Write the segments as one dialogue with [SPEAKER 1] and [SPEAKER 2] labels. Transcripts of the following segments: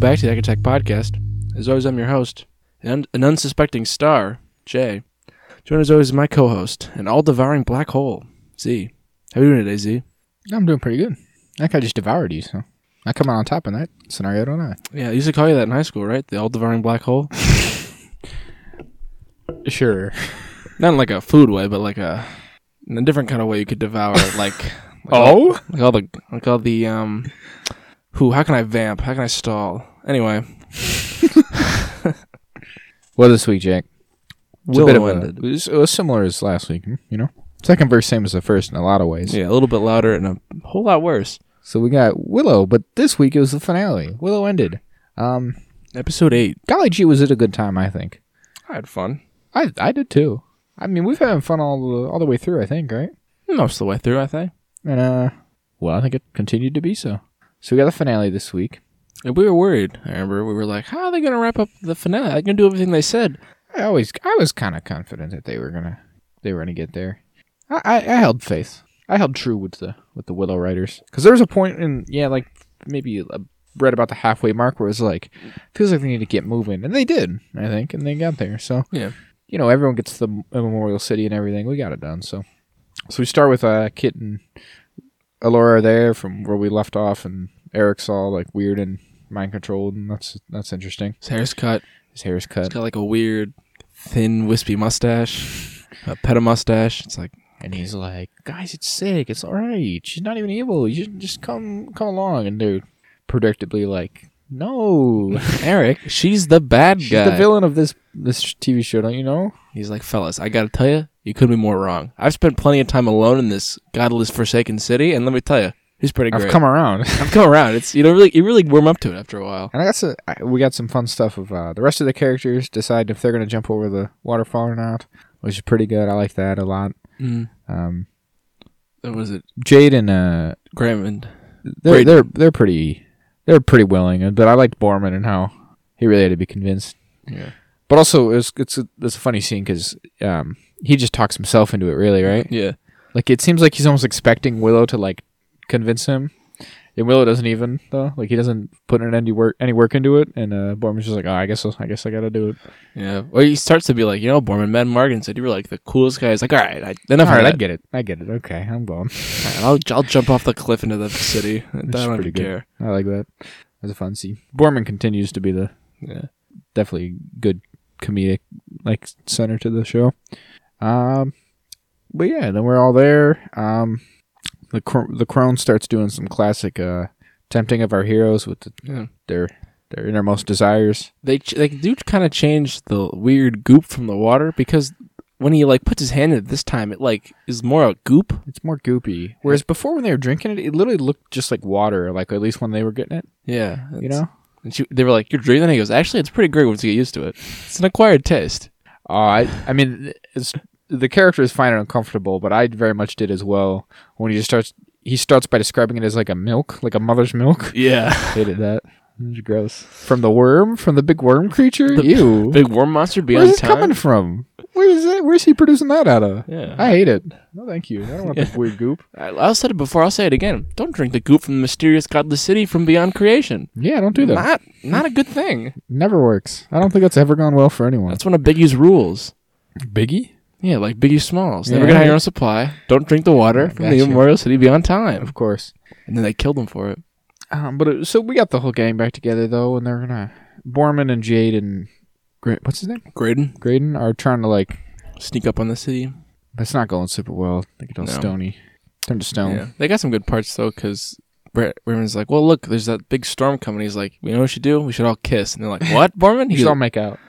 [SPEAKER 1] back to the Architect Podcast. As always, I'm your host, and an unsuspecting star, Jay. Joined as always is my co-host, an all-devouring black hole, Z. How you doing today, Z?
[SPEAKER 2] I'm doing pretty good. That guy just devoured you, so I come out on top in that scenario, don't I?
[SPEAKER 1] Yeah, I used to call you that in high school, right? The all-devouring black hole.
[SPEAKER 2] Sure.
[SPEAKER 1] Not in like a food way, but like a in a different kind of way you could devour like like all,
[SPEAKER 2] Oh?
[SPEAKER 1] like all the like all the um who how can I vamp? How can I stall? Anyway,
[SPEAKER 2] Well, this week, Jack. It's a bit of a-
[SPEAKER 1] Willow-ended.
[SPEAKER 2] it was- it was similar as last week, you know? Second verse, same as the first in a lot of ways.
[SPEAKER 1] yeah, a little bit louder and a whole lot worse.
[SPEAKER 2] So we got Willow, but this week it was the finale. Willow ended. Um,
[SPEAKER 1] Episode 8.
[SPEAKER 2] golly gee, was it a good time, I think.
[SPEAKER 1] I had fun.
[SPEAKER 2] I I did too. I mean, we've having fun all the, all the way through, I think, right?
[SPEAKER 1] Most of the way through, I think.
[SPEAKER 2] And, uh, well, I think it continued to be so. So we got the finale this week.
[SPEAKER 1] And we were worried. I remember we were like, "How are they going to wrap up the finale? They're going to do everything they said."
[SPEAKER 2] I always, I was kind of confident that they were gonna, they were gonna get there. I, I, I held faith. I held true with the with the Willow Riders because there was a point in yeah, like maybe uh, right about the halfway mark where it was like, feels like they need to get moving, and they did, I think, and they got there. So
[SPEAKER 1] Yeah.
[SPEAKER 2] you know, everyone gets the Memorial City and everything. We got it done. So, so we start with uh, Kit and Alora are there from where we left off, and Eric's all like weird and mind controlled, and that's that's interesting.
[SPEAKER 1] His hair's cut.
[SPEAKER 2] His hair's
[SPEAKER 1] He's
[SPEAKER 2] cut,
[SPEAKER 1] got like a weird, thin, wispy mustache, a peta mustache. It's like,
[SPEAKER 2] and he's like, "Guys, it's sick. It's all right. She's not even evil. You should just come come along." And they're predictably like, "No,
[SPEAKER 1] Eric, she's the bad
[SPEAKER 2] she's
[SPEAKER 1] guy.
[SPEAKER 2] the villain of this this TV show, don't you know?"
[SPEAKER 1] He's like, fellas, I gotta tell you, you couldn't be more wrong. I've spent plenty of time alone in this godless, forsaken city, and let me tell you, he's pretty great.
[SPEAKER 2] I've come around.
[SPEAKER 1] I've come around. It's you know really you really warm up to it after a while.
[SPEAKER 2] And I got some, I- we got some fun stuff of uh, the rest of the characters decide if they're going to jump over the waterfall or not, which is pretty good. I like that a lot.
[SPEAKER 1] Mm.
[SPEAKER 2] Um,
[SPEAKER 1] That was it,
[SPEAKER 2] Jade and uh,
[SPEAKER 1] Graham and
[SPEAKER 2] they're
[SPEAKER 1] Brayden.
[SPEAKER 2] they're they're pretty they're pretty willing, but I liked Borman and how he really had to be convinced.
[SPEAKER 1] yeah,
[SPEAKER 2] But also, it's it's a, it's a funny scene because um, he just talks himself into it, really, right?
[SPEAKER 1] yeah.
[SPEAKER 2] Like it seems like he's almost expecting Willow to like convince him, and Willow doesn't even though. Like he doesn't put in any work any work into it, and uh, Borman's just like, oh, I guess I guess I got to do it.
[SPEAKER 1] Yeah. Well, he starts to be like, you know, Borman, Mad Morgan said you were like the coolest guy. He's like, all right, I, enough
[SPEAKER 2] All right,
[SPEAKER 1] of
[SPEAKER 2] I
[SPEAKER 1] that.
[SPEAKER 2] get it. I get it. Okay, I'm going.
[SPEAKER 1] All right, I'll, I'll jump off the cliff into the city. I
[SPEAKER 2] That's
[SPEAKER 1] don't
[SPEAKER 2] pretty
[SPEAKER 1] even
[SPEAKER 2] good.
[SPEAKER 1] care.
[SPEAKER 2] I like that. That's a fun scene. Borman continues to be the
[SPEAKER 1] Yeah.
[SPEAKER 2] definitely good comedic like center to the show. Um, but yeah, then we're all there. Um, the cr- the crone starts doing some classic uh tempting of our heroes with the,
[SPEAKER 1] Yeah.
[SPEAKER 2] their their innermost desires.
[SPEAKER 1] They ch- they do kind of change the weird goop from the water because when he like puts his hand in it this time, it like is more a goop.
[SPEAKER 2] It's more goopy. Whereas before, when they were drinking it, it literally looked just like water. Like at least when they were getting it,
[SPEAKER 1] Yeah.
[SPEAKER 2] you
[SPEAKER 1] it's-
[SPEAKER 2] know.
[SPEAKER 1] And she, they were like, "You're dreaming." He goes, "Actually, it's pretty great once you get used to it. It's an acquired taste."
[SPEAKER 2] Uh, I, I mean, it's, the characters find it uncomfortable, but I very much did as well. When he just starts, he starts by describing it as like a milk, like a mother's milk.
[SPEAKER 1] Yeah.
[SPEAKER 2] Hated that. It's gross. From the worm, from the big worm creature.
[SPEAKER 1] The
[SPEAKER 2] Ew.
[SPEAKER 1] Big worm monster
[SPEAKER 2] Where's
[SPEAKER 1] beyond
[SPEAKER 2] this
[SPEAKER 1] time.
[SPEAKER 2] coming from? Where is it? Where's he producing that out of?
[SPEAKER 1] Yeah.
[SPEAKER 2] I hate it. No, thank you. I don't want that weird goop.
[SPEAKER 1] I, I said it before. I'll say it again. Don't drink the goop from the mysterious godless city from beyond creation.
[SPEAKER 2] Yeah, don't do that.
[SPEAKER 1] Not not a good thing.
[SPEAKER 2] Never works. I don't think that's ever gone well for anyone.
[SPEAKER 1] That's one of Biggie's rules.
[SPEAKER 2] Biggie.
[SPEAKER 1] Yeah, like Biggie Smalls. Never
[SPEAKER 2] Yeah.
[SPEAKER 1] gonna have your own supply. Don't drink the water
[SPEAKER 2] Yeah,
[SPEAKER 1] from the
[SPEAKER 2] gotcha.
[SPEAKER 1] Memorial City beyond time.
[SPEAKER 2] Of course.
[SPEAKER 1] And then they killed him for it.
[SPEAKER 2] Um, but it, so we got the whole gang back together though, and they're gonna Borman and Jade and Gra- what's his name?
[SPEAKER 1] Graydon
[SPEAKER 2] Graydon are trying to like.
[SPEAKER 1] sneak up on the city.
[SPEAKER 2] That's not going super well. They get all
[SPEAKER 1] No.
[SPEAKER 2] stony. Turn to stone.
[SPEAKER 1] Yeah, Um, they got some good parts though, because Raymond's like, "Well, look, there's that big storm coming." He's like, "You know what we should do? We should all kiss." And they're like, "What, Borman?"
[SPEAKER 2] You
[SPEAKER 1] He's,
[SPEAKER 2] should all make out.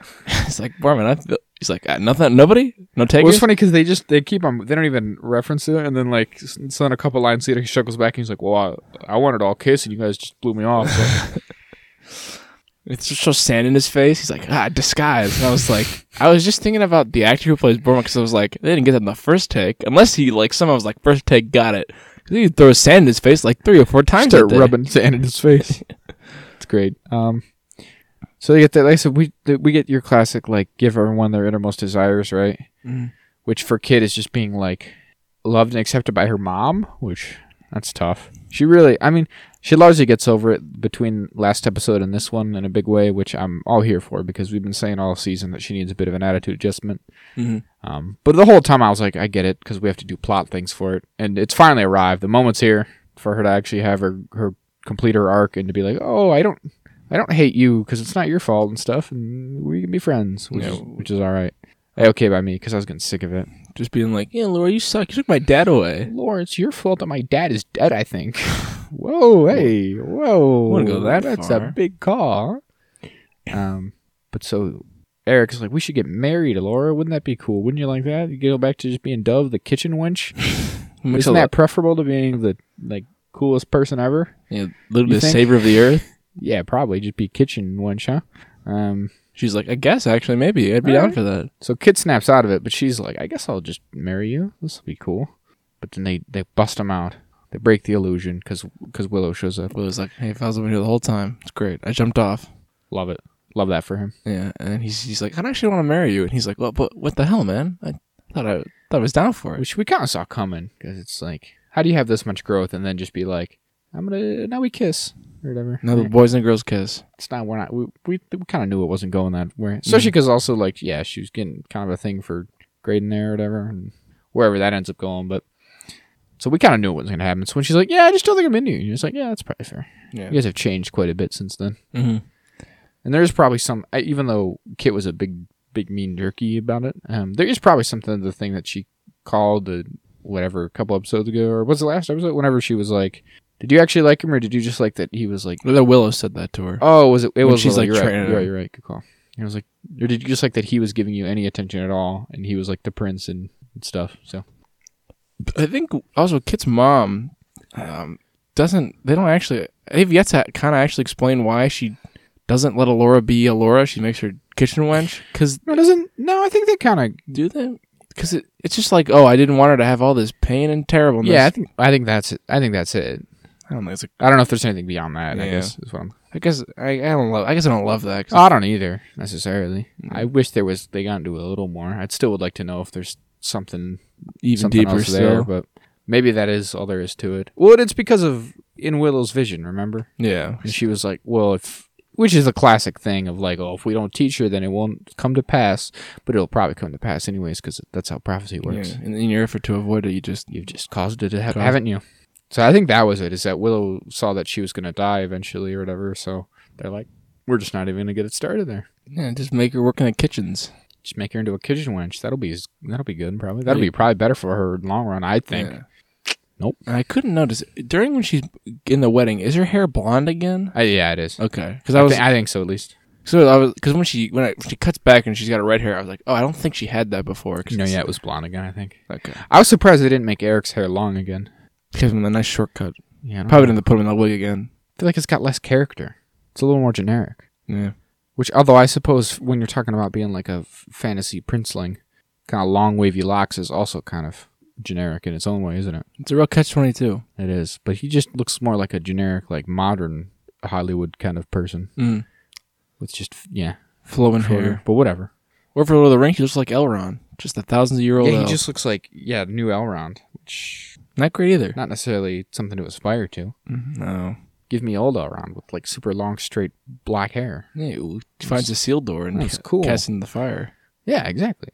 [SPEAKER 1] he's like, "Borman, I feel." He's like, "Ah, "Nothing, nobody, no
[SPEAKER 2] Well, it's
[SPEAKER 1] takers."
[SPEAKER 2] funny because they just they keep on. They don't even reference it, and then like s- so then a couple lines later, he chuckles back and he's like, "Well, I, I wanted all kiss, and you guys just blew me off." So.
[SPEAKER 1] it's just so sand in his face. He's like, "Ah, disguise." And I was like, I was just thinking about the actor who plays Borman because I was like, they didn't get that in the first take, unless he like somehow was like, first take got it. 'Cause He throws sand in his face like three or four times.
[SPEAKER 2] Start
[SPEAKER 1] that day.
[SPEAKER 2] rubbing sand in his face. it's great. Um, so they get that. Like I said, we th- we get your classic like give everyone their innermost desires, right?
[SPEAKER 1] Mm.
[SPEAKER 2] Which for kid is just being like loved and accepted by her mom, which that's tough. She really, I mean, She largely gets over it between last episode and this one in a big way, which I'm all here for because we've been saying all season that she needs a bit of an attitude adjustment.
[SPEAKER 1] Mhm.
[SPEAKER 2] Um, but the whole time I was like, I get it because we have to do plot things for it, and it's finally arrived. The moment's here for her to actually have her her complete her arc and to be like, oh, I don't. I don't hate you because it's not your fault and stuff, and we can be friends, which,
[SPEAKER 1] Yeah.
[SPEAKER 2] is, which is all right. Eh, Okay by me because I was getting sick of it.
[SPEAKER 1] Just being like, yeah, Laura, you suck. You took my dad away.
[SPEAKER 2] Laura, it's your fault that my dad is dead, I think. whoa, hey, whoa.
[SPEAKER 1] Wouldn't go that
[SPEAKER 2] That's
[SPEAKER 1] far.
[SPEAKER 2] a big call. Um, but so Eric's like, we should get married, Laura. Wouldn't that be cool? Wouldn't you like that? You go back to just being Dove, the kitchen wench.
[SPEAKER 1] Makes
[SPEAKER 2] Isn't
[SPEAKER 1] a
[SPEAKER 2] that preferable to being the like coolest person ever?
[SPEAKER 1] lot- yeah, literally the
[SPEAKER 2] You think?
[SPEAKER 1] savior of the earth.
[SPEAKER 2] Yeah, probably. Just be kitchen wench, huh? Um,
[SPEAKER 1] She's like, I guess actually, maybe I'd be down
[SPEAKER 2] Alright.
[SPEAKER 1] for that.
[SPEAKER 2] so Kid snaps out of it, but she's like, I guess I'll just marry you. This will be cool. But then they, they bust him out. They break the illusion because Willow shows up.
[SPEAKER 1] But it was like, hey, if I was over here the whole time, it's great. I jumped off.
[SPEAKER 2] Love it. Love that for him.
[SPEAKER 1] Yeah, and he's he's like, I don't actually want to marry you. And he's like, well, but what the hell, man? I thought I thought I was down for it.
[SPEAKER 2] Which we kind of saw coming because it's like, how do you have this much growth and then just be like, I'm gonna now we kiss or whatever.
[SPEAKER 1] No, the boys and girls kiss.
[SPEAKER 2] it's not we're not we we, we kind of knew it wasn't going that way. Especially because also like yeah, she was getting kind of a thing for grading there or whatever and wherever that ends up going. But so we kind of knew it wasn't gonna happen. So when she's like, yeah, I just don't think I'm into you, and you're just like, yeah, that's probably fair.
[SPEAKER 1] Yeah.
[SPEAKER 2] You guys have changed quite a bit since then.
[SPEAKER 1] Mhm.
[SPEAKER 2] And there's probably some, I- even though Kit was a big, big mean jerky about it, um, there is probably something to the thing that she called the whatever a couple episodes ago, or was the last episode? Whenever she was like, "Did you actually like him, or did you just like that he was like,
[SPEAKER 1] Well, that Willow said that to her.
[SPEAKER 2] oh, was it? It
[SPEAKER 1] When
[SPEAKER 2] was
[SPEAKER 1] she's,
[SPEAKER 2] Willow,
[SPEAKER 1] like,
[SPEAKER 2] you're
[SPEAKER 1] training
[SPEAKER 2] right,
[SPEAKER 1] him.
[SPEAKER 2] you're right, you're right, good call." And I was like, or did you just like that he was giving you any attention at all, and he was like the prince and, and stuff? So
[SPEAKER 1] I think also Kit's mom um, doesn't. They don't actually. They've yet to kind of actually explain why she doesn't let Alora be Alora. She makes her kitchen wench. Cause
[SPEAKER 2] no, it doesn't no, I think they kind of
[SPEAKER 1] do they? Cause it, it's just like, oh, I didn't want her to have all this pain and terribleness.
[SPEAKER 2] yeah, I think I think that's it. I think that's it.
[SPEAKER 1] I don't know. It's like,
[SPEAKER 2] I don't know if there's anything beyond that. I
[SPEAKER 1] Yeah.
[SPEAKER 2] guess is what I'm
[SPEAKER 1] I guess I, I don't love. I guess I don't love that. 'cause
[SPEAKER 2] I don't either necessarily.
[SPEAKER 1] Mm-hmm.
[SPEAKER 2] I wish there was they got into it a little more. I would still would like to know if there's something
[SPEAKER 1] even
[SPEAKER 2] something
[SPEAKER 1] deeper
[SPEAKER 2] else
[SPEAKER 1] still.
[SPEAKER 2] there, but maybe that is all there is to it. Well, it's because of in Willow's vision. Remember,
[SPEAKER 1] yeah.
[SPEAKER 2] and she was like, "Well, if." Which is a classic thing of like, oh, if we don't teach her, then it won't come to pass. But it'll probably come to pass anyways, because that's how prophecy works.
[SPEAKER 1] yeah. In, in your effort to avoid it, you just
[SPEAKER 2] You've just caused it to
[SPEAKER 1] Caused-
[SPEAKER 2] happen, haven't you? So I think that was it. Is that Willow saw that she was going to die eventually or whatever. So they're like, we're just not even going to get it started there.
[SPEAKER 1] yeah, just make her work in the kitchens.
[SPEAKER 2] just make her into a kitchen wench. That'll be that'll be good. Probably that'll
[SPEAKER 1] Yeah.
[SPEAKER 2] be probably better for her in the long run. I think.
[SPEAKER 1] Yeah.
[SPEAKER 2] Nope.
[SPEAKER 1] And I couldn't notice during when she's in the wedding. Is her hair blonde again?
[SPEAKER 2] I, yeah, it is.
[SPEAKER 1] Okay, because
[SPEAKER 2] I,
[SPEAKER 1] I was
[SPEAKER 2] thi- I think so at least.
[SPEAKER 1] So I was because when she when, I, when she cuts back and she's got red hair, I was like, oh, I don't think she had that before. 'cause
[SPEAKER 2] No,
[SPEAKER 1] it's-
[SPEAKER 2] yeah, it was blonde again. I think.
[SPEAKER 1] Okay.
[SPEAKER 2] I was surprised they didn't make Eric's hair long again.
[SPEAKER 1] Gives him a nice shortcut.
[SPEAKER 2] Yeah, I, don't
[SPEAKER 1] Probably
[SPEAKER 2] know.
[SPEAKER 1] didn't put him in that wig again.
[SPEAKER 2] I feel like it's got less character. It's a little more generic.
[SPEAKER 1] Yeah.
[SPEAKER 2] Which, although I suppose when you're talking about being like a f- fantasy princeling, kind of long wavy locks is also kind of generic in its own way, isn't it?
[SPEAKER 1] It's a real catch twenty two.
[SPEAKER 2] It is. But he just looks more like a generic, like modern Hollywood kind of person
[SPEAKER 1] Mm.
[SPEAKER 2] with just yeah,
[SPEAKER 1] Flowing
[SPEAKER 2] shorter.
[SPEAKER 1] hair.
[SPEAKER 2] But whatever.
[SPEAKER 1] Or for Lord of the Rings, he looks like Elrond, just a thousands of year old.
[SPEAKER 2] Yeah, he
[SPEAKER 1] elf.
[SPEAKER 2] just looks like yeah, new Elrond, which
[SPEAKER 1] not great either. Mm-hmm.
[SPEAKER 2] not necessarily something to aspire to.
[SPEAKER 1] No.
[SPEAKER 2] Give me old Elrond with like super long, straight black hair.
[SPEAKER 1] Yeah, he finds a sealed door and
[SPEAKER 2] That's cool.
[SPEAKER 1] casts in the fire.
[SPEAKER 2] Yeah, exactly.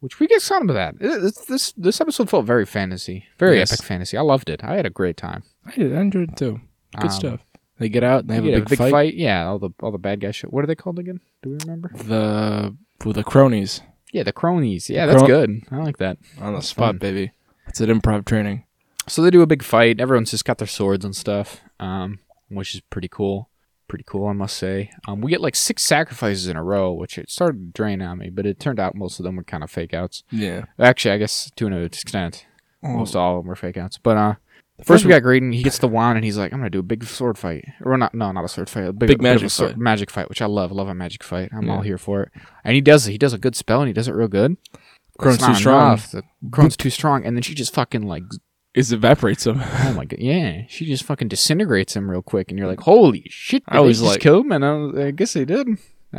[SPEAKER 2] Which we get some of that. It- it's- This this episode felt very fantasy, very
[SPEAKER 1] Yes.
[SPEAKER 2] epic fantasy. I loved it. I had a great time.
[SPEAKER 1] I did. I enjoyed it too. Good
[SPEAKER 2] Um,
[SPEAKER 1] stuff. They get out and they have
[SPEAKER 2] you
[SPEAKER 1] a
[SPEAKER 2] had
[SPEAKER 1] big, fight.
[SPEAKER 2] Yeah, all the all the bad guy shit. What are they called again? Do we remember?
[SPEAKER 1] The with the cronies
[SPEAKER 2] Yeah, the cronies. Yeah,
[SPEAKER 1] The
[SPEAKER 2] that's
[SPEAKER 1] cro-
[SPEAKER 2] good. I like that.
[SPEAKER 1] on the spot,
[SPEAKER 2] fun.
[SPEAKER 1] baby. That's an improv training.
[SPEAKER 2] So they do a big fight. Everyone's just got their swords and stuff, um, which is pretty cool. Pretty cool, I must say. Um, we get like six sacrifices in a row, which it started to drain on me, but it turned out most of them were kind of fake outs.
[SPEAKER 1] Yeah.
[SPEAKER 2] Actually, I guess to an extent,
[SPEAKER 1] Hmm.
[SPEAKER 2] most all of them were fake outs. But uh,
[SPEAKER 1] first
[SPEAKER 2] first we got Graydon. He gets the wand and he's like, "I'm gonna do a big sword fight." Or not? No, not a sword fight. A big,
[SPEAKER 1] Big
[SPEAKER 2] a bit of
[SPEAKER 1] magic
[SPEAKER 2] a sword-
[SPEAKER 1] fight.
[SPEAKER 2] Magic fight, which I love. Love a magic fight. I'm all
[SPEAKER 1] Yeah.
[SPEAKER 2] here for it. And he does it. He does a good spell and he does it real good.
[SPEAKER 1] Crone's
[SPEAKER 2] It's not
[SPEAKER 1] too strong.
[SPEAKER 2] enough. The Crone's too strong, and then she just fucking like
[SPEAKER 1] It evaporates him.
[SPEAKER 2] Oh my god! Yeah, she just fucking disintegrates him real quick, and you're like, "Holy shit!" Did
[SPEAKER 1] I
[SPEAKER 2] I
[SPEAKER 1] was
[SPEAKER 2] was just
[SPEAKER 1] like-
[SPEAKER 2] kill him, and I, was- I guess they did. I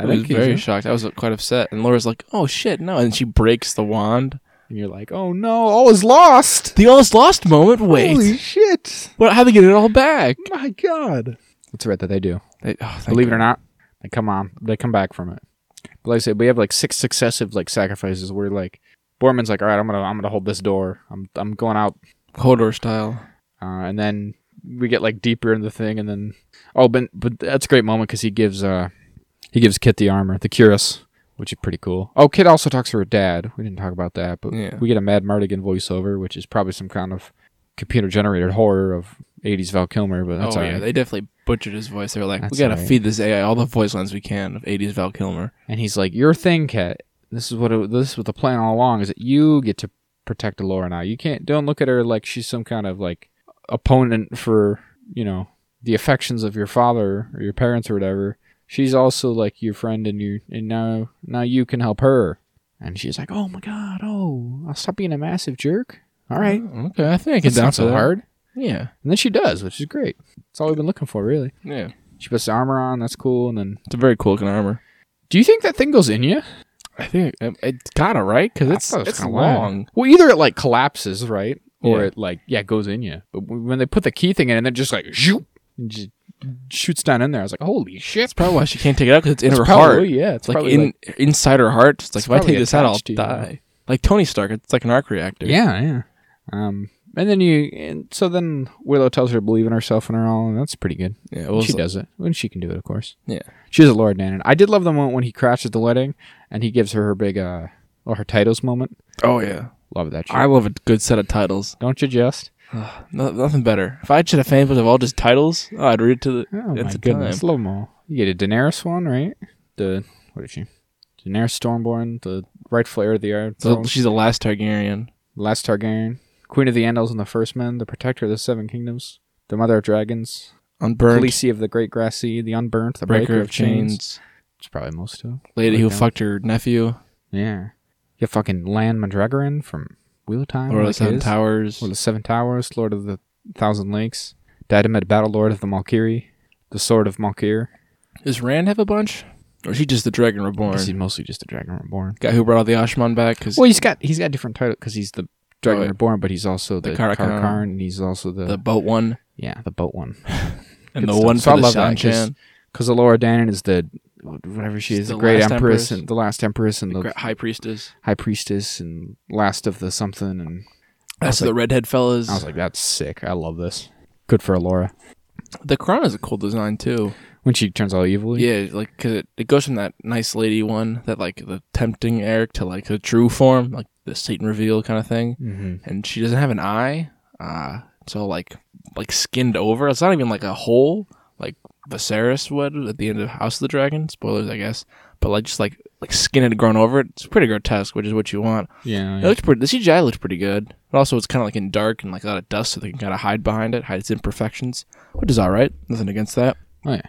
[SPEAKER 1] I was
[SPEAKER 2] think
[SPEAKER 1] very
[SPEAKER 2] very.
[SPEAKER 1] shocked. I was quite upset. And Laura's like, "Oh shit, no!" And she breaks the wand.
[SPEAKER 2] and you're like, oh no, all is lost.
[SPEAKER 1] The all's lost moment. Wait,
[SPEAKER 2] Holy shit!
[SPEAKER 1] what? How they get it all back?
[SPEAKER 2] My God. That's right that they do.
[SPEAKER 1] They, oh,
[SPEAKER 2] Believe it or not, they come on. They come back from it. But like I said, we have like six successive like sacrifices where like Borman's like, all right, I'm gonna I'm gonna hold this door. I'm I'm going out.
[SPEAKER 1] Hodor style.
[SPEAKER 2] Uh, and then we get like deeper in the thing, and then oh, but but that's a great moment because he gives uh he gives Kit the armor, the Curus, which is pretty cool. Oh, Kit also talks to her dad. We didn't talk about that, but
[SPEAKER 1] Yeah.
[SPEAKER 2] we get a Mad Mardigan voiceover, which is probably some kind of computer generated horror of 80s Val Kilmer, but that's
[SPEAKER 1] oh
[SPEAKER 2] all
[SPEAKER 1] yeah,
[SPEAKER 2] right.
[SPEAKER 1] they definitely butchered his voice. They were like,
[SPEAKER 2] That's
[SPEAKER 1] we gotta
[SPEAKER 2] alright.
[SPEAKER 1] feed this AI all the voice lines we can of '80s Val Kilmer.
[SPEAKER 2] and he's like, "Your thing, Kat. This is what it, this is what the plan all along is that you get to protect Laura now. You can't don't look at her like she's some kind of like opponent for you know the affections of your father or your parents or whatever. She's also like your friend, and you and now now you can help her." And she's like, "Oh my god, oh, I'll stop being a massive jerk. All right,
[SPEAKER 1] Oh, Okay, I think I can
[SPEAKER 2] it's
[SPEAKER 1] down
[SPEAKER 2] not
[SPEAKER 1] so
[SPEAKER 2] so
[SPEAKER 1] hard.
[SPEAKER 2] hard."
[SPEAKER 1] Yeah.
[SPEAKER 2] And then she does, which is great. That's all we've been looking for, really.
[SPEAKER 1] Yeah.
[SPEAKER 2] She puts the armor on. That's cool. And then,
[SPEAKER 1] It's a very cool looking armor.
[SPEAKER 2] do you think that thing goes in you?
[SPEAKER 1] I think
[SPEAKER 2] uh,
[SPEAKER 1] it, it's gotta right because
[SPEAKER 2] I
[SPEAKER 1] it's
[SPEAKER 2] thought it was
[SPEAKER 1] it's
[SPEAKER 2] kinda
[SPEAKER 1] long.
[SPEAKER 2] Well, either it like collapses, right, or
[SPEAKER 1] Yeah.
[SPEAKER 2] it like yeah goes in you. But w- when they put the key thing in, and then just like shoot, and just shoots down in there. I was like, holy shit!
[SPEAKER 1] That's probably why she can't take it out because it's in
[SPEAKER 2] It's
[SPEAKER 1] her
[SPEAKER 2] probably-
[SPEAKER 1] heart.
[SPEAKER 2] yeah,
[SPEAKER 1] It's
[SPEAKER 2] it's
[SPEAKER 1] like
[SPEAKER 2] probably,
[SPEAKER 1] in inside her heart. It's like
[SPEAKER 2] It's
[SPEAKER 1] if I
[SPEAKER 2] probably
[SPEAKER 1] take this out, I'll
[SPEAKER 2] attached to you,
[SPEAKER 1] die. Like Tony Stark, it's like an arc reactor.
[SPEAKER 2] yeah, yeah. Um, and then you, and so then Willow tells her to believe in herself and her all, and that's pretty good.
[SPEAKER 1] yeah. Well,
[SPEAKER 2] she does it when she can do it, of course.
[SPEAKER 1] Yeah.
[SPEAKER 2] she's a Lord Nan, and I did love the moment when he crashes the wedding, and he gives her her big uh, or her titles moment.
[SPEAKER 1] Oh yeah.
[SPEAKER 2] Love that shit.
[SPEAKER 1] I love a good set of titles.
[SPEAKER 2] Don't you just?
[SPEAKER 1] Ugh, no, nothing better. If I had a fan page of all just titles, oh, I'd read it to the.
[SPEAKER 2] Oh
[SPEAKER 1] at
[SPEAKER 2] my
[SPEAKER 1] the
[SPEAKER 2] goodness,
[SPEAKER 1] Time.
[SPEAKER 2] love 'em all. You get a Daenerys one, right? The what is she? Daenerys Stormborn, the right flare of the Iron
[SPEAKER 1] So
[SPEAKER 2] Throne,
[SPEAKER 1] she's the last Targaryen.
[SPEAKER 2] last Targaryen, Queen of the Andals and the First Men, the Protector of the Seven Kingdoms, the Mother of Dragons,
[SPEAKER 1] Unburned.
[SPEAKER 2] Khaleesi of the Great Grass Sea, the Unburnt, the
[SPEAKER 1] breaker, of chains.
[SPEAKER 2] It's probably most of them.
[SPEAKER 1] Lady
[SPEAKER 2] Right
[SPEAKER 1] who
[SPEAKER 2] now.
[SPEAKER 1] fucked her nephew.
[SPEAKER 2] Yeah, you have fucking Lan Mandragoran from Wheel of Time,
[SPEAKER 1] Lord of
[SPEAKER 2] like
[SPEAKER 1] the Seven
[SPEAKER 2] his.
[SPEAKER 1] Towers.
[SPEAKER 2] Lord of the Seven Towers, Lord of the Thousand Lakes, Diomed, Battle Lord of the Valkyrie, the Sword of Malkir.
[SPEAKER 1] Does Rand have a bunch? Or is she just the Dragon Reborn?
[SPEAKER 2] He's mostly just a dragon reborn.
[SPEAKER 1] Guy who brought all the Ashman back? Because
[SPEAKER 2] Well, he's got he's got different title because he's the Dragon
[SPEAKER 1] Oh, yeah.
[SPEAKER 2] Reborn, but he's also the,
[SPEAKER 1] The
[SPEAKER 2] Karakarn,
[SPEAKER 1] Karakhan.
[SPEAKER 2] and he's also the,
[SPEAKER 1] the boat one
[SPEAKER 2] yeah the boat one.
[SPEAKER 1] and
[SPEAKER 2] Good
[SPEAKER 1] the
[SPEAKER 2] stuff.
[SPEAKER 1] one
[SPEAKER 2] So I
[SPEAKER 1] for the
[SPEAKER 2] love that,
[SPEAKER 1] Shan
[SPEAKER 2] 'cause
[SPEAKER 1] Chan.
[SPEAKER 2] Because Alora Dannon is the whatever she
[SPEAKER 1] She's
[SPEAKER 2] is, the,
[SPEAKER 1] the
[SPEAKER 2] Great
[SPEAKER 1] last
[SPEAKER 2] Empress,
[SPEAKER 1] Empress.
[SPEAKER 2] and the last Empress and the,
[SPEAKER 1] Gra- High Priestess.
[SPEAKER 2] High Priestess and last of the something. And
[SPEAKER 1] That's
[SPEAKER 2] was
[SPEAKER 1] the redhead fellas.
[SPEAKER 2] I was like, that's sick. I love this. Good for Alora
[SPEAKER 1] the Corona's a cool design too.
[SPEAKER 2] when she turns all evil.
[SPEAKER 1] Yeah, like because it, it goes from that nice lady one, that like the tempting Eric, to like the true form, like the Satan reveal kind of thing.
[SPEAKER 2] hmm
[SPEAKER 1] And she doesn't have an eye, uh, so like like skinned over. It's not even like a hole, like Viserys would at the end of House of the Dragon. Spoilers, I guess. But like just like like skin had grown over it. It's pretty grotesque, which is what you want.
[SPEAKER 2] yeah,
[SPEAKER 1] It looks pretty. The CGI looks pretty good, but also it's kind of like in dark and like a lot of dust, so they can kind of hide behind it, hide its imperfections, which is all right. Nothing against that.
[SPEAKER 2] Oh, yeah.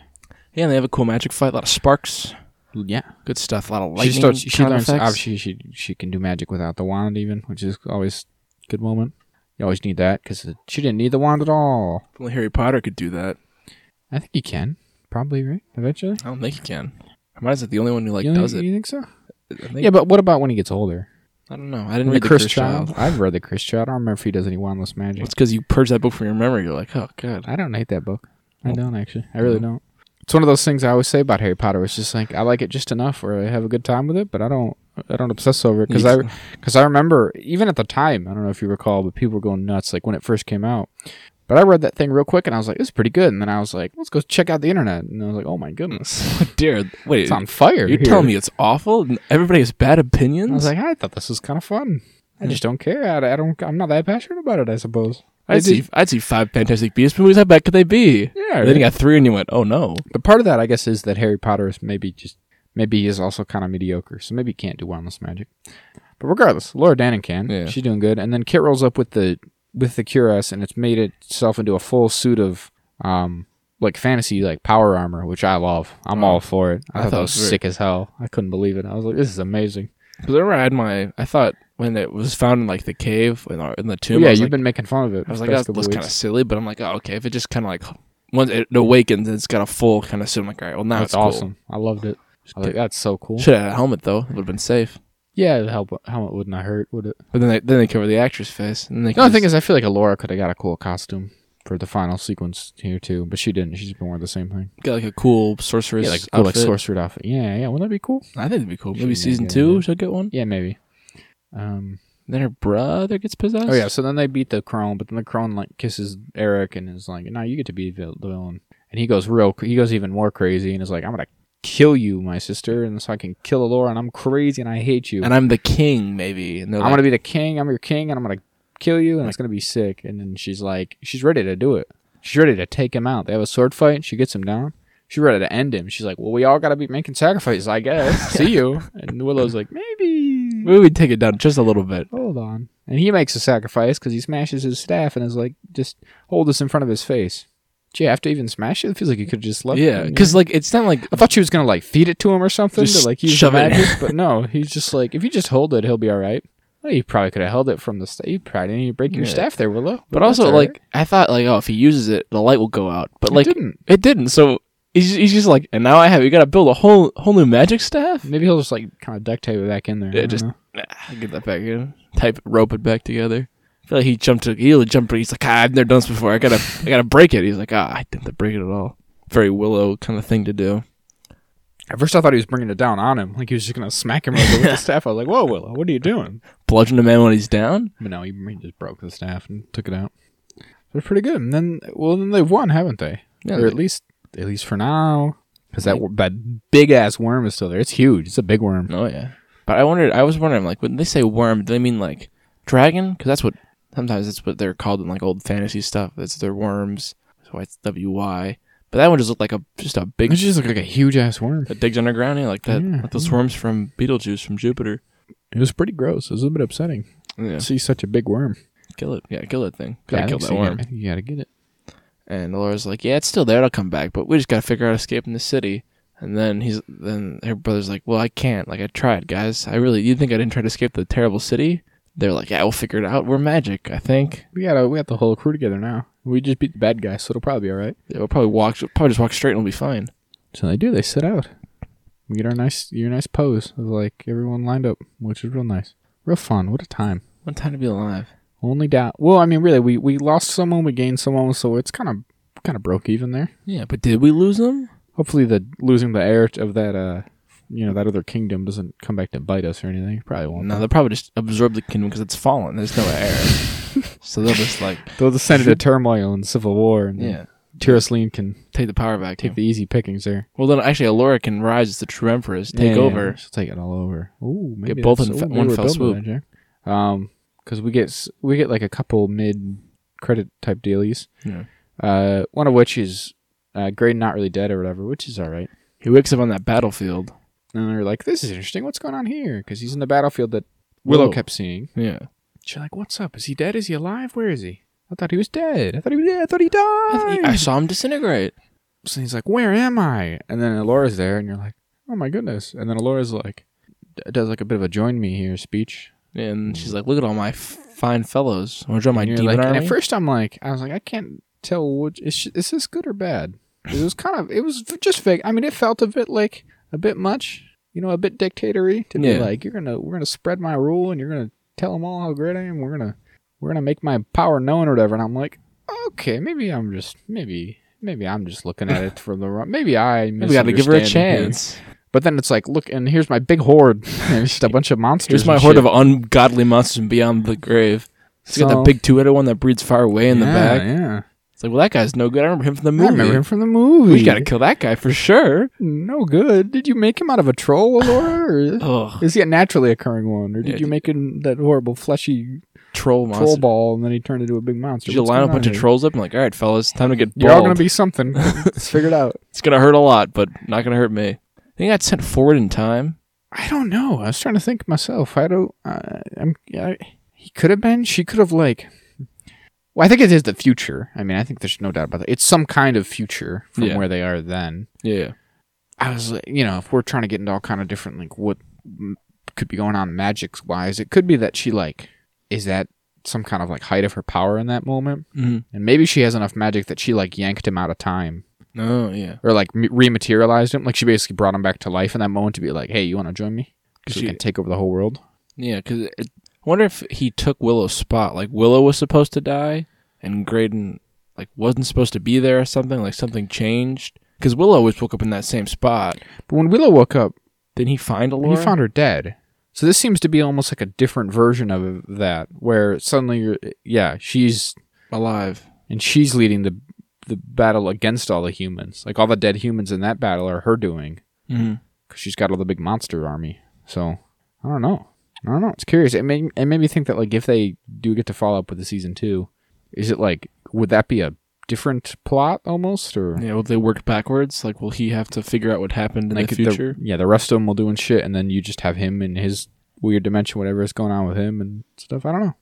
[SPEAKER 1] Yeah, and they have a cool magic fight. A lot of sparks,
[SPEAKER 2] yeah.
[SPEAKER 1] good stuff. A lot of
[SPEAKER 2] She
[SPEAKER 1] lightning.
[SPEAKER 2] starts. She
[SPEAKER 1] kind of
[SPEAKER 2] learns.
[SPEAKER 1] effects.
[SPEAKER 2] Obviously, she she can do magic without the wand, even, which is always a good moment. You always need that because she didn't need the wand at all.
[SPEAKER 1] If Only Harry Potter could do that.
[SPEAKER 2] I think you can. Probably, right? Eventually.
[SPEAKER 1] I don't think he can. Hermione's like the only one who like
[SPEAKER 2] you,
[SPEAKER 1] does
[SPEAKER 2] think,
[SPEAKER 1] it.
[SPEAKER 2] you think so?
[SPEAKER 1] I think-
[SPEAKER 2] Yeah, but what about when he gets older?
[SPEAKER 1] I don't know. I didn't
[SPEAKER 2] Remember
[SPEAKER 1] read the Cursed Child.
[SPEAKER 2] I've read the Chris Child. I don't remember if he does any wandless magic.
[SPEAKER 1] It's because you purge that book from your memory. You're like, oh god.
[SPEAKER 2] I don't hate that book. I
[SPEAKER 1] Oh.
[SPEAKER 2] don't actually. I really don't. It's one of those things I always say about Harry Potter. It's just like I like it just enough, where I have a good time with it, but I don't. I don't obsess over it because I because I remember even at the time. I don't know if you recall, but people were going nuts like when it first came out. But I read that thing real quick and I was like, "This is pretty good." And then I was like, "Let's go check out the internet." And I was like, "Oh my goodness,
[SPEAKER 1] dear. Wait,
[SPEAKER 2] it's on fire!"
[SPEAKER 1] you're
[SPEAKER 2] here.
[SPEAKER 1] telling me it's awful. and Everybody has bad opinions.
[SPEAKER 2] I was like, I thought this was kind of fun. I just don't care. I, I don't. I'm not that passionate about it. I suppose. I
[SPEAKER 1] I'd see, I'd see five Fantastic Beasts movies. How bad could they be?
[SPEAKER 2] Yeah.
[SPEAKER 1] And Then you got three, and you went, "Oh no!"
[SPEAKER 2] But part of that, I guess, is that Harry Potter is maybe just maybe he is also kind of mediocre. So maybe he can't do wildness magic. But regardless, Laura Dannon can.
[SPEAKER 1] Yeah.
[SPEAKER 2] She's doing good. And then Kit rolls up with the with the cuirass, and it's made itself into a full suit of um like fantasy like power armor, which I love. I'm
[SPEAKER 1] Oh.
[SPEAKER 2] all for it. I,
[SPEAKER 1] I
[SPEAKER 2] thought,
[SPEAKER 1] thought it
[SPEAKER 2] that was
[SPEAKER 1] was very-
[SPEAKER 2] sick as hell. I couldn't believe it. I was like, this is amazing.
[SPEAKER 1] Because remember, I had my. I thought when it was found in like the cave in, our, in the tomb.
[SPEAKER 2] yeah,
[SPEAKER 1] I was
[SPEAKER 2] you've
[SPEAKER 1] like,
[SPEAKER 2] been making fun of it.
[SPEAKER 1] I was
[SPEAKER 2] the
[SPEAKER 1] like,
[SPEAKER 2] past
[SPEAKER 1] that
[SPEAKER 2] couple
[SPEAKER 1] looks
[SPEAKER 2] weeks.
[SPEAKER 1] kind of silly, but I'm like, oh okay. If it just kind of like once it awakens, it's got a full kind of suit. I'm like, all right, well now
[SPEAKER 2] That's
[SPEAKER 1] it's cool.
[SPEAKER 2] awesome. I loved it. I was like, that's so cool.
[SPEAKER 1] Should have had a helmet though. It would have been safe.
[SPEAKER 2] Yeah, it help. How it would not hurt, would it?
[SPEAKER 1] But then they then they cover the actress face, and they
[SPEAKER 2] The only thing
[SPEAKER 1] just-
[SPEAKER 2] is, I feel like Alora could have got a cool costume for the final sequence here too, but she didn't. She's been wearing the same thing.
[SPEAKER 1] got like a cool sorceress,
[SPEAKER 2] Yeah, like cool, like sorcerer outfit. Yeah, yeah. Wouldn't that be cool?
[SPEAKER 1] I think it'd be cool.
[SPEAKER 2] She
[SPEAKER 1] Maybe
[SPEAKER 2] may
[SPEAKER 1] season
[SPEAKER 2] get
[SPEAKER 1] two
[SPEAKER 2] it.
[SPEAKER 1] she'll get one.
[SPEAKER 2] Yeah, maybe. Um.
[SPEAKER 1] Then her brother gets possessed.
[SPEAKER 2] Oh yeah. So then they beat the crone, but then the crone like kisses Eric and is like, "No, you get to be the vil- the villain." And he goes real. He goes even more crazy and is like, "I'm gonna kill you, my sister, and so I can kill Alora, and I'm crazy and I hate you,
[SPEAKER 1] and I'm the king, maybe. And they're
[SPEAKER 2] I'm
[SPEAKER 1] like,
[SPEAKER 2] gonna be the king. I'm your king, and I'm gonna kill you, and it's gonna be sick. And then she's like, she's ready to do it. She's ready to take him out. They have a sword fight. She gets him down. She's ready to end him. She's like, well, we all gotta be making sacrifices, I guess. See you. And Willow's like, maybe.
[SPEAKER 1] maybe we take it down just a little bit.
[SPEAKER 2] Hold on. And he makes a sacrifice because he smashes his staff and is like, just hold this in front of his face. Do you have to even smash it? It feels like you could just left.
[SPEAKER 1] yeah,
[SPEAKER 2] it.
[SPEAKER 1] because like it's not like
[SPEAKER 2] I thought she was gonna like feed it to him or something
[SPEAKER 1] Just
[SPEAKER 2] to like use
[SPEAKER 1] shove
[SPEAKER 2] the
[SPEAKER 1] it.
[SPEAKER 2] magic, but no, he's just like if you just hold it, he'll be all right. Well, you probably could have held it from the sta You probably didn't need to break your
[SPEAKER 1] Yeah.
[SPEAKER 2] staff there, Willow.
[SPEAKER 1] But
[SPEAKER 2] that's
[SPEAKER 1] also,
[SPEAKER 2] all
[SPEAKER 1] like,
[SPEAKER 2] right.
[SPEAKER 1] I thought, like, oh, if he uses it, the light will go out. But
[SPEAKER 2] It
[SPEAKER 1] like, it didn't.
[SPEAKER 2] didn't.
[SPEAKER 1] So he's, he's just like, and now I have. You got to build a whole whole new magic staff.
[SPEAKER 2] Maybe he'll just like kind of duct tape it back in there.
[SPEAKER 1] Yeah,
[SPEAKER 2] I
[SPEAKER 1] just-
[SPEAKER 2] just
[SPEAKER 1] Nah, I'll get that back in. Type rope it back together. I feel like he jumped. To, he'll jump. He's like, ah, I've never done this before. I gotta I gotta break it. He's like, ah, I didn't break it at all. Very Willow kind of thing to do.
[SPEAKER 2] at first I thought he was bringing it down on him, like he was just gonna smack him over with the staff. I was like, "Whoa, Willow, what are you doing?"
[SPEAKER 1] Bludgeon a man when he's down.
[SPEAKER 2] But no, he, he just broke the staff and took it out. They're pretty good, and then well, then they've won, haven't they?
[SPEAKER 1] Yeah,
[SPEAKER 2] or at least at least for now, because that that big ass worm is still there. It's huge. It's a big worm.
[SPEAKER 1] Oh yeah. But I wondered. I was wondering, like, when they say worm, do they mean like dragon? Because that's what sometimes that's what they're called in like old fantasy stuff. That's their worms. That's why it's W Y. But that one just looked like a just a big
[SPEAKER 2] It just looked like a huge ass worm.
[SPEAKER 1] that digs underground, yeah, like that,
[SPEAKER 2] Yeah,
[SPEAKER 1] like those worms from Beetlejuice from Jupiter.
[SPEAKER 2] It was pretty gross. It was a bit upsetting
[SPEAKER 1] Yeah,
[SPEAKER 2] to see such a big worm.
[SPEAKER 1] kill it. Yeah, kill that thing. Gotta
[SPEAKER 2] I
[SPEAKER 1] kill
[SPEAKER 2] think
[SPEAKER 1] that
[SPEAKER 2] so. You
[SPEAKER 1] worm.
[SPEAKER 2] gotta- You gotta get it.
[SPEAKER 1] And Laura's like, yeah, it's still there. It'll come back, but we just gotta figure out escaping the city. And then he's then her brother's like, well, I can't. Like I tried, guys. I really. You think I didn't try to escape the terrible city? They're like, yeah, we'll figure it out. We're magic. I think.
[SPEAKER 2] We got to we got the whole crew together now. We just beat the bad guy, so it'll probably be all right.
[SPEAKER 1] Yeah, we'll probably walk, probably just walk straight and we'll be fine.
[SPEAKER 2] So they do. They sit out. We get our nice your nice pose of like everyone lined up, which is real nice, real fun. What a time.
[SPEAKER 1] What time to be alive?
[SPEAKER 2] Only down. Well, I mean, really, we we lost someone, we gained someone, so it's kind of kind of broke even there.
[SPEAKER 1] Yeah, but did we lose them?
[SPEAKER 2] Hopefully, the losing the heir of that uh, you know, that other kingdom doesn't come back to bite us or anything. It Probably won't.
[SPEAKER 1] No, they'll probably just absorb the kingdom because it's fallen. There's no air, so they'll just like
[SPEAKER 2] They'll descend into turmoil and civil war, and
[SPEAKER 1] yeah,
[SPEAKER 2] Tyrusleen can
[SPEAKER 1] take the power back.
[SPEAKER 2] take the easy pickings there.
[SPEAKER 1] Well, then actually, Alora can rise as the true empress, take
[SPEAKER 2] Yeah,
[SPEAKER 1] over.
[SPEAKER 2] She'll take it all over. Ooh, maybe
[SPEAKER 1] Get both
[SPEAKER 2] that's-
[SPEAKER 1] in fa-
[SPEAKER 2] ooh,
[SPEAKER 1] one
[SPEAKER 2] we were
[SPEAKER 1] fell
[SPEAKER 2] building
[SPEAKER 1] swoop.
[SPEAKER 2] that, Jack. Um, because we get s- we get like a couple mid credit type dealies.
[SPEAKER 1] Yeah.
[SPEAKER 2] Uh, one of which is uh, Graydon not really dead or whatever, which is all right.
[SPEAKER 1] He wakes up on that battlefield.
[SPEAKER 2] And they're like, "This is interesting. What's going on here?" Because he's in the battlefield that Willow
[SPEAKER 1] Willow.
[SPEAKER 2] kept seeing.
[SPEAKER 1] Yeah,
[SPEAKER 2] She's like, "What's up? Is he dead? Is he alive? Where is he?" I thought he was dead. I thought he was dead. I thought he
[SPEAKER 1] I,
[SPEAKER 2] died.
[SPEAKER 1] th- I saw him disintegrate.
[SPEAKER 2] So he's like, "Where am I?" And then Alora's there, and you're like, "Oh my goodness!" And then Alora's like, d- does like a bit of a join me here speech.
[SPEAKER 1] And she's like, "Look at all my f- fine fellows. Want to join my
[SPEAKER 2] And you're
[SPEAKER 1] demon
[SPEAKER 2] like- and
[SPEAKER 1] army?"
[SPEAKER 2] at first, I'm like, I was like, I can't tell which is, sh- is this good or bad. It was kind of, it was f- just vague. I mean, it felt a bit like a bit much, you know, a bit dictatory to
[SPEAKER 1] Yeah.
[SPEAKER 2] be like, you're gonna, we're gonna spread my rule, and you're gonna tell them all how great I am. We're gonna, we're gonna make my power known or whatever. And I'm like, okay, maybe I'm just, maybe. Maybe I'm just looking at it from the wrong. Maybe I
[SPEAKER 1] Maybe we got to give her a
[SPEAKER 2] misunderstand here.
[SPEAKER 1] chance.
[SPEAKER 2] But then it's like, look, and here's my big horde. and it's just a bunch of monsters.
[SPEAKER 1] Here's my
[SPEAKER 2] and
[SPEAKER 1] horde
[SPEAKER 2] shit.
[SPEAKER 1] of ungodly monsters from beyond the grave. It's got
[SPEAKER 2] So-
[SPEAKER 1] that big two-headed one that breathes far away in the
[SPEAKER 2] Yeah,
[SPEAKER 1] back.
[SPEAKER 2] Yeah,
[SPEAKER 1] It's like, well, that guy's no good. I remember him from the
[SPEAKER 2] I
[SPEAKER 1] movie.
[SPEAKER 2] remember him from the movie.
[SPEAKER 1] We got to kill that guy for sure.
[SPEAKER 2] no good. Did you make him out of a troll, Alora? Or
[SPEAKER 1] Ugh,
[SPEAKER 2] is he a naturally occurring one, or did
[SPEAKER 1] Yeah,
[SPEAKER 2] you
[SPEAKER 1] dude.
[SPEAKER 2] make him that horrible fleshy
[SPEAKER 1] troll monster.
[SPEAKER 2] troll ball, and then he turned into a big monster?
[SPEAKER 1] Did you
[SPEAKER 2] What's
[SPEAKER 1] line a
[SPEAKER 2] going on
[SPEAKER 1] bunch of
[SPEAKER 2] here?
[SPEAKER 1] trolls up and like, all right, fellas, time to get
[SPEAKER 2] You're all
[SPEAKER 1] bald.
[SPEAKER 2] gonna be something. Let's figure it out.
[SPEAKER 1] it's gonna hurt a lot, but not gonna hurt me. I think I got sent forward in time.
[SPEAKER 2] I don't know. I was trying to think myself. I don't. I I'm. I, he could have been. She could have like. Well, I think it is the future. I mean, I think there's no doubt about that. It's some kind of future from
[SPEAKER 1] Yeah.
[SPEAKER 2] where they are then.
[SPEAKER 1] Yeah,
[SPEAKER 2] I was, like, you know, if we're trying to get into all kind of different, like what m- could be going on magics wise, it could be that she like is that some kind of like height of her power in that moment,
[SPEAKER 1] mm-hmm.
[SPEAKER 2] and maybe she has enough magic that she like yanked him out of time
[SPEAKER 1] no, yeah,
[SPEAKER 2] Oh, or like m- rematerialized him, like she basically brought him back to life in that moment to be like, hey, you want to join me? so
[SPEAKER 1] Cause
[SPEAKER 2] we
[SPEAKER 1] she,
[SPEAKER 2] can take over the whole world.
[SPEAKER 1] yeah, because I wonder if he took Willow's spot. Like Willow was supposed to die, and Graydon like wasn't supposed to be there or something. Like something changed because Willow always woke up in that same spot.
[SPEAKER 2] But when Willow woke up,
[SPEAKER 1] Didn't he find Allura?
[SPEAKER 2] he found her dead. So this seems to be almost like a different version of that, where suddenly you're, yeah, she's
[SPEAKER 1] alive.
[SPEAKER 2] and she's leading the the battle against all the humans. Like all the dead humans in that battle are her doing
[SPEAKER 1] Mm-hmm.
[SPEAKER 2] because she's got all the big monster army. So I don't know. I don't know. It's curious. It made it made me think that like if they do get to follow up with the season two, is it like would that be a different plot almost or
[SPEAKER 1] Yeah, well, they worked backwards. Like, will he have to figure out what happened in
[SPEAKER 2] like
[SPEAKER 1] the future?
[SPEAKER 2] yeah, the rest of them will do and shit, and then you just have him in his weird dimension, whatever is going on with him and stuff. I don't know.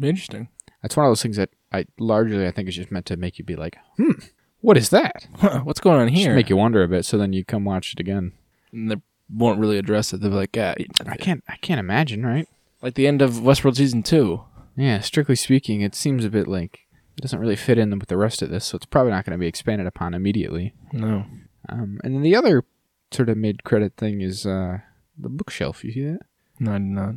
[SPEAKER 1] Interesting.
[SPEAKER 2] That's one of those things that I largely I think is just meant to make you be like, hmm, what is that?
[SPEAKER 1] Huh, what's going on
[SPEAKER 2] Just
[SPEAKER 1] here?
[SPEAKER 2] make you wonder a bit, so then you come watch it again.
[SPEAKER 1] and they won't really address it. They'll be like, yeah,
[SPEAKER 2] I can't, I can't imagine, right?
[SPEAKER 1] like the end of Westworld season two.
[SPEAKER 2] Yeah, strictly speaking, it seems a bit like it doesn't really fit in with the rest of this, so it's probably not going to be expanded upon immediately.
[SPEAKER 1] No.
[SPEAKER 2] Um, and then the other sort of mid-credit thing is uh, the bookshelf. You see that?
[SPEAKER 1] No, I did not.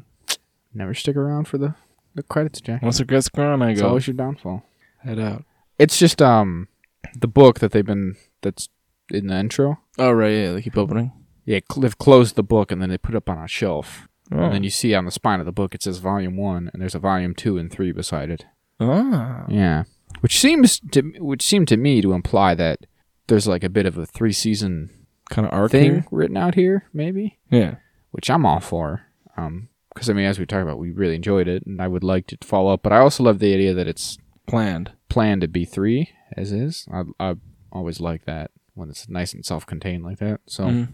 [SPEAKER 2] Never stick around for the the credits, Jack.
[SPEAKER 1] Once it gets gone, I
[SPEAKER 2] It's
[SPEAKER 1] go
[SPEAKER 2] always your downfall.
[SPEAKER 1] head out.
[SPEAKER 2] It's just um the book that they've been that's in the intro.
[SPEAKER 1] Oh right, yeah, they keep opening.
[SPEAKER 2] Yeah, cl- they've closed the book and then they put it up on a shelf.
[SPEAKER 1] Oh.
[SPEAKER 2] And then you see on the spine of the book it says volume 1 and there's a volume 2 and 3 beside it.
[SPEAKER 1] ah.
[SPEAKER 2] Yeah. Which seems to which seemed to me to imply that there's like a bit of a three season
[SPEAKER 1] kind of arc
[SPEAKER 2] thing
[SPEAKER 1] here?
[SPEAKER 2] written out here maybe,
[SPEAKER 1] Yeah.
[SPEAKER 2] which I'm all for. Um because I mean as we talked about we really enjoyed it and I would like to follow up, but I also love the idea that it's
[SPEAKER 1] Planned.
[SPEAKER 2] planned to be 3 as is. I I always like that when it's nice and self-contained like that. So
[SPEAKER 1] Mhm.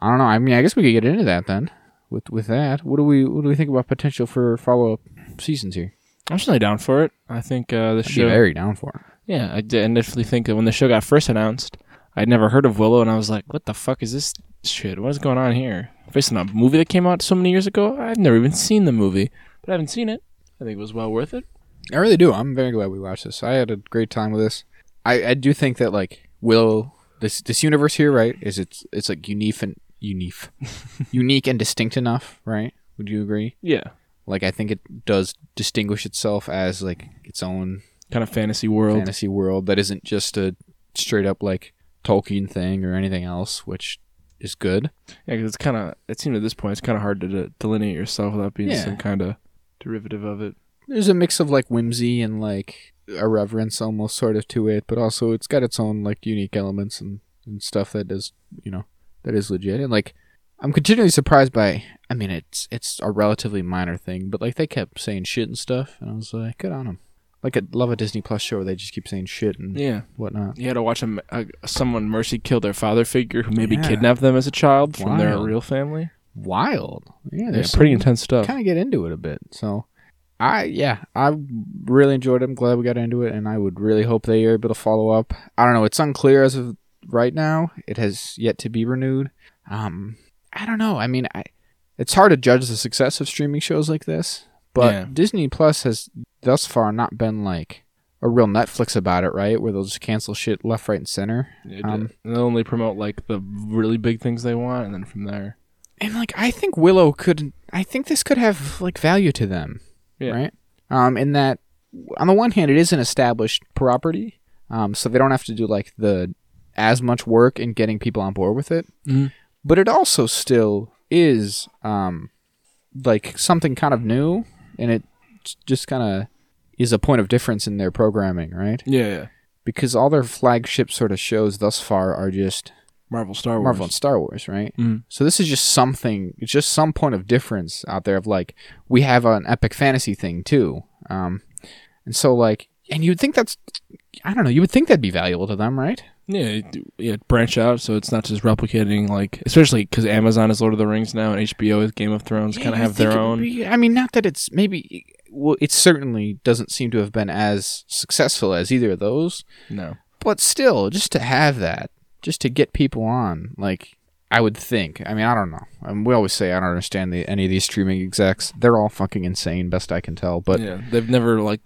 [SPEAKER 2] I don't know. I mean, I guess we could get into that then. With with that, what do we what do we think about potential for follow up seasons here?
[SPEAKER 1] I'm certainly down for it. I think uh, the
[SPEAKER 2] I'd
[SPEAKER 1] show.
[SPEAKER 2] be very down for it.
[SPEAKER 1] yeah, I did- and definitely think that when the show got first announced, I'd never heard of Willow, and I was like, "What the fuck is this shit? What is going on here?" Based on a movie that came out so many years ago, I've never even seen the movie, but I haven't seen it. I think it was well worth it.
[SPEAKER 2] I really do. I'm very glad we watched this. I had a great time with this. I, I do think that like will this this universe here right is it's it's like unique and unique, unique and distinct enough, right? Would you agree?
[SPEAKER 1] Yeah,
[SPEAKER 2] Like I think it does distinguish itself as like its own
[SPEAKER 1] kind of fantasy world.
[SPEAKER 2] fantasy world that isn't just a straight up like Tolkien thing or anything else, which is good.
[SPEAKER 1] Yeah, because it's kind of it seemed at this point it's kind of hard to de- delineate yourself without being
[SPEAKER 2] Yeah.
[SPEAKER 1] some kind of derivative of it.
[SPEAKER 2] there's a mix of like whimsy and like irreverence almost sort of to it, but also it's got its own like unique elements and, and stuff that is you know that is legit and like I'm continually surprised by I mean it's it's a relatively minor thing, but like they kept saying shit and stuff, and I was like, good on them. Like I love a Disney Plus show where they just keep saying shit and
[SPEAKER 1] Yeah,
[SPEAKER 2] whatnot.
[SPEAKER 1] you had to watch a, a someone mercy kill their father figure who maybe
[SPEAKER 2] Yeah.
[SPEAKER 1] kidnapped them as a child from their
[SPEAKER 2] Wild.
[SPEAKER 1] real family.
[SPEAKER 2] Wild, yeah,
[SPEAKER 1] Yeah,
[SPEAKER 2] there's
[SPEAKER 1] pretty intense stuff.
[SPEAKER 2] kind of get into it a bit. So, I yeah, I really enjoyed it. I'm glad we got into it, and I would really hope they are able to follow up. I don't know. It's unclear as of right now. It has yet to be renewed. Um, I don't know. I mean, I it's hard to judge the success of streaming shows like this, but
[SPEAKER 1] Yeah.
[SPEAKER 2] Disney Plus has thus far not been like a real Netflix about it, right? Where they'll just cancel shit left, right, and center.
[SPEAKER 1] It-
[SPEAKER 2] um,
[SPEAKER 1] they only promote like the really big things they want, and then from there,
[SPEAKER 2] and like I think Willow could I think this could have like value to them.
[SPEAKER 1] Yeah.
[SPEAKER 2] Right? Um in that on the one hand it is an established property. Um so they don't have to do like the as much work in getting people on board with it.
[SPEAKER 1] Mhm.
[SPEAKER 2] But it also still is um like something kind of new and it just kind of is a point of difference in their programming, right?
[SPEAKER 1] yeah, yeah.
[SPEAKER 2] Because all their flagship sort of shows thus far are just
[SPEAKER 1] Marvel, Star Wars,
[SPEAKER 2] Marvel and Star Wars, right?
[SPEAKER 1] Mhm.
[SPEAKER 2] So this is just something, it's just some point of difference out there of like we have an epic fantasy thing too, um, and so like, and you'd think that's, I don't know, you would think that'd be valuable to them, right?
[SPEAKER 1] Yeah, you do- yeah. Branch out, so it's not just replicating like, especially because Amazon is Lord of the Rings now, and HBO is Game of Thrones. kind of
[SPEAKER 2] Yeah,
[SPEAKER 1] have
[SPEAKER 2] you'd think
[SPEAKER 1] their
[SPEAKER 2] it would
[SPEAKER 1] own.
[SPEAKER 2] be- I mean, not that it's maybe, well, it certainly doesn't seem to have been as successful as either of those,
[SPEAKER 1] no,
[SPEAKER 2] but still, just to have that, just to get people on, like I would think. I mean, I don't know. I mean, we always say I don't understand the, any of these streaming execs. They're all fucking insane, best I can tell. But
[SPEAKER 1] yeah, they've never like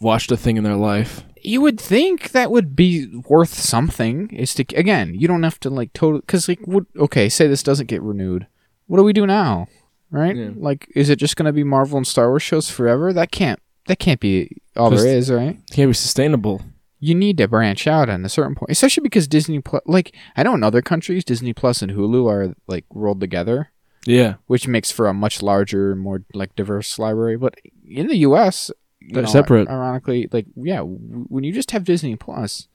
[SPEAKER 1] watched a thing in their life.
[SPEAKER 2] you would think that would be worth something. Is to again, you don't have to like total because like would okay, say this doesn't get renewed. what do we do now? Right?
[SPEAKER 1] Yeah.
[SPEAKER 2] Like, is it just gonna be Marvel and Star Wars shows forever? That can't that can't be all there is, right?
[SPEAKER 1] Can't be sustainable.
[SPEAKER 2] You need to branch out at a certain point, especially because Disney Plus. Like, I know in other countries, Disney Plus and Hulu are like rolled together,
[SPEAKER 1] Yeah,
[SPEAKER 2] which makes for a much larger, more like diverse library. But in the U.S., you
[SPEAKER 1] They're separate.
[SPEAKER 2] Ironically, like yeah, w- when you just have Disney Plus,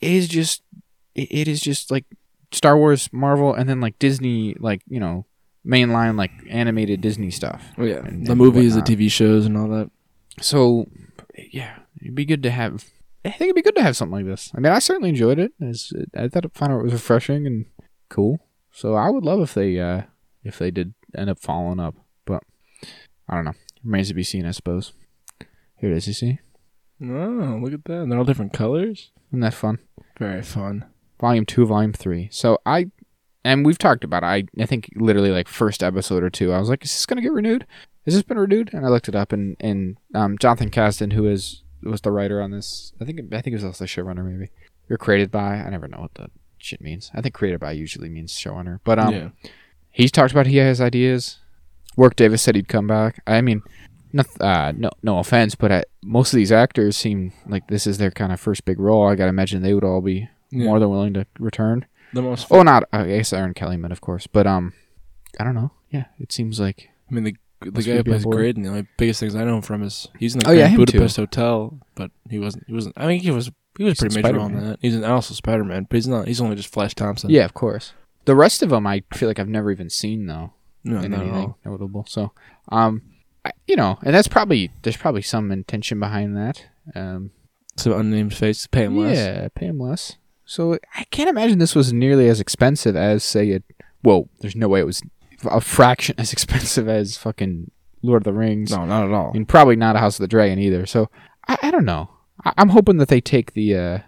[SPEAKER 2] it is just it, it is just like Star Wars, Marvel, and then like Disney, like you know, mainline like animated Disney stuff.
[SPEAKER 1] Oh, yeah.
[SPEAKER 2] And-
[SPEAKER 1] the
[SPEAKER 2] and
[SPEAKER 1] movies,
[SPEAKER 2] whatnot.
[SPEAKER 1] the TV shows, and all that.
[SPEAKER 2] So yeah, it'd be good to have. I think it'd be good to have something like this. I mean, I certainly enjoyed it. As I thought, I found it was refreshing and cool. So I would love if they uh if they did end up following up, but I don't know. Remains to be seen, I suppose. Here it is. You see,
[SPEAKER 1] Oh, look at that! And they're all different colors.
[SPEAKER 2] isn't that fun?
[SPEAKER 1] Very fun.
[SPEAKER 2] volume two, volume three. So I, and we've talked about it. I, I think literally like first episode or two, I was like, is this gonna get renewed? Has this been renewed? And I looked it up, and and um, Jonathan Caston, who is was the writer on this, I think I think he was also the showrunner maybe. Or created by, I never know what the shit means. I think created by usually means showrunner, but um,
[SPEAKER 1] yeah,
[SPEAKER 2] he's talked about he has ideas. Work Davis said he'd come back. I mean, no, uh, no, no offense, but I, most of these actors seem like this is their kind of first big role. I gotta imagine they would all be
[SPEAKER 1] Yeah.
[SPEAKER 2] more than willing to return.
[SPEAKER 1] the most.
[SPEAKER 2] Oh, not I guess Aaron Kellyman, of course, but um, I don't know. Yeah, it seems like
[SPEAKER 1] I mean, the the
[SPEAKER 2] Must
[SPEAKER 1] guy
[SPEAKER 2] be
[SPEAKER 1] who plays
[SPEAKER 2] bored.
[SPEAKER 1] Graydon. The only biggest things I know him from is he's in the
[SPEAKER 2] Oh, yeah,
[SPEAKER 1] Grand
[SPEAKER 2] him too.
[SPEAKER 1] Budapest Hotel, but he wasn't. He wasn't. I think he was. He was
[SPEAKER 2] He's in
[SPEAKER 1] pretty major on
[SPEAKER 2] Spider-Man.
[SPEAKER 1] that. He's an also Spider Man, but he's not. He's only just Flash Thompson.
[SPEAKER 2] yeah, of course. The rest of them, I feel like I've never even seen though
[SPEAKER 1] no,
[SPEAKER 2] in
[SPEAKER 1] not at
[SPEAKER 2] anything
[SPEAKER 1] all.
[SPEAKER 2] notable. So, um, I, you know, and that's probably there's probably some intention behind that. Um,
[SPEAKER 1] Some unnamed face, pay him less.
[SPEAKER 2] yeah, pay him less. So I can't imagine this was nearly as expensive as say it. Well, there's no way it was a fraction as expensive as fucking Lord of the Rings.
[SPEAKER 1] No, not at all.
[SPEAKER 2] and probably not a House of the Dragon either. So I, I don't know. I, I'm hoping that they take the uh,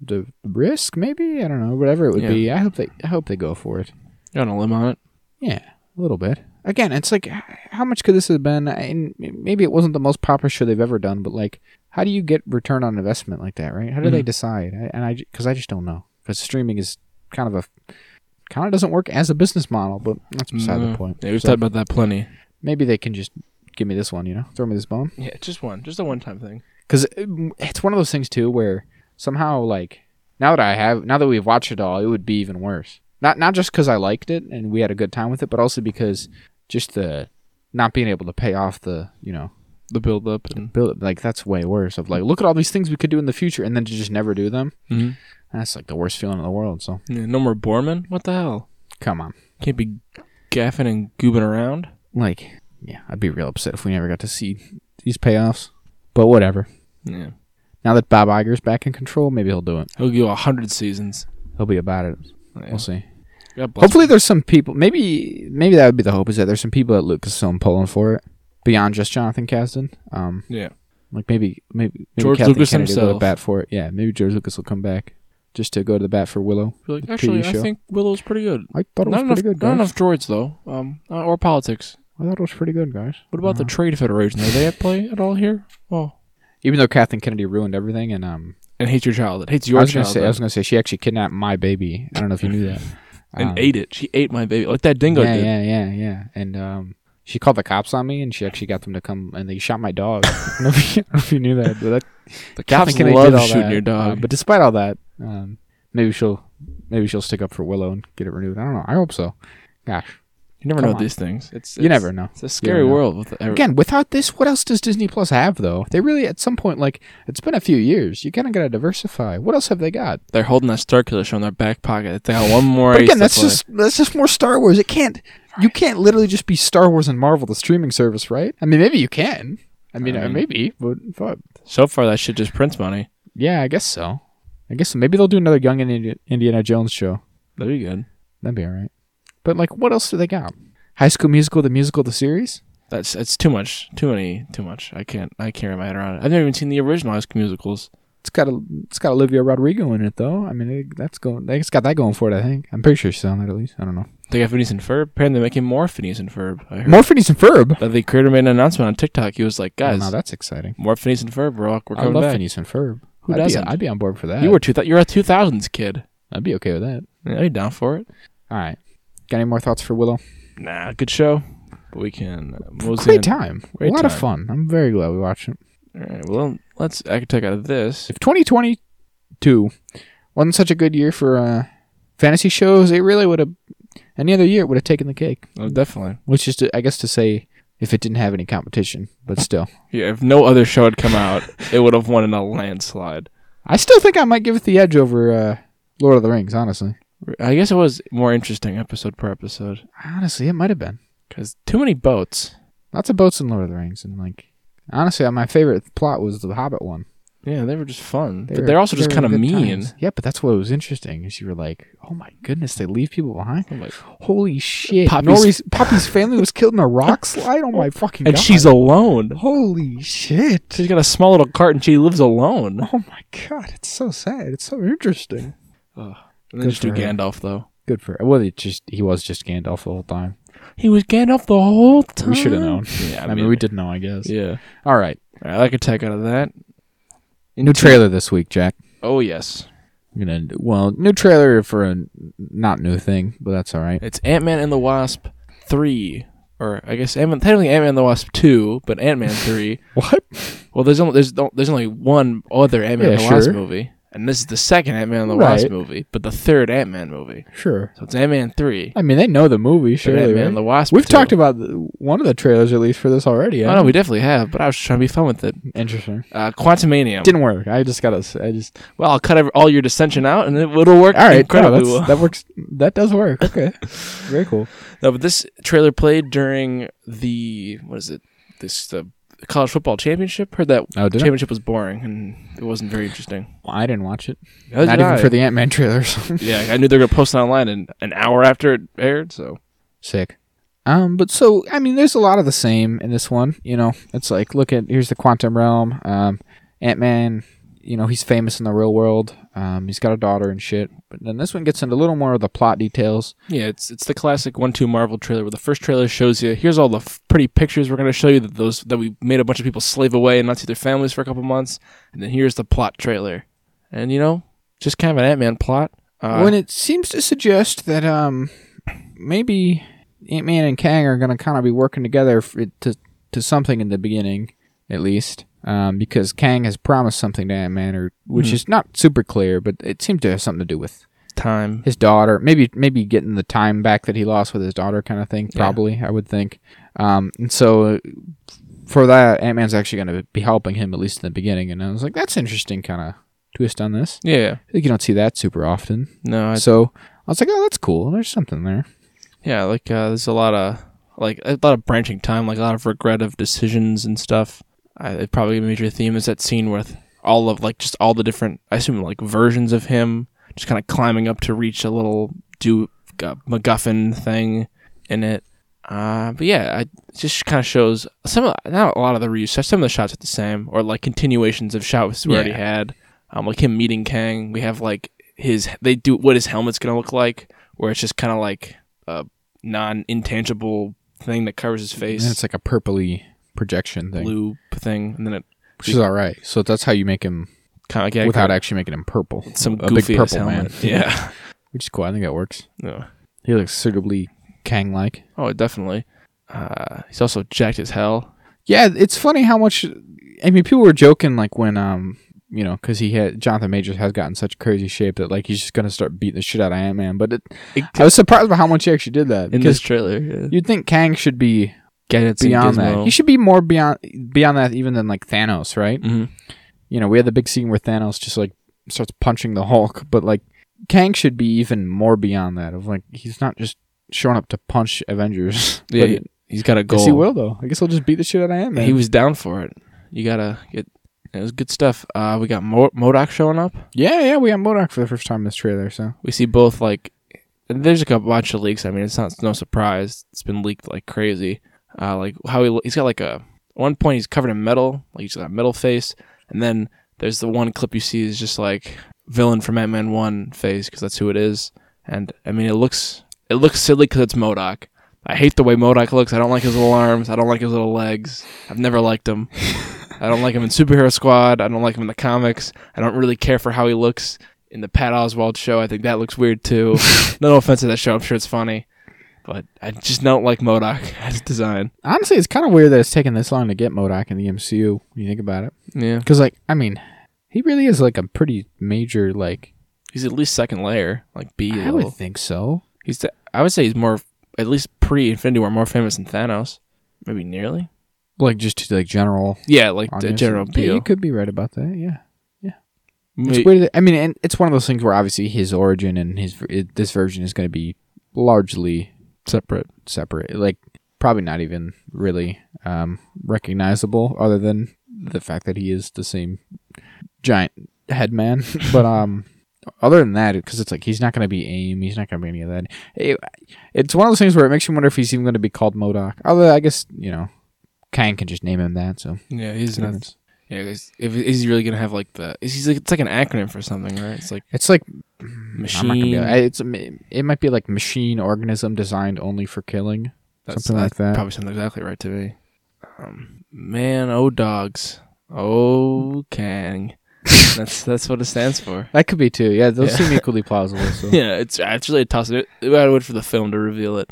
[SPEAKER 2] the risk, maybe I don't know, whatever it would
[SPEAKER 1] Yeah.
[SPEAKER 2] be. I hope they I hope they go for it.
[SPEAKER 1] You're on a limb on it.
[SPEAKER 2] Yeah, a little bit. Again, it's like h- how much could this have been? And maybe it wasn't the most popular show they've ever done, but like, how do you get return on investment like that, right? How do they
[SPEAKER 1] Mhm.
[SPEAKER 2] decide? I, and I because I just don't know because streaming is kind of a kind of doesn't work as a business model, but that's beside
[SPEAKER 1] No.
[SPEAKER 2] the point.
[SPEAKER 1] Yeah, we've
[SPEAKER 2] So
[SPEAKER 1] talked about that plenty.
[SPEAKER 2] maybe they can just give me this one, you know, throw me this bone.
[SPEAKER 1] Yeah, just one, just a one time thing.
[SPEAKER 2] because it's one of those things too where somehow like now that I have now that we've watched it all, it would be even worse. Not not just because I liked it and we had a good time with it, but also because just the not being able to pay off the you know
[SPEAKER 1] The build up and
[SPEAKER 2] bill like that's way worse. Of like look at all these things we could do in the future and then to just never do them.
[SPEAKER 1] Mhm.
[SPEAKER 2] That's like the worst feeling in the world. So
[SPEAKER 1] Yeah, no more Borman. What the hell?
[SPEAKER 2] come on,
[SPEAKER 1] Can't be gaffing and goobing around.
[SPEAKER 2] like yeah, I'd be real upset if we never got to see these payoffs. But whatever.
[SPEAKER 1] Yeah,
[SPEAKER 2] Now that Bob Iger's back in control, maybe he'll do it.
[SPEAKER 1] he'll go a hundred seasons.
[SPEAKER 2] He'll be about it.
[SPEAKER 1] Yeah.
[SPEAKER 2] We'll see.
[SPEAKER 1] God bless
[SPEAKER 2] Hopefully, there's some people. Maybe, maybe that would be the hope is that there's some people at Lucasfilm pulling for it beyond just Jonathan Kasdan. Um,
[SPEAKER 1] him. Yeah.
[SPEAKER 2] like maybe, maybe, maybe
[SPEAKER 1] George
[SPEAKER 2] Kathleen
[SPEAKER 1] Lucas
[SPEAKER 2] Kennedy will go to
[SPEAKER 1] himself.
[SPEAKER 2] bat for it. Yeah, maybe George Lucas will come back just to go to the bat for Willow.
[SPEAKER 1] Be like,
[SPEAKER 2] The
[SPEAKER 1] actually,
[SPEAKER 2] TV
[SPEAKER 1] I
[SPEAKER 2] show.
[SPEAKER 1] think Willow's pretty good.
[SPEAKER 2] I thought it was
[SPEAKER 1] Not enough,
[SPEAKER 2] pretty good,
[SPEAKER 1] not
[SPEAKER 2] guys.
[SPEAKER 1] enough droids though. Um, uh, or politics.
[SPEAKER 2] I thought it was pretty good, guys.
[SPEAKER 1] What about the
[SPEAKER 2] Uh-huh.
[SPEAKER 1] Trade Federation? Are they at play at all here? Well,
[SPEAKER 2] Even though Kathleen Kennedy ruined everything, and um,
[SPEAKER 1] and hates your childhood, hates
[SPEAKER 2] I
[SPEAKER 1] your
[SPEAKER 2] was gonna say, I
[SPEAKER 1] childhood,
[SPEAKER 2] was gonna say she actually kidnapped my baby. I don't know if you knew that.
[SPEAKER 1] and
[SPEAKER 2] Um,
[SPEAKER 1] ate it. She ate my baby, like that dingo
[SPEAKER 2] yeah,
[SPEAKER 1] did.
[SPEAKER 2] yeah, yeah, yeah. And um, she called the cops on me, and she actually got them to come, and they shot my dog. I don't know if you, I don't know if you knew that, but that
[SPEAKER 1] The
[SPEAKER 2] Kathleen
[SPEAKER 1] cops
[SPEAKER 2] Kennedy
[SPEAKER 1] love
[SPEAKER 2] did all
[SPEAKER 1] shooting
[SPEAKER 2] that,
[SPEAKER 1] your
[SPEAKER 2] uh,
[SPEAKER 1] dog.
[SPEAKER 2] but despite all that, um, maybe she'll maybe she'll stick up for Willow and get it renewed. I don't know. I hope so. Gosh,
[SPEAKER 1] you never
[SPEAKER 2] come
[SPEAKER 1] know
[SPEAKER 2] on.
[SPEAKER 1] these things. It's,
[SPEAKER 2] you
[SPEAKER 1] it's-
[SPEAKER 2] never know.
[SPEAKER 1] It's a scary
[SPEAKER 2] know.
[SPEAKER 1] world. With every,
[SPEAKER 2] Again, without this, what else does Disney Plus have though? They really at some point like it's been a few years. You kind of got to diversify. What else have they got?
[SPEAKER 1] they're holding that Star Killer show in their back pocket. They got one more.
[SPEAKER 2] But
[SPEAKER 1] ace
[SPEAKER 2] again,
[SPEAKER 1] to
[SPEAKER 2] that's
[SPEAKER 1] play.
[SPEAKER 2] just that's just more Star Wars. It can't you can't literally just be Star Wars and Marvel the streaming service, right? I mean, maybe you can. I mean,
[SPEAKER 1] I
[SPEAKER 2] uh,
[SPEAKER 1] mean-
[SPEAKER 2] maybe, but fuck.
[SPEAKER 1] so far that shit just prints money.
[SPEAKER 2] yeah, I guess so. I guess maybe they'll do another Young and Indi- Indiana Jones show.
[SPEAKER 1] That'd be good.
[SPEAKER 2] That'd be all right. But like, what else do they got? High School Musical, the musical, the series.
[SPEAKER 1] That's it's too much. Too many. Too much. I can't. I can't wrap my head around it. I've never even seen the original High School Musicals.
[SPEAKER 2] It's got a, it's got Olivia Rodrigo in it though. I mean, it, that's going. It's got that going for it. I think. I'm pretty sure she's on that at least. I don't know.
[SPEAKER 1] They got Phineas and Ferb. Apparently, they're making more Phineas and Ferb. I heard.
[SPEAKER 2] More Phineas and Ferb.
[SPEAKER 1] Uh, the creator made an announcement on TikTok. He was like,
[SPEAKER 2] Oh,
[SPEAKER 1] "Guys,
[SPEAKER 2] now that's exciting.
[SPEAKER 1] more Phineas and Ferb, Rock. We're
[SPEAKER 2] I
[SPEAKER 1] coming
[SPEAKER 2] love
[SPEAKER 1] back."
[SPEAKER 2] Phineas and Ferb.
[SPEAKER 1] Who
[SPEAKER 2] I'd be-
[SPEAKER 1] doesn't?
[SPEAKER 2] I'd be on board for that.
[SPEAKER 1] You were two. Th- you're a two thousands kid.
[SPEAKER 2] I'd be okay with that.
[SPEAKER 1] Yeah, you down for it?
[SPEAKER 2] All right. Got any more thoughts for Willow?
[SPEAKER 1] nah, good show. But we can. uh, Mosey
[SPEAKER 2] Great
[SPEAKER 1] and-
[SPEAKER 2] time.
[SPEAKER 1] Great
[SPEAKER 2] a lot
[SPEAKER 1] time.
[SPEAKER 2] of fun. I'm very glad we watched it.
[SPEAKER 1] All right. Well, let's. I can take out of this.
[SPEAKER 2] If 2022 wasn't such a good year for uh, fantasy shows, it really would have. Any other year, it would have taken the cake.
[SPEAKER 1] Oh, definitely.
[SPEAKER 2] Which is, to, I guess, to say, if it didn't have any competition. But still,
[SPEAKER 1] Yeah. If no other show had come out, it would have won in a landslide.
[SPEAKER 2] I still think I might give it the edge over uh, Lord of the Rings. Honestly,
[SPEAKER 1] I guess it was more interesting episode per episode
[SPEAKER 2] honestly, it might have been
[SPEAKER 1] because too many boats.
[SPEAKER 2] lots of boats in Lord of the Rings, and like, honestly, uh, my favorite plot was the Hobbit one.
[SPEAKER 1] Yeah, they were just fun,
[SPEAKER 2] They
[SPEAKER 1] but
[SPEAKER 2] were-
[SPEAKER 1] they're also
[SPEAKER 2] they
[SPEAKER 1] just
[SPEAKER 2] were
[SPEAKER 1] kind of
[SPEAKER 2] good
[SPEAKER 1] mean.
[SPEAKER 2] times. Yeah, but that's what was interesting. Is you were like, oh my goodness, they leave people behind.
[SPEAKER 1] I'm like-
[SPEAKER 2] Holy shit!
[SPEAKER 1] Poppy's-
[SPEAKER 2] Nori's, Poppy's family was killed in a rock slide. Oh my fucking
[SPEAKER 1] and
[SPEAKER 2] god!
[SPEAKER 1] she's alone.
[SPEAKER 2] holy shit!
[SPEAKER 1] She's got a small little cart and she lives alone.
[SPEAKER 2] Oh my god! It's so sad. It's so interesting.
[SPEAKER 1] And then
[SPEAKER 2] Good
[SPEAKER 1] just do
[SPEAKER 2] for her.
[SPEAKER 1] Gandalf though.
[SPEAKER 2] Good for well, it just he was just Gandalf the whole time.
[SPEAKER 1] He was Gandalf the whole time.
[SPEAKER 2] We should have known.
[SPEAKER 1] Yeah,
[SPEAKER 2] I mean, we did know, I guess.
[SPEAKER 1] Yeah.
[SPEAKER 2] All right,
[SPEAKER 1] All right, I could take out of that.
[SPEAKER 2] new trailer this week, Jack.
[SPEAKER 1] Oh yes,
[SPEAKER 2] I'm gonna well, new trailer for a not new thing, but that's all right.
[SPEAKER 1] it's Ant Man and the Wasp three, or I guess Ant-Man, technically Ant Man and the Wasp two, but Ant Man three.
[SPEAKER 2] What?
[SPEAKER 1] well, there's only there's no- there's only one other Ant Man
[SPEAKER 2] Yeah,
[SPEAKER 1] and the Wasp
[SPEAKER 2] sure.
[SPEAKER 1] movie, and this is the second Ant Man and the Wasp
[SPEAKER 2] Right.
[SPEAKER 1] movie, but the third Ant Man movie.
[SPEAKER 2] Sure.
[SPEAKER 1] So it's Ant Man three,
[SPEAKER 2] I mean, they know the movie,
[SPEAKER 1] but
[SPEAKER 2] surely.
[SPEAKER 1] Ant Man
[SPEAKER 2] right?
[SPEAKER 1] and the Wasp.
[SPEAKER 2] We've
[SPEAKER 1] 2.
[SPEAKER 2] talked about the, one of the trailers at least for this already.
[SPEAKER 1] Oh no, we definitely have, but I was just trying to be fun with it.
[SPEAKER 2] Interesting.
[SPEAKER 1] Uh, Quantumania.
[SPEAKER 2] Didn't work. I just gotta. s- I just.
[SPEAKER 1] well, I'll cut every, all your dissension out, and it, it'll work
[SPEAKER 2] All right. no,
[SPEAKER 1] incredibly
[SPEAKER 2] that's-
[SPEAKER 1] well.
[SPEAKER 2] That works. That does work. Okay. Very cool.
[SPEAKER 1] No, but this trailer played during the what is it? This the college football championship. Heard that
[SPEAKER 2] Oh, did
[SPEAKER 1] championship was boring and it wasn't very interesting.
[SPEAKER 2] I? I didn't watch it.
[SPEAKER 1] How did
[SPEAKER 2] Not
[SPEAKER 1] you
[SPEAKER 2] even
[SPEAKER 1] die?
[SPEAKER 2] for the Ant Man trailers.
[SPEAKER 1] yeah, I knew they were gonna post it online an, an hour after it aired. So
[SPEAKER 2] Sick. Um, but so I mean, there's a lot of the same in this one. You know, it's like look at here's the quantum realm. Um, Ant Man. You know, he's famous in the real world. Um, he's got a daughter and shit. But then this one gets into a little more of the plot details.
[SPEAKER 1] yeah, it's it's the classic one-two Marvel trailer where the first trailer shows you here's all the f- pretty pictures we're gonna show you that those that we made a bunch of people slave away and not see their families for a couple months, and then here's the plot trailer, and you know just kind of an Ant Man plot. Uh,
[SPEAKER 2] when it seems to suggest that um maybe Ant Man and Kang are gonna kind of be working together for it to to something in the beginning, at least, um, because Kang has promised something to Ant Man, or which
[SPEAKER 1] Mhm.
[SPEAKER 2] is not super clear, but it seemed to have something to do with
[SPEAKER 1] time.
[SPEAKER 2] his daughter, maybe maybe getting the time back that he lost with his daughter, kind of thing.
[SPEAKER 1] Yeah.
[SPEAKER 2] Probably, I would think. Um, and so for that, Ant Man's actually gonna be helping him at least in the beginning, and I was like, that's interesting, kind of twist on this.
[SPEAKER 1] Yeah,
[SPEAKER 2] I think you don't see that super often.
[SPEAKER 1] no, I
[SPEAKER 2] So I was like, oh, that's cool. There's something there.
[SPEAKER 1] Yeah, like uh, there's a lot of like a lot of branching time, like a lot of regret of decisions and stuff. I, it probably a major theme is that scene with all of like just all the different, I assume like versions of him, just kind of climbing up to reach a little do uh, MacGuffin thing in it. Uh, but yeah, I, it just kind of shows some of not a lot of the reuse. Some of the shots are the same, or like continuations of shots we already
[SPEAKER 2] Yeah.
[SPEAKER 1] had. Um, like him meeting Kang. We have like his they do what his helmet's gonna look like, where it's just kind of like a non intangible thing that covers his face,
[SPEAKER 2] And it's like a purpley projection thing,
[SPEAKER 1] blue thing, and then it
[SPEAKER 2] which is all right. So that's how you make him
[SPEAKER 1] kind of like,
[SPEAKER 2] without actually making him purple.
[SPEAKER 1] some
[SPEAKER 2] a
[SPEAKER 1] goofy
[SPEAKER 2] big
[SPEAKER 1] ass
[SPEAKER 2] purple man.
[SPEAKER 1] helmet. Yeah.
[SPEAKER 2] Which is cool. I think that works.
[SPEAKER 1] no.
[SPEAKER 2] He looks suitably Kang like.
[SPEAKER 1] Oh, definitely. Uh, he's also jacked as hell.
[SPEAKER 2] Yeah, it's funny how much. I mean, people were joking like when um. You know, because he had Jonathan Majors has gotten such crazy shape that like he's just gonna start beating the shit out of Ant Man. But it,
[SPEAKER 1] It-
[SPEAKER 2] I was surprised by how much he actually did that.
[SPEAKER 1] in
[SPEAKER 2] Because
[SPEAKER 1] this trailer. Yeah.
[SPEAKER 2] you'd think Kang should be
[SPEAKER 1] Gadgets and
[SPEAKER 2] beyond that.
[SPEAKER 1] Gizmo.
[SPEAKER 2] He should be more beyond beyond that even than like Thanos, right?
[SPEAKER 1] Mhm.
[SPEAKER 2] you know, we had the big scene where Thanos just like starts punching the Hulk, but like Kang should be even more beyond that. Of like, he's not just showing up to punch Avengers.
[SPEAKER 1] Yeah,
[SPEAKER 2] But
[SPEAKER 1] he- he's got a
[SPEAKER 2] I
[SPEAKER 1] goal.
[SPEAKER 2] guess he will though. I guess he'll just beat the shit out of Ant Man.
[SPEAKER 1] He was down for it. You gotta get. It was good stuff. Uh, we got Mo- Modoc showing up.
[SPEAKER 2] yeah, yeah, we have Modoc for the first time in this trailer, so
[SPEAKER 1] We see both like. and There's like a bunch of leaks. I mean, it's not it's no surprise. It's been leaked like crazy. Uh, like how he lo- he's got like a at one point he's covered in metal. Like he's got a metal face, and then there's the one clip you see is just like villain from Ant Man One face because that's who it is. And I mean, it looks it looks silly because it's Modoc. I hate the way Modoc looks. I don't like his little arms. I don't like his little legs. I've never liked him. I don't like him in Superhero Squad. I don't like him in the comics. I don't really care for how he looks in the Pat Oswald show. I think that looks weird too. no offense to that show. I'm sure it's funny. But I just don't like Modoc as design.
[SPEAKER 2] Honestly, it's kind of weird that it's taken this long to get Modoc in the MCU. When you think about it,
[SPEAKER 1] Yeah,
[SPEAKER 2] because like, I mean, he really is like a pretty major like.
[SPEAKER 1] he's at least second layer, like B
[SPEAKER 2] I
[SPEAKER 1] level.
[SPEAKER 2] would think so.
[SPEAKER 1] he's the, I would say he's more at least pre Infinity War more famous than Thanos, maybe nearly.
[SPEAKER 2] Like just to like general.
[SPEAKER 1] Yeah, like the
[SPEAKER 2] audience.
[SPEAKER 1] general
[SPEAKER 2] Yeah, you
[SPEAKER 1] appeal.
[SPEAKER 2] could be right about that. Yeah.
[SPEAKER 1] May-
[SPEAKER 2] It's weird. That, I mean, and it's one of those things where obviously his origin and his it, this version is going to be largely
[SPEAKER 1] separate.
[SPEAKER 2] separate. Like probably not even really um, recognizable, other than the fact that he is the same giant head man. but um, other than that, because it's like he's not going to be AIM. He's not going to be any of that. It- it's one of those things where it makes you wonder if he's even going to be called Modoc. Although I guess you know, Kang can just name him that. So
[SPEAKER 1] Yeah, he's not. Yeah, 'cause if is he really gonna have like the? Is he's like it's like an acronym for something, right? It's like
[SPEAKER 2] It's like I'm not gonna be
[SPEAKER 1] machine.
[SPEAKER 2] able- I- it's it might be like machine organism designed only for killing.
[SPEAKER 1] That's-
[SPEAKER 2] something like that.
[SPEAKER 1] Probably sounds exactly right to me. Um, man, oh dogs, oh Kang. that's that's what it stands for.
[SPEAKER 2] That could be too. Yeah, those
[SPEAKER 1] Yeah.
[SPEAKER 2] seem equally plausible. So.
[SPEAKER 1] Yeah, it's it's really a toss. I would wait for the film to reveal it.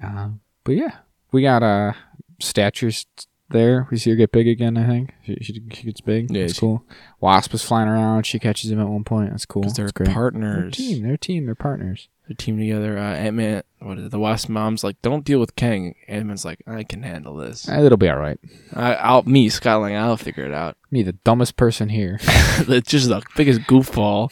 [SPEAKER 2] Uh, but yeah, we got uh statues there. We see her get big again. I think she she, she gets big.
[SPEAKER 1] Yeah,
[SPEAKER 2] Yeah, that's
[SPEAKER 1] she-
[SPEAKER 2] cool. Wasp is flying around. She catches him at one point. That's cool.
[SPEAKER 1] Because they're
[SPEAKER 2] That's great. They're a
[SPEAKER 1] partners.
[SPEAKER 2] team. They're a team. They're partners.
[SPEAKER 1] They're team together. Uh, Ant Man, what is it? The Wasp mom's like, don't deal with Kang. Ant Man's like, I can handle this.
[SPEAKER 2] Eh, it'll be all right.
[SPEAKER 1] I, I'll me Scott Lang. I'll figure it out.
[SPEAKER 2] Me, the dumbest person here.
[SPEAKER 1] That's just the biggest goofball,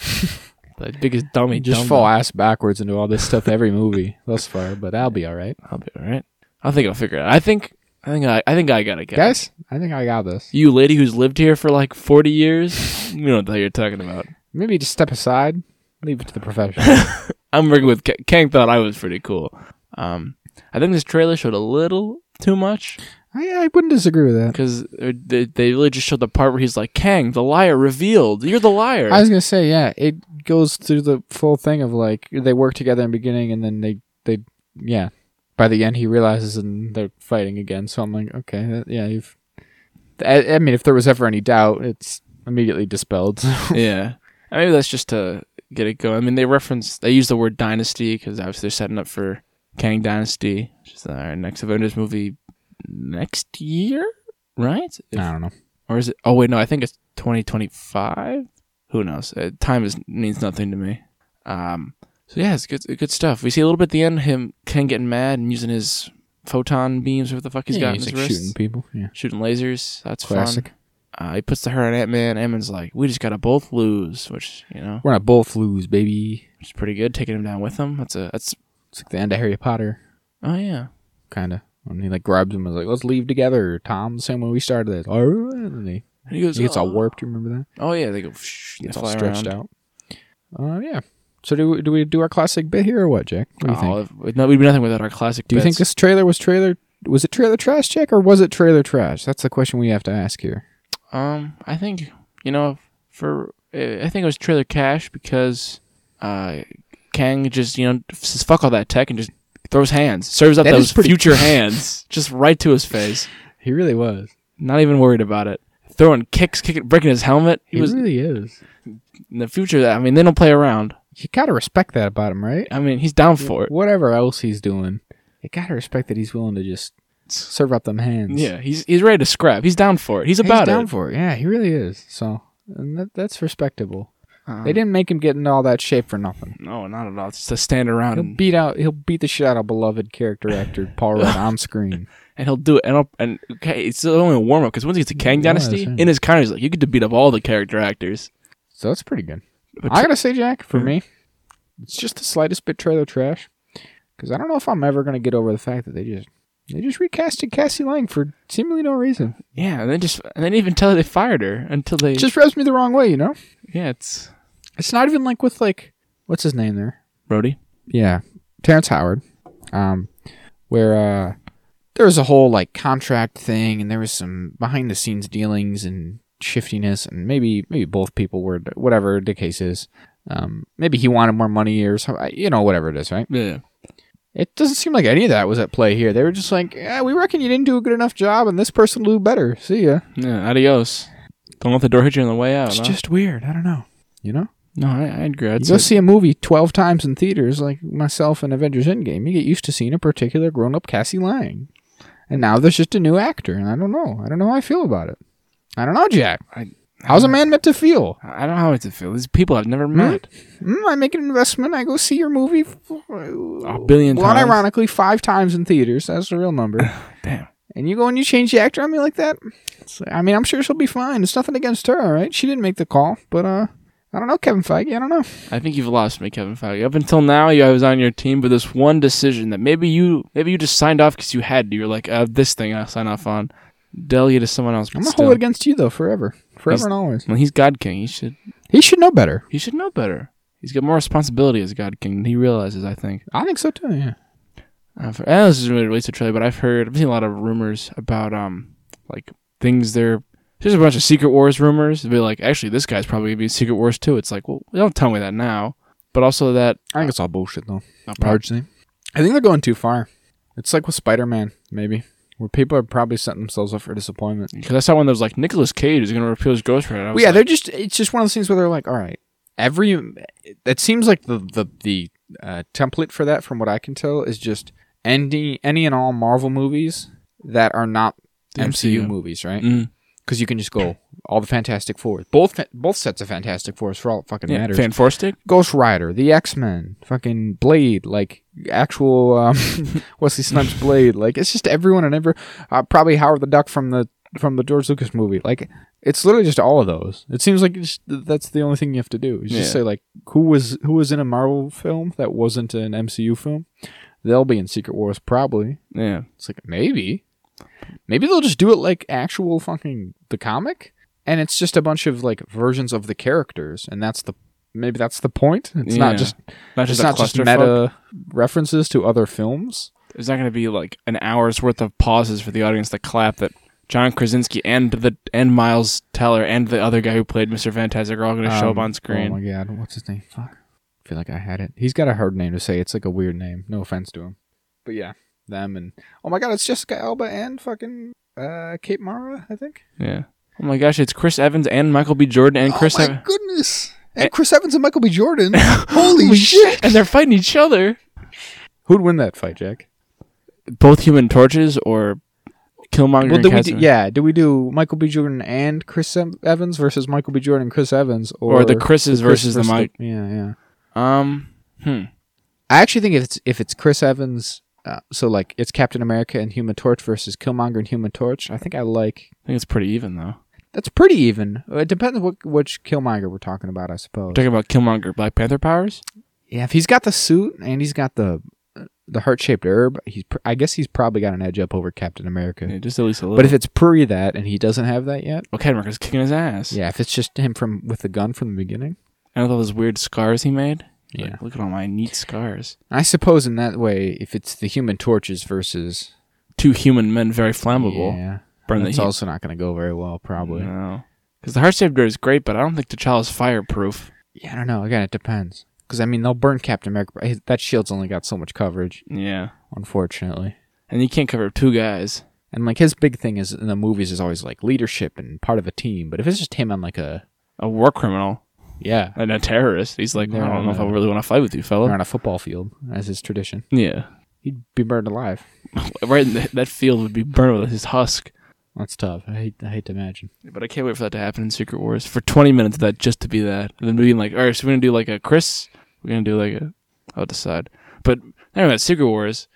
[SPEAKER 1] the biggest dummy.
[SPEAKER 2] just
[SPEAKER 1] dumbo.
[SPEAKER 2] fall ass backwards into all this stuff every movie thus far, but I'll be all right,
[SPEAKER 1] I'll be all right. I think I'll figure it out. I think I think I, I think I got it, guys.
[SPEAKER 2] guys. I think I got this.
[SPEAKER 1] You lady who's lived here for like forty years, you know what the hell you're talking about.
[SPEAKER 2] Maybe just step aside. Leave it to the professional.
[SPEAKER 1] I'm working with K- Kang. Thought I was pretty cool. Um, I think this trailer showed a little too much
[SPEAKER 2] I, I wouldn't disagree with that.
[SPEAKER 1] because they, they really just showed the part where he's like, "Kang, the liar revealed. You're the liar."
[SPEAKER 2] I was gonna say, yeah, it goes through the full thing of like they work together in the beginning, and then they they yeah. By the end, he realizes and they're fighting again. So I'm like, okay, that, yeah, you've. I, I mean, if there was ever any doubt, it's immediately dispelled.
[SPEAKER 1] yeah, And maybe that's just to get it going. I mean, they reference they use the word dynasty because obviously they're setting up for Kang Dynasty, which is our next Avengers movie next year, right? If-
[SPEAKER 2] I don't know.
[SPEAKER 1] or is it? Oh wait, no, I think it's 2025. Who knows? Uh, time is means nothing to me. Um, so yeah, it's good, good stuff. We see a little bit at the end him Ken getting mad and using his photon beams, or what the fuck he's
[SPEAKER 2] Yeah,
[SPEAKER 1] got
[SPEAKER 2] he's
[SPEAKER 1] in his
[SPEAKER 2] like
[SPEAKER 1] wrist,
[SPEAKER 2] shooting people. Yeah,
[SPEAKER 1] shooting, lasers. That's
[SPEAKER 2] classic.
[SPEAKER 1] fun. Uh, he puts the her on Ant Man. Ant Man's like, we just gotta both lose, which you know,
[SPEAKER 2] We're not both lose, baby.
[SPEAKER 1] which is pretty good. Taking him down with him. That's a that's
[SPEAKER 2] It's like the end of Harry Potter,
[SPEAKER 1] oh yeah.
[SPEAKER 2] kind of. When he like grabs him and is like, "Let's leave together, Tom." The same way we started this. All right. And he,
[SPEAKER 1] And he goes,
[SPEAKER 2] he gets all
[SPEAKER 1] "Oh."
[SPEAKER 2] warped. You remember that?
[SPEAKER 1] Oh yeah, they go. Whoosh, and
[SPEAKER 2] It's
[SPEAKER 1] they
[SPEAKER 2] all
[SPEAKER 1] fly
[SPEAKER 2] stretched
[SPEAKER 1] around.
[SPEAKER 2] out. Uh, yeah. So do we, do we do our classic bit here or what, Jack? What do you
[SPEAKER 1] Oh,
[SPEAKER 2] think?
[SPEAKER 1] if- no, we'd be nothing without our classic.
[SPEAKER 2] Do you think
[SPEAKER 1] bits.
[SPEAKER 2] this trailer was trailer? Was it trailer trash, Jack, or was it trailer trash? That's the question we have to ask here.
[SPEAKER 1] Um, I think you know for uh, I think it was trailer cash because uh, Kang just you know says fuck all that tech and just throws hands, serves up
[SPEAKER 2] That is
[SPEAKER 1] those
[SPEAKER 2] pretty-
[SPEAKER 1] future hands just right to his face.
[SPEAKER 2] He really was.
[SPEAKER 1] Not even worried about it. Throwing kicks, kicking, breaking his helmet. He,
[SPEAKER 2] He,
[SPEAKER 1] was
[SPEAKER 2] really is.
[SPEAKER 1] in the future. I mean, they don't play around.
[SPEAKER 2] You gotta respect that about him, right?
[SPEAKER 1] I mean, he's down for it.
[SPEAKER 2] Whatever else he's doing, you gotta respect that he's willing to just serve up them hands.
[SPEAKER 1] Yeah, he's he's ready to scrap. He's down for it. He's about
[SPEAKER 2] he's down
[SPEAKER 1] it.
[SPEAKER 2] for it. Yeah, he really is. So and that, that's respectable.
[SPEAKER 1] Um,
[SPEAKER 2] they didn't make him get into all that shape for nothing.
[SPEAKER 1] No, Oh, not at all. It's just to stand around
[SPEAKER 2] He'll
[SPEAKER 1] and
[SPEAKER 2] beat out. He'll beat the shit out of beloved character actor Paul Rudd on screen.
[SPEAKER 1] and he'll do it. And I'll, and okay, it's only a warm up because once he gets to Kang
[SPEAKER 2] Yeah,
[SPEAKER 1] Dynasty,
[SPEAKER 2] that's right.
[SPEAKER 1] in his counter, he's like, you get to beat up all the character actors.
[SPEAKER 2] So that's pretty good.
[SPEAKER 1] But
[SPEAKER 2] I gotta say, Jack, for
[SPEAKER 1] Yeah.
[SPEAKER 2] me, it's just the slightest bit trailer trash. Because I don't know if I'm ever gonna get over the fact that they just they just recasted Cassie Lang for seemingly no reason.
[SPEAKER 1] yeah, and then just and then even tell they fired her until they
[SPEAKER 2] It just rubs me the wrong way, you know.
[SPEAKER 1] yeah, it's
[SPEAKER 2] It's not even like with like what's his name there?
[SPEAKER 1] Brody.
[SPEAKER 2] Yeah, Terrence Howard. Um, where uh, there was a whole like contract thing, and there was some behind the scenes dealings and shiftiness, and maybe maybe both people were whatever the case is. Um, maybe he wanted more money or something, you know, whatever it is, right?
[SPEAKER 1] Yeah,
[SPEAKER 2] It doesn't seem like any of that was at play here. They were just like, yeah, we reckon you didn't do a good enough job, and this person will do better. See ya.
[SPEAKER 1] yeah. Adios. Don't let the door hit you on the way out.
[SPEAKER 2] It's
[SPEAKER 1] huh?
[SPEAKER 2] just weird. I don't know. You know?
[SPEAKER 1] No, I, I agree. I'd
[SPEAKER 2] you go
[SPEAKER 1] say-
[SPEAKER 2] see a movie 12 times in theaters, like myself and Avengers Endgame, you get used to seeing a particular grown up Cassie lying. And now there's just a new actor, and I don't know. I don't know how I feel about it. I don't know, Jack.
[SPEAKER 1] I- uh,
[SPEAKER 2] How's a man meant to feel?
[SPEAKER 1] I don't know how it's to feel. These people I've never met.
[SPEAKER 2] Mm, I make an investment. I go see your movie f- a
[SPEAKER 1] billion
[SPEAKER 2] Well,
[SPEAKER 1] times.
[SPEAKER 2] ironically, five times in theaters. That's the real number.
[SPEAKER 1] Damn.
[SPEAKER 2] And you go and you change the actor on me like that? It's- I mean, I'm sure she'll be fine. It's nothing against her, all right? She didn't make the call, but uh, I don't know, Kevin Feige. I don't know.
[SPEAKER 1] I think you've lost me, Kevin Feige. Up until now, you, I was on your team, but this one decision that maybe you maybe you just signed off because you had to. You're like, uh, this thing I sign off on, delegate to someone else. But
[SPEAKER 2] I'm gonna
[SPEAKER 1] still,
[SPEAKER 2] hold it against you though, forever, forever
[SPEAKER 1] He's-
[SPEAKER 2] and always.
[SPEAKER 1] well, he's God King. He should
[SPEAKER 2] He should know better.
[SPEAKER 1] he should know better. He's got more responsibility as God King than he realizes. I think.
[SPEAKER 2] I think so too. Yeah.
[SPEAKER 1] I've, I know this isn't really related to the trailer, but I've heard I've seen a lot of rumors about um like things they're there's a bunch of Secret Wars rumors. They'll be like, actually, this guy's probably gonna be in Secret Wars too. It's like, well, don't tell me that now. But also that
[SPEAKER 2] I think it's all bullshit though.
[SPEAKER 1] I'll prob-
[SPEAKER 2] Largely, I think they're going too far. It's like with Spider-Man, maybe, where people are probably setting themselves up for disappointment.
[SPEAKER 1] Because I saw one that was like Nicolas Cage is going to repeal his Ghost Rider. I
[SPEAKER 2] Well,
[SPEAKER 1] was
[SPEAKER 2] yeah,
[SPEAKER 1] like,
[SPEAKER 2] they're just. It's just one of those things where they're like, all right, every. It seems like the the the uh, template for that, from what I can tell, is just any any and all Marvel movies that are not
[SPEAKER 1] The
[SPEAKER 2] MCU,
[SPEAKER 1] MCU.
[SPEAKER 2] movies, right?
[SPEAKER 1] mm,
[SPEAKER 2] Because you can just go all the Fantastic Four, both fa- both sets of Fantastic Fours for all it fucking
[SPEAKER 1] yeah,
[SPEAKER 2] matters.
[SPEAKER 1] Fanforstic.
[SPEAKER 2] Ghost Rider, the X Men, fucking Blade, like actual um, Wesley Snipes Blade, like it's just everyone and ever uh, probably Howard the Duck from the from the George Lucas movie, like it's literally just all of those. It seems like it's, that's the only thing you have to do is just
[SPEAKER 1] Yeah.
[SPEAKER 2] say like who was who was in a Marvel film that wasn't an MCU film. They'll be in Secret Wars probably.
[SPEAKER 1] Yeah,
[SPEAKER 2] It's like maybe, maybe they'll just do it like actual fucking the comic, and it's just a bunch of like versions of the characters, and that's the maybe that's the point. It's
[SPEAKER 1] Yeah.
[SPEAKER 2] not just
[SPEAKER 1] not
[SPEAKER 2] it's
[SPEAKER 1] just
[SPEAKER 2] not
[SPEAKER 1] a
[SPEAKER 2] just
[SPEAKER 1] clusterfuck.
[SPEAKER 2] meta references to other films.
[SPEAKER 1] There's not going to be like an hour's worth of pauses for the audience to clap that John Krasinski and the and Miles Teller and the other guy who played Mr. Fantastic are all going to show up
[SPEAKER 2] Um,
[SPEAKER 1] on screen.
[SPEAKER 2] Oh my god, what's his name? Fuck, I feel like I had it. He's got a hard name to say. It's like a weird name. No offense to him, but yeah, them and oh my god, it's Jessica Alba and fucking uh Kate Mara, I think.
[SPEAKER 1] yeah. Oh my gosh, it's Chris Evans and Michael B. Jordan and Chris
[SPEAKER 2] oh my
[SPEAKER 1] Evans.
[SPEAKER 2] goodness.
[SPEAKER 1] Eh.
[SPEAKER 2] And Chris Evans and Michael B. Jordan. Holy shit.
[SPEAKER 1] And they're fighting each other.
[SPEAKER 2] Who'd win that fight, Jack?
[SPEAKER 1] Both human torches or Killmonger
[SPEAKER 2] Well,
[SPEAKER 1] and
[SPEAKER 2] do we do,
[SPEAKER 1] Casimir?
[SPEAKER 2] yeah, do we do Michael B. Jordan and Chris Ev- Evans versus Michael B. Jordan and Chris Evans or,
[SPEAKER 1] Or the Chris's
[SPEAKER 2] Chris
[SPEAKER 1] versus the
[SPEAKER 2] versus
[SPEAKER 1] Mike.
[SPEAKER 2] Yeah, yeah.
[SPEAKER 1] Um, hmm.
[SPEAKER 2] I actually think if it's if it's Chris Evans uh, so like it's Captain America and Human Torch versus Killmonger and Human Torch, I think I like
[SPEAKER 1] I think it's pretty even though.
[SPEAKER 2] that's pretty even. Uh, It depends on what which Killmonger we're talking about, I suppose.
[SPEAKER 1] Talking about Killmonger, Black Panther powers.
[SPEAKER 2] Yeah, if he's got the suit and he's got the the heart shaped herb, he's pr- I guess he's probably got an edge up over Captain America.
[SPEAKER 1] Yeah, just at least a little.
[SPEAKER 2] But if it's pre that and he doesn't have that yet,
[SPEAKER 1] Well, Cadmerker's kicking his ass.
[SPEAKER 2] yeah, if it's just him from with the gun from the beginning,
[SPEAKER 1] And with all those weird scars he made.
[SPEAKER 2] Yeah.
[SPEAKER 1] Like, look at all my neat scars.
[SPEAKER 2] I suppose in that way, if it's the Human Torches versus
[SPEAKER 1] Two human men, very flammable.
[SPEAKER 2] yeah,
[SPEAKER 1] Burn the
[SPEAKER 2] that's
[SPEAKER 1] heat.
[SPEAKER 2] also not going to go very well, probably.
[SPEAKER 1] Because the heart shaped is great, but I don't think T'Challa's fireproof.
[SPEAKER 2] Yeah, I don't know. Again, it depends because I mean they'll burn Captain America. but his- That shield's only got so much coverage,
[SPEAKER 1] Yeah.
[SPEAKER 2] unfortunately.
[SPEAKER 1] And you can't cover two guys.
[SPEAKER 2] And like his big thing is in the movies is always like leadership and part of a team. But if it's just him on like a
[SPEAKER 1] A war criminal
[SPEAKER 2] yeah,
[SPEAKER 1] and a terrorist. He's like, I don't know if I
[SPEAKER 2] No.
[SPEAKER 1] really want to fight with you, fella.
[SPEAKER 2] or on a football field as his tradition,
[SPEAKER 1] Yeah.
[SPEAKER 2] he'd be burned alive.
[SPEAKER 1] Right in the, that field would be burned with his husk.
[SPEAKER 2] That's tough. I hate, I hate to imagine.
[SPEAKER 1] But I can't wait for that to happen in Secret Wars. For 20 minutes of that, just to be that. And then being like, all right, so we're going to do like a Chris. We're going to do like a. I'll decide. But anyway, that Secret Wars.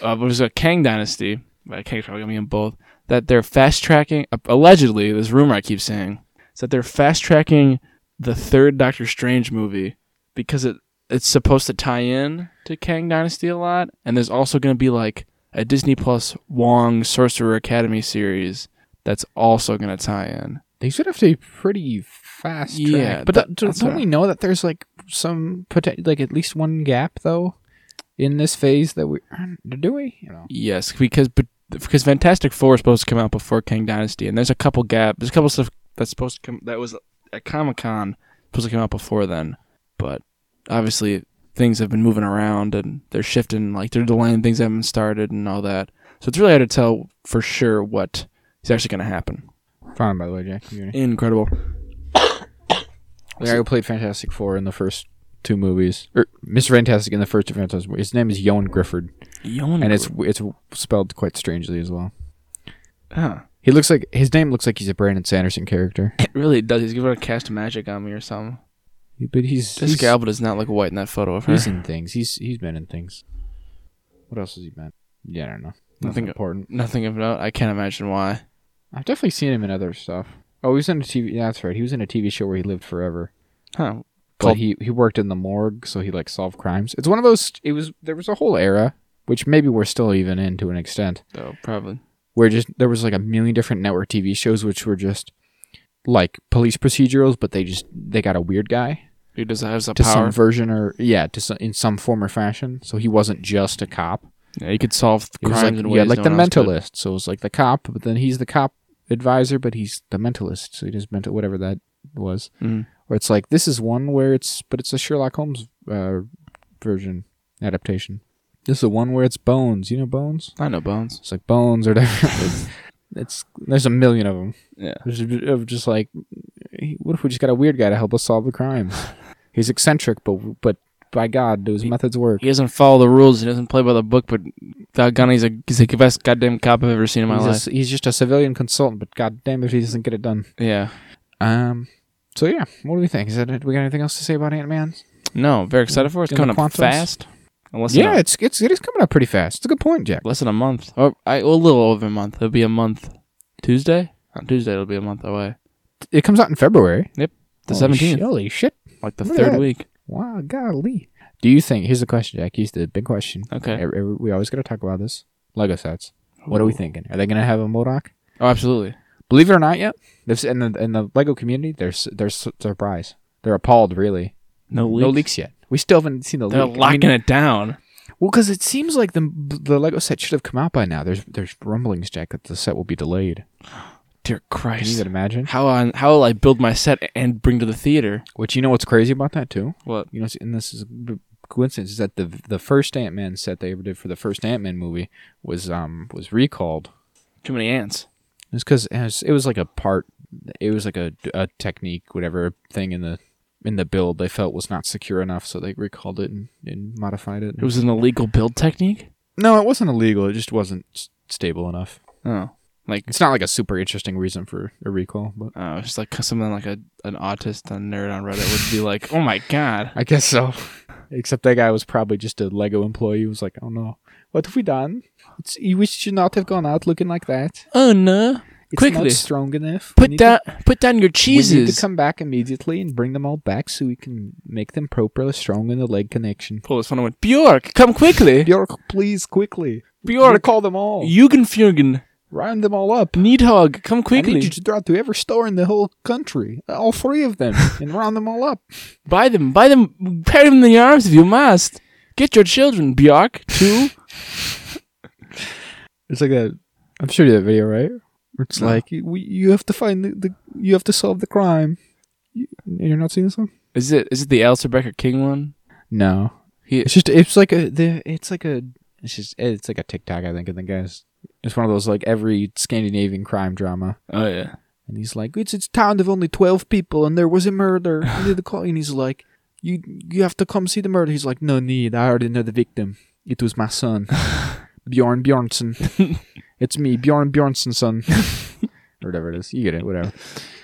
[SPEAKER 1] Uh, but it was a Kang Dynasty. But Kang's probably going to be in both. That they're fast tracking. allegedly, this rumor I keep saying is that they're fast tracking the third Doctor Strange movie because it it's supposed to tie in to Kang Dynasty a lot. And there's also going to be like a Disney Plus Wong Sorcerer Academy series that's also going to tie in.
[SPEAKER 2] They should have to be pretty fast.
[SPEAKER 1] Yeah,
[SPEAKER 2] track. but
[SPEAKER 1] that-
[SPEAKER 2] th- don't
[SPEAKER 1] that's what I-
[SPEAKER 2] we know that there's like some poten- like at least one gap though in this phase that we do we? You know,
[SPEAKER 1] Yes, because but, because Fantastic Four is supposed to come out before King Dynasty, and there's a couple gap. There's a couple stuff that's supposed to come that was at Comic Con supposed to come out before then, but obviously things have been moving around and they're shifting, like they're delaying things that haven't started and all that. So it's really hard to tell for sure what is actually going to happen.
[SPEAKER 2] fine by the way, Jack. you
[SPEAKER 1] Incredible.
[SPEAKER 2] The guy who played Fantastic Four in the first two movies, or Mr. Fantastic in the first two Fantastic movies, his name is Yoan Grifford,
[SPEAKER 1] Yawn
[SPEAKER 2] and it's it's spelled quite strangely as well.
[SPEAKER 1] huh.
[SPEAKER 2] He looks like his name looks like he's a Brandon Sanderson character,
[SPEAKER 1] It really does. He's giving a cast of magic on me or something.
[SPEAKER 2] but he's
[SPEAKER 1] This
[SPEAKER 2] he's,
[SPEAKER 1] Galba does not look white in that photo of her.
[SPEAKER 2] he's in things. He's he's been in things. What else has he been? Yeah, I don't know. Nothing
[SPEAKER 1] Nothing-
[SPEAKER 2] important.
[SPEAKER 1] Nothing of note. I can't imagine why.
[SPEAKER 2] I've definitely seen him in other stuff. Oh, he was in a TV. Yeah, that's right. He was in a TV show where he lived forever.
[SPEAKER 1] Huh.
[SPEAKER 2] but
[SPEAKER 1] Called-
[SPEAKER 2] he he worked in the morgue, so he like solved crimes. It's one of those. It was there was a whole era, which maybe we're still even in to an extent,
[SPEAKER 1] Oh, probably.
[SPEAKER 2] where just there was like a million different network TV shows, which were just like police procedurals, but they just they got a weird guy
[SPEAKER 1] He does have the
[SPEAKER 2] to
[SPEAKER 1] power.
[SPEAKER 2] some version or yeah, to some, in some form or fashion. So he wasn't just a cop.
[SPEAKER 1] yeah, he could solve
[SPEAKER 2] He
[SPEAKER 1] crimes
[SPEAKER 2] was like
[SPEAKER 1] in
[SPEAKER 2] yeah,
[SPEAKER 1] ways
[SPEAKER 2] like
[SPEAKER 1] no
[SPEAKER 2] the
[SPEAKER 1] one else could.
[SPEAKER 2] mentalist. So it was like the cop, but then he's the cop advisor, but he's the mentalist. So he does mental whatever that was.
[SPEAKER 1] Mhm.
[SPEAKER 2] Or it's like this is one where it's but it's a Sherlock Holmes uh, version adaptation. This is the one where it's Bones. You know Bones?
[SPEAKER 1] I know Bones.
[SPEAKER 2] It's like Bones or whatever. it's, it's there's a million of them.
[SPEAKER 1] Yeah.
[SPEAKER 2] There's a bit of just like he- what if we just got a weird guy to help us solve the crimes? He's eccentric, but but by God, do his methods work?
[SPEAKER 1] He doesn't follow the rules. He doesn't play by the book. But doggone, he's a he's the best goddamn cop I've ever seen in my
[SPEAKER 2] he's,
[SPEAKER 1] life.
[SPEAKER 2] A, he's just a civilian consultant, but God damn if he doesn't get it done.
[SPEAKER 1] yeah.
[SPEAKER 2] Um. So yeah, what do we think? Is that it? We got anything else to say about Ant Man?
[SPEAKER 1] No, very excited for it. It's
[SPEAKER 2] Doing the
[SPEAKER 1] coming up
[SPEAKER 2] quantums?
[SPEAKER 1] fast. Unless
[SPEAKER 2] Yeah, it's it's it is coming up pretty fast. It's a good point, Jack.
[SPEAKER 1] less than a month. Or I, a little over a month. It'll be a month. Tuesday? On Tuesday, it'll be a month away.
[SPEAKER 2] It comes out in February.
[SPEAKER 1] The
[SPEAKER 2] Holy
[SPEAKER 1] 17th.
[SPEAKER 2] shit, Holy shit!
[SPEAKER 1] Like the
[SPEAKER 2] Look at
[SPEAKER 1] third
[SPEAKER 2] that.
[SPEAKER 1] week.
[SPEAKER 2] Wow, golly. Do you think? Here's the question, Jack. Here's the big question.
[SPEAKER 1] Okay.
[SPEAKER 2] Every- every- we always got to talk about this. Lego sets. What are we
[SPEAKER 1] Ooh.
[SPEAKER 2] thinking? Are they gonna have a Modoc?
[SPEAKER 1] Oh, absolutely.
[SPEAKER 2] Believe it or not, yet this in the in the Lego community, they're s- they're s- surprised. They're appalled, really.
[SPEAKER 1] No leaks.
[SPEAKER 2] No leaks yet. We still haven't seen the
[SPEAKER 1] They're
[SPEAKER 2] leak. I mean,
[SPEAKER 1] locking it down.
[SPEAKER 2] Well, because it seems like the the Lego set should have come out by now. There's there's rumblings, Jack, that the set will be delayed.
[SPEAKER 1] Dear
[SPEAKER 2] Can you
[SPEAKER 1] Christ.
[SPEAKER 2] even imagine?
[SPEAKER 1] How on how will I build my set and bring to the theater?
[SPEAKER 2] Which you know what's crazy about that too?
[SPEAKER 1] What?
[SPEAKER 2] You know, and this is a b- coincidence is that the the first Ant Man set they ever did for the first Ant Man movie was um was recalled.
[SPEAKER 1] Too many ants.
[SPEAKER 2] It's because it, was- it was like a part, it was like a, a technique, whatever thing in the in the build they felt was not secure enough, so they recalled it and, and modified it.
[SPEAKER 1] It was an illegal build technique.
[SPEAKER 2] no, it wasn't illegal. It just wasn't s- stable enough.
[SPEAKER 1] Oh, like
[SPEAKER 2] It's not like a super interesting reason for a recall, but
[SPEAKER 1] oh, it's just like something like a an autist, a nerd on Reddit would be like, oh my god.
[SPEAKER 2] I guess so. Except that guy was probably just a Lego employee who was like, oh no, what have we done? It's, we should not have gone out looking like that.
[SPEAKER 1] Oh no!
[SPEAKER 2] It's
[SPEAKER 1] Quickly.
[SPEAKER 2] not strong enough. We
[SPEAKER 1] Put
[SPEAKER 2] need
[SPEAKER 1] down,
[SPEAKER 2] to-
[SPEAKER 1] put down your
[SPEAKER 2] We need to
[SPEAKER 1] cheeses.
[SPEAKER 2] come back immediately and bring them all back so we can make them properly strong in the leg connection.
[SPEAKER 1] Pull this phone and went, Bjork, come quickly.
[SPEAKER 2] Bjork, please, quickly. Bjork,
[SPEAKER 1] Bjork,
[SPEAKER 2] call them all.
[SPEAKER 1] Jugendfjugend,
[SPEAKER 2] Round them all up.
[SPEAKER 1] Needhog, come
[SPEAKER 2] I
[SPEAKER 1] quickly.
[SPEAKER 2] need you to draw to every store in the whole country, all three of them, and round them all up.
[SPEAKER 1] buy them, buy them, carry them in your arms if you must. Get your children, Bjork, too.
[SPEAKER 2] It's like a. I'm sure you have that video, right? It's
[SPEAKER 1] No.
[SPEAKER 2] like you, we, you have to find the, the you have to solve the crime. You, you're not seeing this one?
[SPEAKER 1] is it is it the Elsterbecker King one?
[SPEAKER 2] No.
[SPEAKER 1] He-
[SPEAKER 2] it's just it's like a the it's like a it's just it's like a TikTok I think of the guys. It's one of those like every Scandinavian crime drama.
[SPEAKER 1] Oh yeah.
[SPEAKER 2] And he's like, it's it's a town of only twelve people, and there was a murder. We need to call. And he's like, you you have to come see the murder. He's like, no need. I already know the victim. It was my son, Bjorn Bjornsson. it's me, Bjorn Bjornsson, son, or whatever it is. You get it, whatever.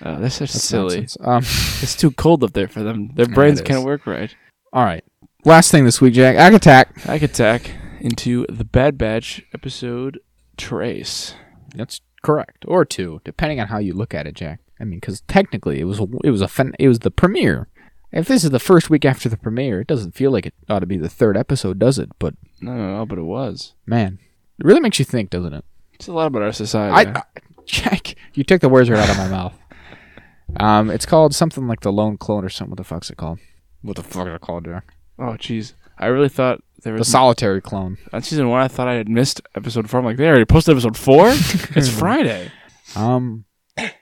[SPEAKER 1] Oh, that's just
[SPEAKER 2] That's
[SPEAKER 1] silly.
[SPEAKER 2] nonsense. Um,
[SPEAKER 1] It's too cold up there for them. Their
[SPEAKER 2] Yeah,
[SPEAKER 1] brains
[SPEAKER 2] it is.
[SPEAKER 1] can't work right.
[SPEAKER 2] all right. Last thing this week, Jack. Ag attack.
[SPEAKER 1] Hack attack into the Bad Batch episode Trace.
[SPEAKER 2] That's correct, or two, depending on how you look at it, Jack. I mean, because technically, it was a- it was a fin- it was the premiere. If this is the first week after the premiere, it doesn't feel like it ought to be the third episode, does it? But
[SPEAKER 1] No, no, no, but it was.
[SPEAKER 2] Man, it really makes you think, doesn't it?
[SPEAKER 1] It's a lot about our
[SPEAKER 2] I,
[SPEAKER 1] society.
[SPEAKER 2] I Jack, you took the words right out of my mouth. Um, it's called something like the lone clone or something. What the fuck's it called? What the fuck is it called, Jack?
[SPEAKER 1] oh, jeez. I really thought there
[SPEAKER 2] The
[SPEAKER 1] was
[SPEAKER 2] solitary clone.
[SPEAKER 1] on season one. I thought I had missed episode four. I'm like, they already posted episode four. it's Friday.
[SPEAKER 2] Um,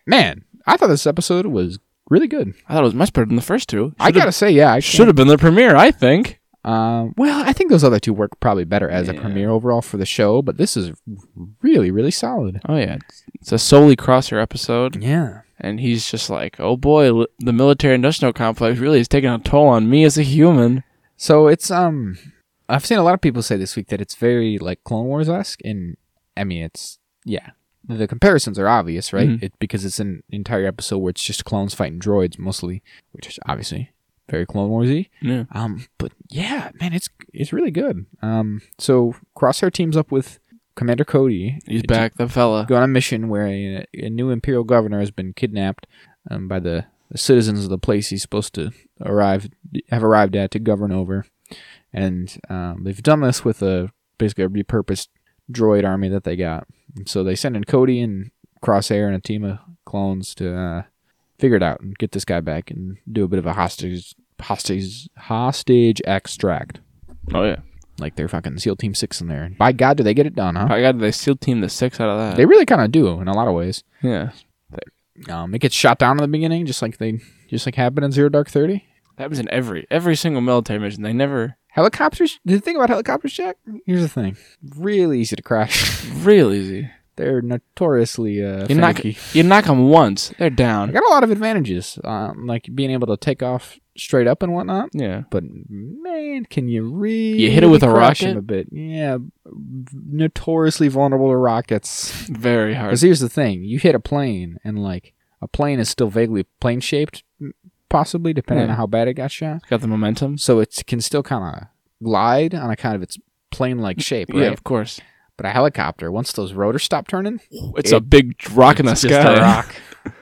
[SPEAKER 2] man, I thought this episode was really good.
[SPEAKER 1] I thought it was much better than the first two.
[SPEAKER 2] I gotta say, yeah, I
[SPEAKER 1] should
[SPEAKER 2] should.
[SPEAKER 1] have been the premiere. I think.
[SPEAKER 2] Um, well, I think those other two work probably better as a
[SPEAKER 1] Yeah.
[SPEAKER 2] premiere overall for the show, but this is really, really solid.
[SPEAKER 1] Oh yeah, it's, it's a solely crosser episode.
[SPEAKER 2] Yeah.
[SPEAKER 1] and he's just like, "Oh boy, l- the military-industrial complex really is taking a toll on me as a human."
[SPEAKER 2] So it's um, I've seen a lot of people say this week that it's very like Clone Wars esque, and I mean it's yeah. The comparisons are obvious, right?
[SPEAKER 1] Mhm.
[SPEAKER 2] It, because it's an entire episode where it's just clones fighting droids mostly, which is obviously very Clone Warsy.
[SPEAKER 1] Yeah.
[SPEAKER 2] Um, but yeah, man, it's it's really good. Um, so Crosshair teams up with Commander Cody. uh,
[SPEAKER 1] He's
[SPEAKER 2] to
[SPEAKER 1] back, the fella.
[SPEAKER 2] Go on a mission where a, a new Imperial governor has been kidnapped um, by the, the citizens of the place he's supposed to arrive have arrived at to govern over, and um, they've done this with a basically a repurposed droid army that they got. So they send in Cody and Crosshair and a team of clones to uh, figure it out and get this guy back and do a bit of a hostage hostage hostage extract.
[SPEAKER 1] Oh yeah.
[SPEAKER 2] Like they're fucking SEAL Team Six in there. And by God, do they get it done, huh?
[SPEAKER 1] I got they SEAL team the six out of that.
[SPEAKER 2] They really kind of do in a lot of ways.
[SPEAKER 1] yeah.
[SPEAKER 2] Um, it gets shot down in the beginning, just like they just like happened in Zero Dark Thirty.
[SPEAKER 1] That happens in every every single military mission. They never
[SPEAKER 2] Helicopters. The thing about helicopters, Jack. Here's the thing: really easy to crash.
[SPEAKER 1] real easy.
[SPEAKER 2] They're notoriously uh,
[SPEAKER 1] You knock,
[SPEAKER 2] finicky.
[SPEAKER 1] you knock them once, they're
[SPEAKER 2] I
[SPEAKER 1] down.
[SPEAKER 2] got a lot of advantages, um, like being able to take off straight up and whatnot.
[SPEAKER 1] Yeah.
[SPEAKER 2] But man, can you really?
[SPEAKER 1] hit it with a
[SPEAKER 2] crush 'em
[SPEAKER 1] rocket?
[SPEAKER 2] a bit. Yeah, notoriously vulnerable to rockets.
[SPEAKER 1] Very hard.
[SPEAKER 2] Because here's the thing: you hit a plane, and like a plane is still vaguely plane shaped, possibly depending
[SPEAKER 1] Yeah.
[SPEAKER 2] on how bad it got shot.
[SPEAKER 1] Got the momentum.
[SPEAKER 2] So it can still kind of glide on account of its plane like shape, right?
[SPEAKER 1] Mm, Yeah, of course.
[SPEAKER 2] But a helicopter, once those rotors stop turning,
[SPEAKER 1] It's a big rock in the
[SPEAKER 2] it's just
[SPEAKER 1] sky.
[SPEAKER 2] a rock.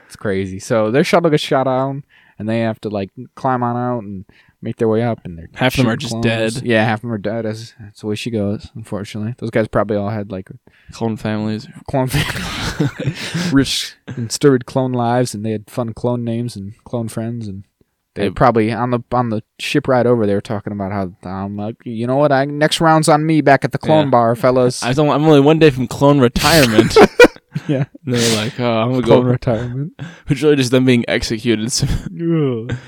[SPEAKER 2] it's crazy. So their shuttle gets shot down, and they have to like climb on out and make their way up. And they're
[SPEAKER 1] Half of them are just
[SPEAKER 2] shooting clones.
[SPEAKER 1] dead.
[SPEAKER 2] Yeah, half of them are dead. That's, that's the way she goes. Unfortunately, those guys probably all had like
[SPEAKER 1] Clone families.
[SPEAKER 2] clone rich and stirred clone lives and they had fun clone names and clone friends and they
[SPEAKER 1] Hey.
[SPEAKER 2] probably on the on the ship ride over they were talking about how um, like, you know what I next round's on me back at the clone
[SPEAKER 1] Yeah.
[SPEAKER 2] bar fellas
[SPEAKER 1] I don't, I'm only one day from clone retirement.
[SPEAKER 2] yeah
[SPEAKER 1] and they're like, oh, I'm gonna
[SPEAKER 2] clone
[SPEAKER 1] go.
[SPEAKER 2] retirement
[SPEAKER 1] It's really just them being executed.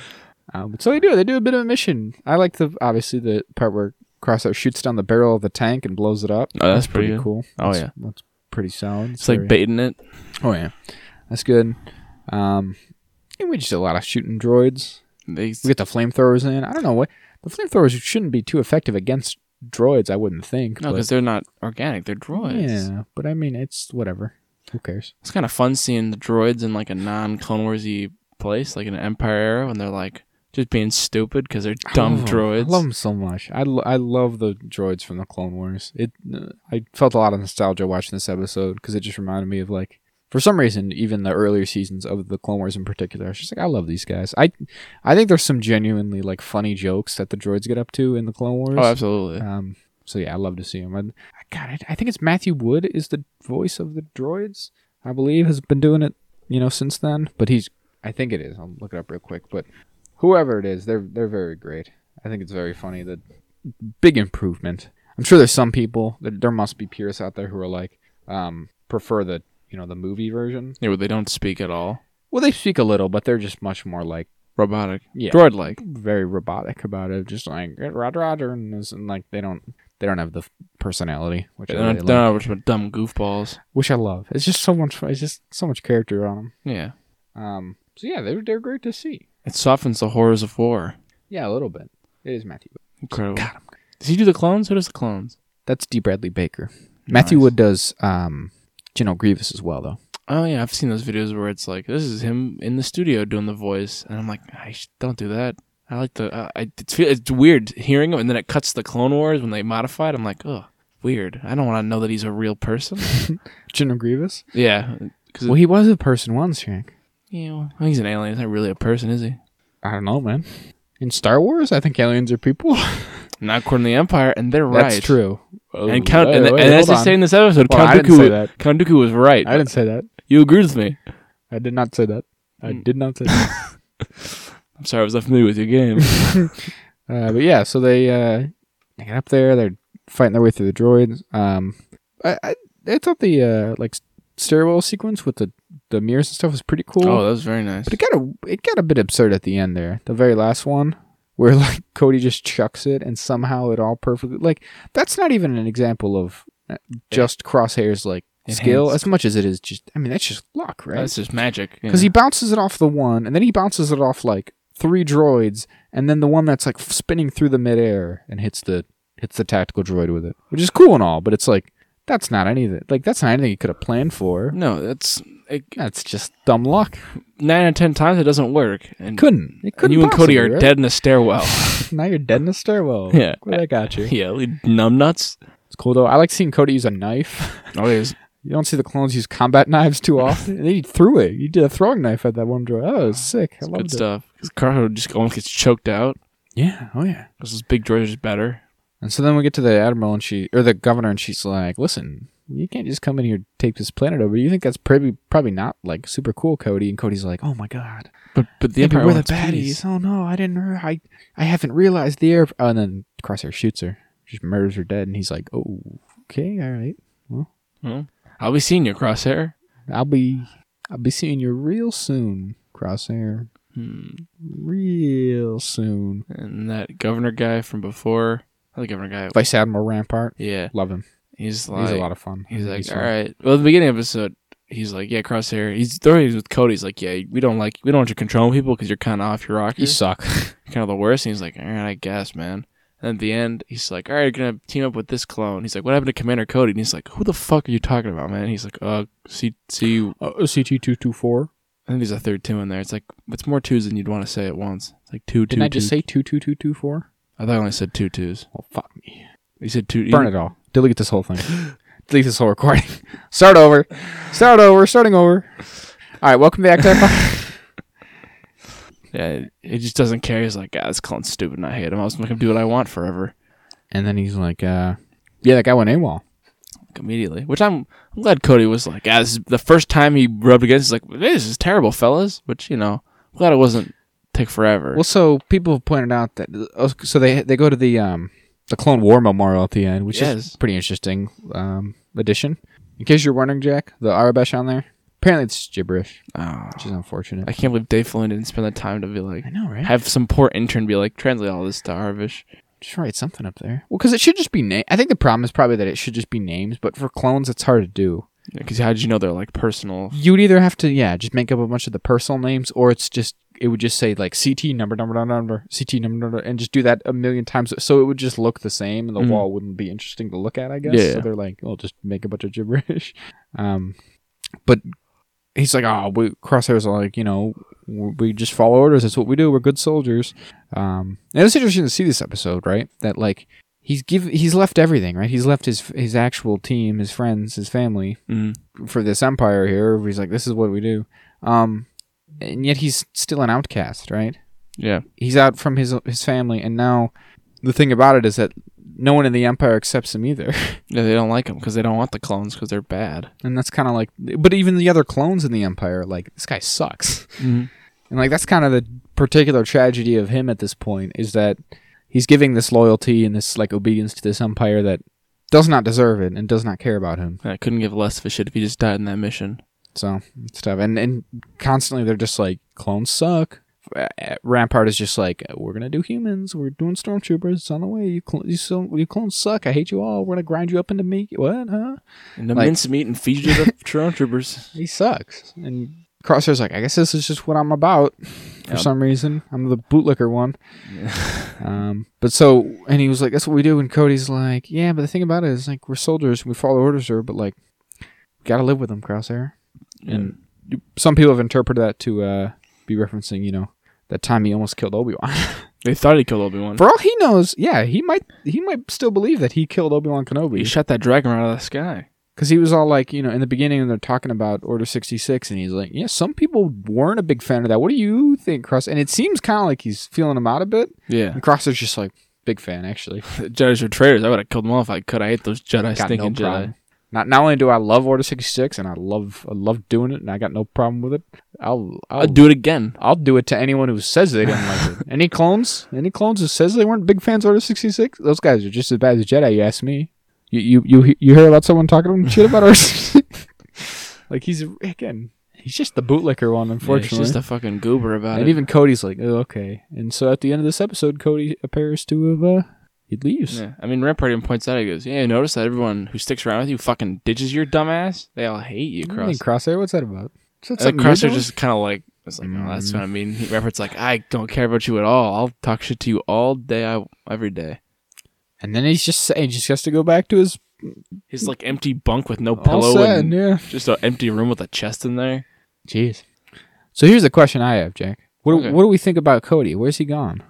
[SPEAKER 1] So
[SPEAKER 2] um, so they do they do a bit of a mission I like the obviously the part where Crosshair shoots down the barrel of the tank and blows it up
[SPEAKER 1] Oh, that's pretty good.
[SPEAKER 2] cool
[SPEAKER 1] Oh,
[SPEAKER 2] That's-
[SPEAKER 1] yeah.
[SPEAKER 2] that's pretty solid
[SPEAKER 1] it's like
[SPEAKER 2] very-
[SPEAKER 1] baiting it.
[SPEAKER 2] oh yeah that's good um and we just did a lot of shooting droids
[SPEAKER 1] They,
[SPEAKER 2] We get the flamethrowers in. I don't know what the flamethrowers shouldn't be too effective against droids. I wouldn't think.
[SPEAKER 1] no,
[SPEAKER 2] but-
[SPEAKER 1] because they're not organic. They're droids.
[SPEAKER 2] yeah, but I mean, it's whatever. Who cares?
[SPEAKER 1] It's kind of fun seeing the droids in like a non Clone Warsy place, like in an Empire era, when they're like just being stupid because they're dumb
[SPEAKER 2] Oh,
[SPEAKER 1] droids.
[SPEAKER 2] I love them so much. I, lo- I love the droids from the Clone Wars. It uh, I felt a lot of nostalgia watching this episode because it just reminded me of like for some reason even the earlier seasons of the Clone Wars in particular. I was just like I love these guys. I I think there's some genuinely like funny jokes that the droids get up to in the Clone Wars.
[SPEAKER 1] oh, absolutely.
[SPEAKER 2] Um, so yeah, I love to see him. I, I got it. I think it's Matthew Wood is the voice of the droids. I believe has been doing it, you know, since then. But he's, I think it is. I'll look it up real quick. But whoever it is, they're they're very great. I think it's very funny. The big improvement. I'm sure there's some people. There, there must be purists out there who are like, um, prefer the you know the movie version.
[SPEAKER 1] Yeah, but they don't speak at all.
[SPEAKER 2] Well, they speak a little, but they're just much more like
[SPEAKER 1] Robotic.
[SPEAKER 2] yeah,
[SPEAKER 1] Droid like.
[SPEAKER 2] very robotic about it, just like "Eh, Roger Roger, and, this," and like they don't they don't have the f- personality, which I
[SPEAKER 1] They're
[SPEAKER 2] really
[SPEAKER 1] not,
[SPEAKER 2] love.
[SPEAKER 1] they're not a bunch of dumb goofballs.
[SPEAKER 2] which I love. It's just so much, fun. it's just so much character on
[SPEAKER 1] Yeah.
[SPEAKER 2] them. Um, so yeah, they're they're great to see.
[SPEAKER 1] It softens the horrors of war.
[SPEAKER 2] Yeah, a little bit. It is Matthew. Wood.
[SPEAKER 1] Incredible. Does he do the clones? Who does the clones?
[SPEAKER 2] That's D. Bradley Baker. Matthew
[SPEAKER 1] Nice.
[SPEAKER 2] Wood does um, General Grievous as well, though.
[SPEAKER 1] Oh yeah, I've seen those videos where it's like this is him in the studio doing the voice, and I'm like, I sh- don't do that. I like the. Uh, I it's, feel- it's weird hearing him, and then it cuts the Clone Wars when they modify it. I'm like, oh, weird. I don't want to know that he's a real person.
[SPEAKER 2] General Grievous.
[SPEAKER 1] yeah, because
[SPEAKER 2] Well, he was a person once, Shank.
[SPEAKER 1] you know, he's an alien. He's not really a person, is he?
[SPEAKER 2] I don't know, man. In Star Wars, I think aliens are people.
[SPEAKER 1] Not according to the Empire, and they're right.
[SPEAKER 2] That's true.
[SPEAKER 1] And count,
[SPEAKER 2] Oh,
[SPEAKER 1] and,
[SPEAKER 2] wait, wait,
[SPEAKER 1] and as
[SPEAKER 2] hold
[SPEAKER 1] they
[SPEAKER 2] on.
[SPEAKER 1] say in this episode,
[SPEAKER 2] Well, I
[SPEAKER 1] Count
[SPEAKER 2] didn't say
[SPEAKER 1] Dooku,
[SPEAKER 2] that.
[SPEAKER 1] Count Dooku was right.
[SPEAKER 2] I didn't say that.
[SPEAKER 1] you agreed with me.
[SPEAKER 2] I did not say that. I
[SPEAKER 1] Mm.
[SPEAKER 2] did not say that.
[SPEAKER 1] I'm sorry, I was unfamiliar with your game.
[SPEAKER 2] uh, but yeah, so they uh, they get up there. They're fighting their way through the droids. Um, I I, I thought the uh, like stairwell sequence with the the mirrors and stuff was pretty cool.
[SPEAKER 1] oh, that was very nice.
[SPEAKER 2] but it got a it got a bit absurd at the end there. The very last one where like Cody just chucks it and somehow it all perfectly like that's not even an example of uh, just Crosshair's like skill
[SPEAKER 1] Enhanced.
[SPEAKER 2] as much as it is just. I mean, that's just luck, right?
[SPEAKER 1] That's just magic.
[SPEAKER 2] Because he bounces it off the one, and then he bounces it off like three droids, and then the one that's like spinning through the midair and hits the hits the tactical droid with it, which is cool and all, but it's like that's not anything. Like that's not anything you could have planned for.
[SPEAKER 1] no, that's it,
[SPEAKER 2] That's just dumb luck.
[SPEAKER 1] nine out of ten times it doesn't work. And,
[SPEAKER 2] Couldn't. It
[SPEAKER 1] and
[SPEAKER 2] couldn't
[SPEAKER 1] you and Cody
[SPEAKER 2] possibly,
[SPEAKER 1] are
[SPEAKER 2] right?
[SPEAKER 1] dead in a stairwell.
[SPEAKER 2] Now you're dead in a stairwell.
[SPEAKER 1] Yeah.
[SPEAKER 2] Glad I got you.
[SPEAKER 1] yeah, like, numbnuts.
[SPEAKER 2] It's cool though. I like seeing Cody use a knife.
[SPEAKER 1] Oh, he's
[SPEAKER 2] You don't see the clones use combat knives too often. they threw it. You did a throwing knife at that one droid. Oh, it was sick. I loved
[SPEAKER 1] good
[SPEAKER 2] it.
[SPEAKER 1] stuff. Because Carho just almost gets choked out
[SPEAKER 2] Yeah. Oh yeah.
[SPEAKER 1] because those big droids are just better.
[SPEAKER 2] And so then we get to the admiral and she or the governor and she's like, "Listen, you can't just come in here and take this planet over. You think that's probably probably not like super cool, Cody?" And Cody's like, "Oh my god,
[SPEAKER 1] But but the
[SPEAKER 2] maybe
[SPEAKER 1] Empire
[SPEAKER 2] we're the
[SPEAKER 1] wants
[SPEAKER 2] baddies.
[SPEAKER 1] peace.
[SPEAKER 2] Oh no, I didn't. re- I I haven't realized the air." Oh, and then Crosshair shoots her, just murders her dead, and he's like, "Oh, okay, all right.
[SPEAKER 1] I'll be seeing you, Crosshair.
[SPEAKER 2] I'll be I'll be seeing you real soon, Crosshair,
[SPEAKER 1] Hmm.
[SPEAKER 2] real soon."
[SPEAKER 1] And that governor guy from before, the governor guy.
[SPEAKER 2] Vice Admiral Rampart,
[SPEAKER 1] Yeah,
[SPEAKER 2] love him.
[SPEAKER 1] he's like
[SPEAKER 2] He's a lot of fun.
[SPEAKER 1] He's like, all
[SPEAKER 2] fun.
[SPEAKER 1] right. Well, at the beginning of the episode, he's like, yeah, crosshair. He's throwing he's with Cody. He's like, yeah, we don't like, we don't want you controlling people because you're kind of off your rocker.
[SPEAKER 2] You suck.
[SPEAKER 1] You're kind of the worst. And he's like, all right, I guess, man. And at the end, he's like, all right, you're gonna team up with this clone. He's like, what happened to Commander Cody? And he's like, who the fuck are you talking about, man? And he's like, uh, see, see, I
[SPEAKER 2] Uh, CT two two four.
[SPEAKER 1] think there's a third two in there. It's like it's more twos than you'd want to say at once. It's like two, two,
[SPEAKER 2] Didn't I just
[SPEAKER 1] two.
[SPEAKER 2] say two two two two four?
[SPEAKER 1] I thought I only said two twos.
[SPEAKER 2] Well, fuck me.
[SPEAKER 1] You said two.
[SPEAKER 2] Burn it all. Delete this whole thing. Delete this whole recording. Start over. Start over. Starting over. All right. Welcome back to Act
[SPEAKER 1] Yeah, it just doesn't care. He's like, ah, this clone's stupid. and I hate him. I was gonna do what I want forever.
[SPEAKER 2] And then he's like, uh, "Yeah, that guy went AWOL."
[SPEAKER 1] immediately. Which I'm, I'm glad Cody was like, ah, this is the first time he rubbed against, he's like, this is terrible, fellas. Which you know, I'm glad it wasn't take forever.
[SPEAKER 2] Well, so people have pointed out that oh, so they they go to the um the Clone War Memorial at the end, which is
[SPEAKER 1] Yes.
[SPEAKER 2] pretty interesting um addition. In case you're wondering, Jack, the Arabesh on there apparently it's gibberish,
[SPEAKER 1] Oh,
[SPEAKER 2] which is unfortunate.
[SPEAKER 1] I can't believe Dave Filoni didn't spend the time to be like,
[SPEAKER 2] know, right?
[SPEAKER 1] have some poor intern be like, translate all this to Arvish.
[SPEAKER 2] just write something up there. Well, because it should just be name. I think the problem is probably that it should just be names, but for clones, it's hard to do.
[SPEAKER 1] Because how did you know they're like personal?
[SPEAKER 2] You'd either have to, yeah, just make up a bunch of the personal names, or it's just it would just say like CT number number number number CT number number, and just do that a million times, so it would just look the same, and the
[SPEAKER 1] Mhm.
[SPEAKER 2] wall wouldn't be interesting to look at. I guess.
[SPEAKER 1] Yeah.
[SPEAKER 2] So they're like, oh, just make a bunch of gibberish. Um, but he's like, oh, we crosshairs are like, you know, w- we just follow orders. That's what we do. We're good soldiers. Um, and it's interesting to see this episode, right? That like he's give he's left everything, right? He's left his his actual team, his friends, his family
[SPEAKER 1] Mm.
[SPEAKER 2] for this empire here. He's like, this is what we do. Um, and yet he's still an outcast, right?
[SPEAKER 1] Yeah,
[SPEAKER 2] He's out from his his family, and now the thing about it is that no one in the empire accepts him either.
[SPEAKER 1] yeah, they don't like him because they don't want the clones because they're bad.
[SPEAKER 2] And that's kind of like, but even the other clones in the empire, are like this guy sucks. And like that's kind of the particular tragedy of him at this point is that he's giving this loyalty and this like obedience to this empire that does not deserve it and does not care about him.
[SPEAKER 1] I couldn't give less of a shit if he just died in that mission.
[SPEAKER 2] So it's tough. And and constantly they're just like clones suck. Uh, Rampart is just like we're gonna do humans. We're doing stormtroopers. It's on the way. You cl- you, so- you clones suck. I hate you all. We're gonna grind you up into meat. What? Huh?
[SPEAKER 1] And the
[SPEAKER 2] Like-
[SPEAKER 1] mincemeat and feed you to the stormtroopers.
[SPEAKER 2] He sucks. And Crosshair's like I guess this is just what I'm about. For
[SPEAKER 1] Yep.
[SPEAKER 2] some reason, I'm the bootlicker one.
[SPEAKER 1] Yeah.
[SPEAKER 2] Um, but so, and he was like, "That's what we do." And Cody's like, "Yeah, but the thing about it is, like, we're soldiers. We follow orders, sir. But like, we gotta live with them, Crosshair." And you- some people have interpreted that to uh, be referencing, you know, that time he almost killed Obi
[SPEAKER 1] Mm-hmm.
[SPEAKER 2] Wan.
[SPEAKER 1] they thought he killed Obi Wan.
[SPEAKER 2] For all he knows, yeah, he might, he might still believe that he killed Obi Wan Kenobi.
[SPEAKER 1] He shot that dragon right out of the sky.
[SPEAKER 2] Because he was all like, you know, in the beginning, and they're talking about Order 66, and he's like, yeah, some people weren't a big fan of that. What do you think, Cross? And it seems kind of like he's feeling him out a bit.
[SPEAKER 1] Yeah.
[SPEAKER 2] And Crosshair's just like, big fan, actually.
[SPEAKER 1] The Jedi's are traitors. I would have killed them all if I could. I hate those Jedi
[SPEAKER 2] Got
[SPEAKER 1] stinking
[SPEAKER 2] no problem.
[SPEAKER 1] Jedi.
[SPEAKER 2] Not not only do I love Order sixty six, and I love I love doing it, and I got no problem with it. I'll I'll,
[SPEAKER 1] I'd do it again.
[SPEAKER 2] I'll do it to anyone who says they didn't like it. Any clones? Any clones who says they weren't big fans of Order sixty six? Those guys are just as bad as Jedi. You ask me. You you you, he- you hear about someone talking shit about Order 66? like he's again. He's just the bootlicker one,
[SPEAKER 1] Unfortunately,
[SPEAKER 2] unfortunately.
[SPEAKER 1] just a fucking goober about
[SPEAKER 2] and
[SPEAKER 1] it.
[SPEAKER 2] even Cody's like, oh, okay. And so at the end of this episode, Cody appears to have uh, He leaves.
[SPEAKER 1] Yeah. I mean, Rampart even points out, he goes, Yeah, notice that everyone who sticks around with you fucking ditches your dumbass? They all hate you,
[SPEAKER 2] Crosshair.
[SPEAKER 1] Cross.
[SPEAKER 2] Crosshair, what's that about? So
[SPEAKER 1] It's like
[SPEAKER 2] something you're
[SPEAKER 1] Crosshair
[SPEAKER 2] doing?
[SPEAKER 1] just kind of like, it's like, oh, that's
[SPEAKER 2] Mm.
[SPEAKER 1] what I mean. He- Rampart's like, I don't care about you at all. I'll talk shit to you all day, I, every day.
[SPEAKER 2] And then he's just he just has to go back to his
[SPEAKER 1] His like empty bunk with no
[SPEAKER 2] all
[SPEAKER 1] pillow
[SPEAKER 2] sad,
[SPEAKER 1] and
[SPEAKER 2] yeah.
[SPEAKER 1] just an empty room with a chest in there.
[SPEAKER 2] Jeez. So here's the question I have, Jack. What do-
[SPEAKER 1] Okay.
[SPEAKER 2] what do we think about Cody? Where's he gone?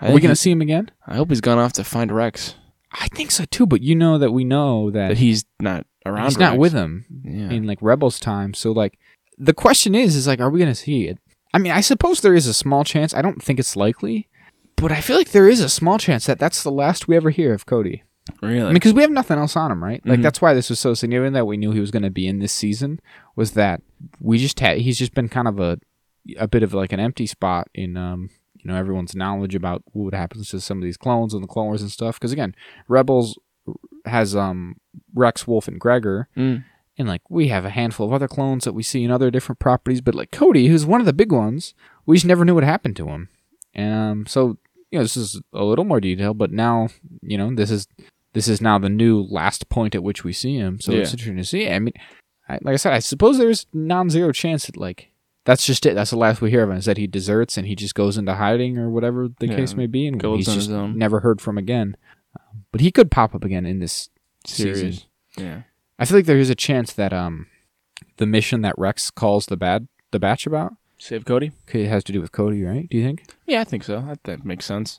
[SPEAKER 2] Are we
[SPEAKER 1] think
[SPEAKER 2] gonna
[SPEAKER 1] he-
[SPEAKER 2] see him again?
[SPEAKER 1] I hope he's gone off to find Rex.
[SPEAKER 2] I think so too, but you know that we know that
[SPEAKER 1] That he's not around.
[SPEAKER 2] he's not
[SPEAKER 1] Rex.
[SPEAKER 2] with him
[SPEAKER 1] Yeah.
[SPEAKER 2] in like Rebels time. So like the question is is like are we going to see it? I mean, I suppose there is a small chance. I don't think it's likely, but I feel like there is a small chance that that's the last we ever hear of Cody. I
[SPEAKER 1] really?
[SPEAKER 2] mean, because we have nothing else on him, right? Like
[SPEAKER 1] Mhm.
[SPEAKER 2] that's why this was so significant that we knew he was going to be in this season. Was that we just had? He's just been kind of a, a bit of like an empty spot in um you know everyone's knowledge about what happens to some of these clones and the clone wars and stuff. Because again, Rebels has um Rex, Wolf, and Gregor,
[SPEAKER 1] Mm.
[SPEAKER 2] and like we have a handful of other clones that we see in other different properties. But like Cody, who's one of the big ones, we just never knew what happened to him. Um, so you know this is a little more detail, but now you know this is this is now the new last point at which we see him. So it's
[SPEAKER 1] Yeah.
[SPEAKER 2] interesting to see. I mean, I, like I said, I suppose there's non-zero chance that like that's just it. That's the last we hear of him is that he deserts and he just goes into hiding or whatever the
[SPEAKER 1] Yeah,
[SPEAKER 2] case may be, and
[SPEAKER 1] goes
[SPEAKER 2] he's
[SPEAKER 1] on
[SPEAKER 2] just
[SPEAKER 1] his own.
[SPEAKER 2] never heard from again. Um, but he could pop up again in this season.
[SPEAKER 1] Serious. Yeah.
[SPEAKER 2] I feel like there is a chance that um, the mission that Rex calls the bad the batch about
[SPEAKER 1] Save Cody.
[SPEAKER 2] it has to do with Cody, right? Do you think?
[SPEAKER 1] Yeah, I think so. That, that makes sense.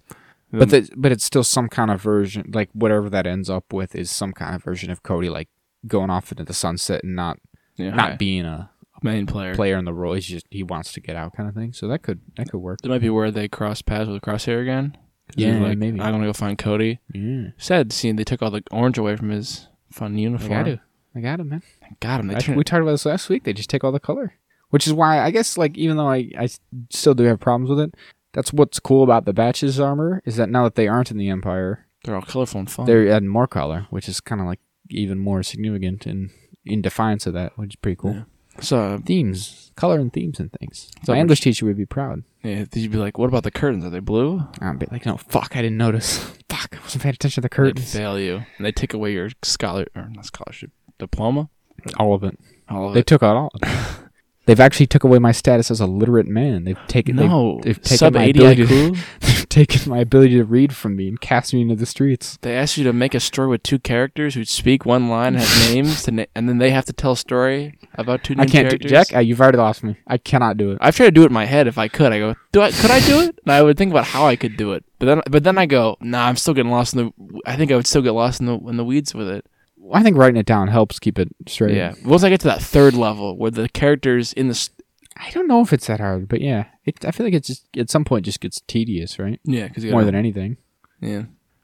[SPEAKER 2] But the, but it's still some kind of version, like whatever that ends up with is some kind of version of Cody, like going off into the sunset and not
[SPEAKER 1] yeah,
[SPEAKER 2] not
[SPEAKER 1] hi.
[SPEAKER 2] being a
[SPEAKER 1] main player.
[SPEAKER 2] player in the role. He's just he wants to get out, kind of thing. So that could that could work.
[SPEAKER 1] That might be where they cross paths with Crosshair again. 'Cause he's
[SPEAKER 2] Yeah,
[SPEAKER 1] like,
[SPEAKER 2] maybe.
[SPEAKER 1] I'm gonna go find Cody.
[SPEAKER 2] Yeah,
[SPEAKER 1] Sad seeing they took all the orange away from his fun
[SPEAKER 2] I
[SPEAKER 1] uniform.
[SPEAKER 2] got to, I got him, man.
[SPEAKER 1] Got him. They
[SPEAKER 2] I-
[SPEAKER 1] turned
[SPEAKER 2] we talked about this last week. They just take all the color, which is why I guess like even though I, I s- still do have problems with it, that's what's cool about the Batch's armor is that now that they aren't in the Empire,
[SPEAKER 1] they're all colorful and fun.
[SPEAKER 2] they're adding more color, which is kind of like even more significant and in defiance of that, which is pretty cool.
[SPEAKER 1] Yeah. So
[SPEAKER 2] Themes, color, and themes and things.
[SPEAKER 1] So
[SPEAKER 2] My
[SPEAKER 1] much-
[SPEAKER 2] English teacher would be proud.
[SPEAKER 1] yeah, you'd be like, What about the curtains? Are they blue?
[SPEAKER 2] I'd be like, no, fuck, I didn't notice. fuck, I wasn't paying attention
[SPEAKER 1] They
[SPEAKER 2] to the curtains.
[SPEAKER 1] fail you. And they take away your scholar or not scholarship. Diploma?
[SPEAKER 2] All of it.
[SPEAKER 1] All of
[SPEAKER 2] They
[SPEAKER 1] it.
[SPEAKER 2] took out all. Of it. They've actually took away my status as a literate man. They've taken they've-
[SPEAKER 1] no.
[SPEAKER 2] they've taken
[SPEAKER 1] Sub
[SPEAKER 2] my
[SPEAKER 1] 80
[SPEAKER 2] ability to-
[SPEAKER 1] IQ.
[SPEAKER 2] they've, taken my ability to read from me and cast me into the streets.
[SPEAKER 1] They ask you to make a story with two characters who speak one line and have names, to na- and then they have to tell a story about two.
[SPEAKER 2] I
[SPEAKER 1] named
[SPEAKER 2] can't do
[SPEAKER 1] characters.
[SPEAKER 2] Jack. uh, you've already lost me. I cannot do it.
[SPEAKER 1] I've tried to do it in my head. If I could, I go, do I? Could I do it? And I would think about how I could do it. But then, but then I go, nah, I'm still getting lost in the. I think I would still get lost in the in the weeds with it.
[SPEAKER 2] I think writing it down helps keep it straight.
[SPEAKER 1] Yeah. Once I get to that third level where the characters in the s
[SPEAKER 2] I don't know if it's that hard, but yeah, it, I feel like it just at some point just gets tedious, right?
[SPEAKER 1] yeah, because
[SPEAKER 2] More than anything.
[SPEAKER 1] yeah.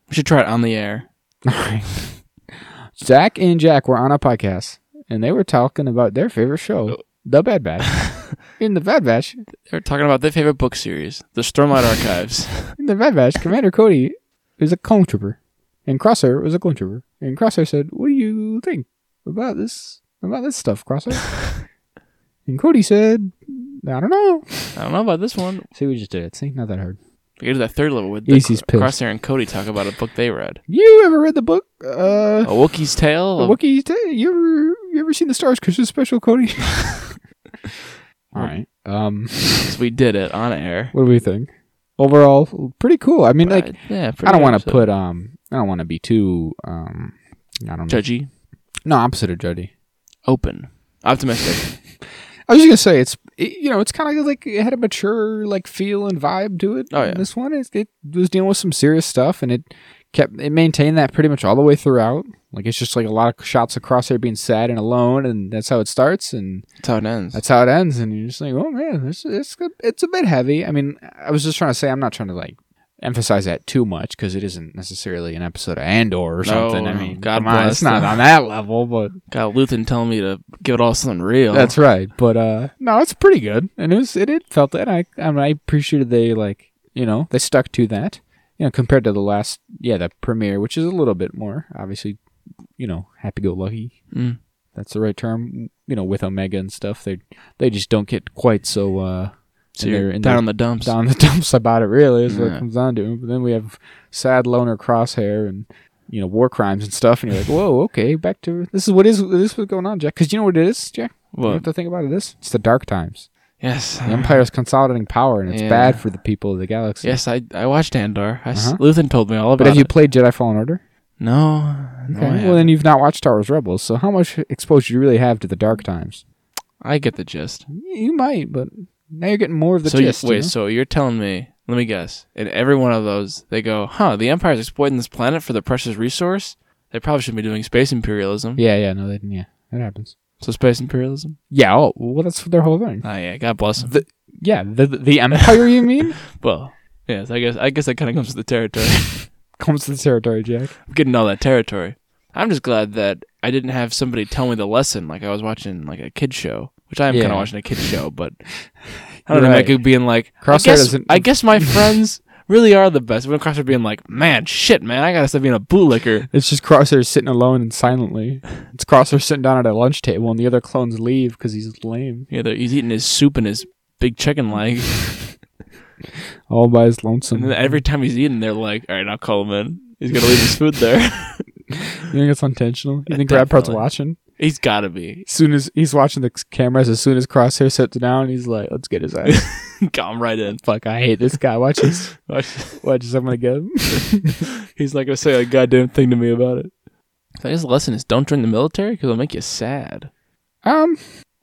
[SPEAKER 1] We should try it on the air.
[SPEAKER 2] Zach and Jack were on a podcast, and they were talking about their favorite show, The Bad Batch. in the Bad Batch,
[SPEAKER 1] They're talking about their favorite book series, The Stormlight Archives.
[SPEAKER 2] in the Bad Batch, Commander Cody is a clone trooper, and Crosshair was a clone trooper. And Crosshair said, "What do you think about this about this stuff, Crosshair?" and Cody said, "I don't know."
[SPEAKER 1] I don't know about this one.
[SPEAKER 2] See, we just did it. See, not that hard.
[SPEAKER 1] We get to that third level with the
[SPEAKER 2] Easy's
[SPEAKER 1] Cro-
[SPEAKER 2] pissed.
[SPEAKER 1] Crosshair and Cody talk about a book they read.
[SPEAKER 2] You ever read the book? Uh,
[SPEAKER 1] A Wookiee's Tale.
[SPEAKER 2] The
[SPEAKER 1] a-
[SPEAKER 2] Wookiee, t- you ever you ever seen the Stars Christmas special, Cody? All right. Um,
[SPEAKER 1] So we did it on air.
[SPEAKER 2] what do we think? Overall, pretty cool. I mean, like,
[SPEAKER 1] But, yeah,
[SPEAKER 2] I don't want to put um, I don't want to be too um, I don't know.
[SPEAKER 1] judgy,
[SPEAKER 2] No, opposite of judgy.
[SPEAKER 1] open, optimistic.
[SPEAKER 2] I was just gonna say it's it, you know it's kind of like it had a mature like feel and vibe to it.
[SPEAKER 1] Oh, yeah.
[SPEAKER 2] And This one is it was dealing with some serious stuff and it kept it maintained that pretty much all the way throughout. Like it's just like a lot of shots of Crosshair being sad and alone, and that's how it starts and.
[SPEAKER 1] That's how it ends.
[SPEAKER 2] that's how it ends and you're just like oh man this it's it's a bit heavy i mean i was just trying to say i'm not trying to like emphasize that too much because it isn't necessarily an episode of andor or something i
[SPEAKER 1] no.
[SPEAKER 2] mean
[SPEAKER 1] God
[SPEAKER 2] come on, it's
[SPEAKER 1] bless.
[SPEAKER 2] not on that level but
[SPEAKER 1] Got Luthen telling me to give it all something real.
[SPEAKER 2] that's right but uh no it's pretty good and it was it, it felt that I, I mean i appreciated they like you know they stuck to that you know compared to the last yeah the premiere which is a little bit more obviously you know happy-go-lucky
[SPEAKER 1] Mm.
[SPEAKER 2] that's the right term you know with omega and stuff they they just don't get quite so uh
[SPEAKER 1] So
[SPEAKER 2] And
[SPEAKER 1] you're
[SPEAKER 2] they're- and
[SPEAKER 1] down
[SPEAKER 2] they're
[SPEAKER 1] on the dumps.
[SPEAKER 2] down the dumps about it. Really, is what
[SPEAKER 1] Yeah.
[SPEAKER 2] it comes down to. But then we have sad loner crosshair and you know war crimes and stuff, and you're like, whoa, okay, back to this is what is this is what's going on, Jack? Because you know what it is, Jack. You know
[SPEAKER 1] What?
[SPEAKER 2] what the thing about it is, it's the dark times.
[SPEAKER 1] Yes.
[SPEAKER 2] The Empire's consolidating power, and it's
[SPEAKER 1] Yeah.
[SPEAKER 2] bad for the people of the galaxy.
[SPEAKER 1] Yes, I I watched Andor. I s
[SPEAKER 2] Uh-huh.
[SPEAKER 1] Luthen told me all about
[SPEAKER 2] But have
[SPEAKER 1] it.
[SPEAKER 2] you played Jedi Fallen Order?
[SPEAKER 1] no. no I,
[SPEAKER 2] Okay. well,
[SPEAKER 1] haven't.
[SPEAKER 2] then you've not watched Star Wars Rebels. So how much exposure do you really have to the dark times?
[SPEAKER 1] I get the gist.
[SPEAKER 2] You might, but now you're getting more of the
[SPEAKER 1] so
[SPEAKER 2] gist.
[SPEAKER 1] you,
[SPEAKER 2] you
[SPEAKER 1] wait,
[SPEAKER 2] know?
[SPEAKER 1] so you're telling me? Let me guess. In every one of those, they go, "Huh? The Empire's exploiting this planet for the precious resource. They probably should be doing space imperialism."
[SPEAKER 2] Yeah, yeah, no, they didn't. Yeah, that happens.
[SPEAKER 1] So space imperialism.
[SPEAKER 2] Yeah, oh, well, that's their whole thing.
[SPEAKER 1] Oh yeah, God bless them.
[SPEAKER 2] Yeah, the the, the Empire, you mean?
[SPEAKER 1] well, yes, I guess I guess that kind of comes with the territory.
[SPEAKER 2] Comes to the territory, Jack.
[SPEAKER 1] I'm getting all that territory. I'm just glad that I didn't have somebody tell me the lesson like I was watching like a kid show, which I am kind
[SPEAKER 2] Yeah.
[SPEAKER 1] of watching a kid show, but I don't know.
[SPEAKER 2] You're
[SPEAKER 1] Right. Mecca being like, I
[SPEAKER 2] Crosshair
[SPEAKER 1] guess,
[SPEAKER 2] doesn't-
[SPEAKER 1] I guess my friends really are the best. When Crosshair being like, man, shit, man, I gotta stop being a bootlicker.
[SPEAKER 2] It's just Crosshair sitting alone and silently. It's Crosshair sitting down at a lunch table, and the other clones leave because he's lame,
[SPEAKER 1] You know, he's eating his soup and his big chicken leg,
[SPEAKER 2] all by his
[SPEAKER 1] and
[SPEAKER 2] lonesome.
[SPEAKER 1] then every time he's eating, they're like, all right, I'll call him in. He's gonna leave his food there.
[SPEAKER 2] You think it's intentional? You think Radpart's
[SPEAKER 1] Definitely.
[SPEAKER 2] watching?
[SPEAKER 1] he's gotta be.
[SPEAKER 2] As soon as he's watching the cameras, as soon as Crosshair sits down, he's like, "Let's get his ass."
[SPEAKER 1] Come right in.
[SPEAKER 2] Fuck, I hate this guy. Watch this. Watch this. I'm gonna get him.
[SPEAKER 1] He's not gonna say a goddamn thing to me about it. I guess the lesson is don't join the military because it'll make you sad.
[SPEAKER 2] Um,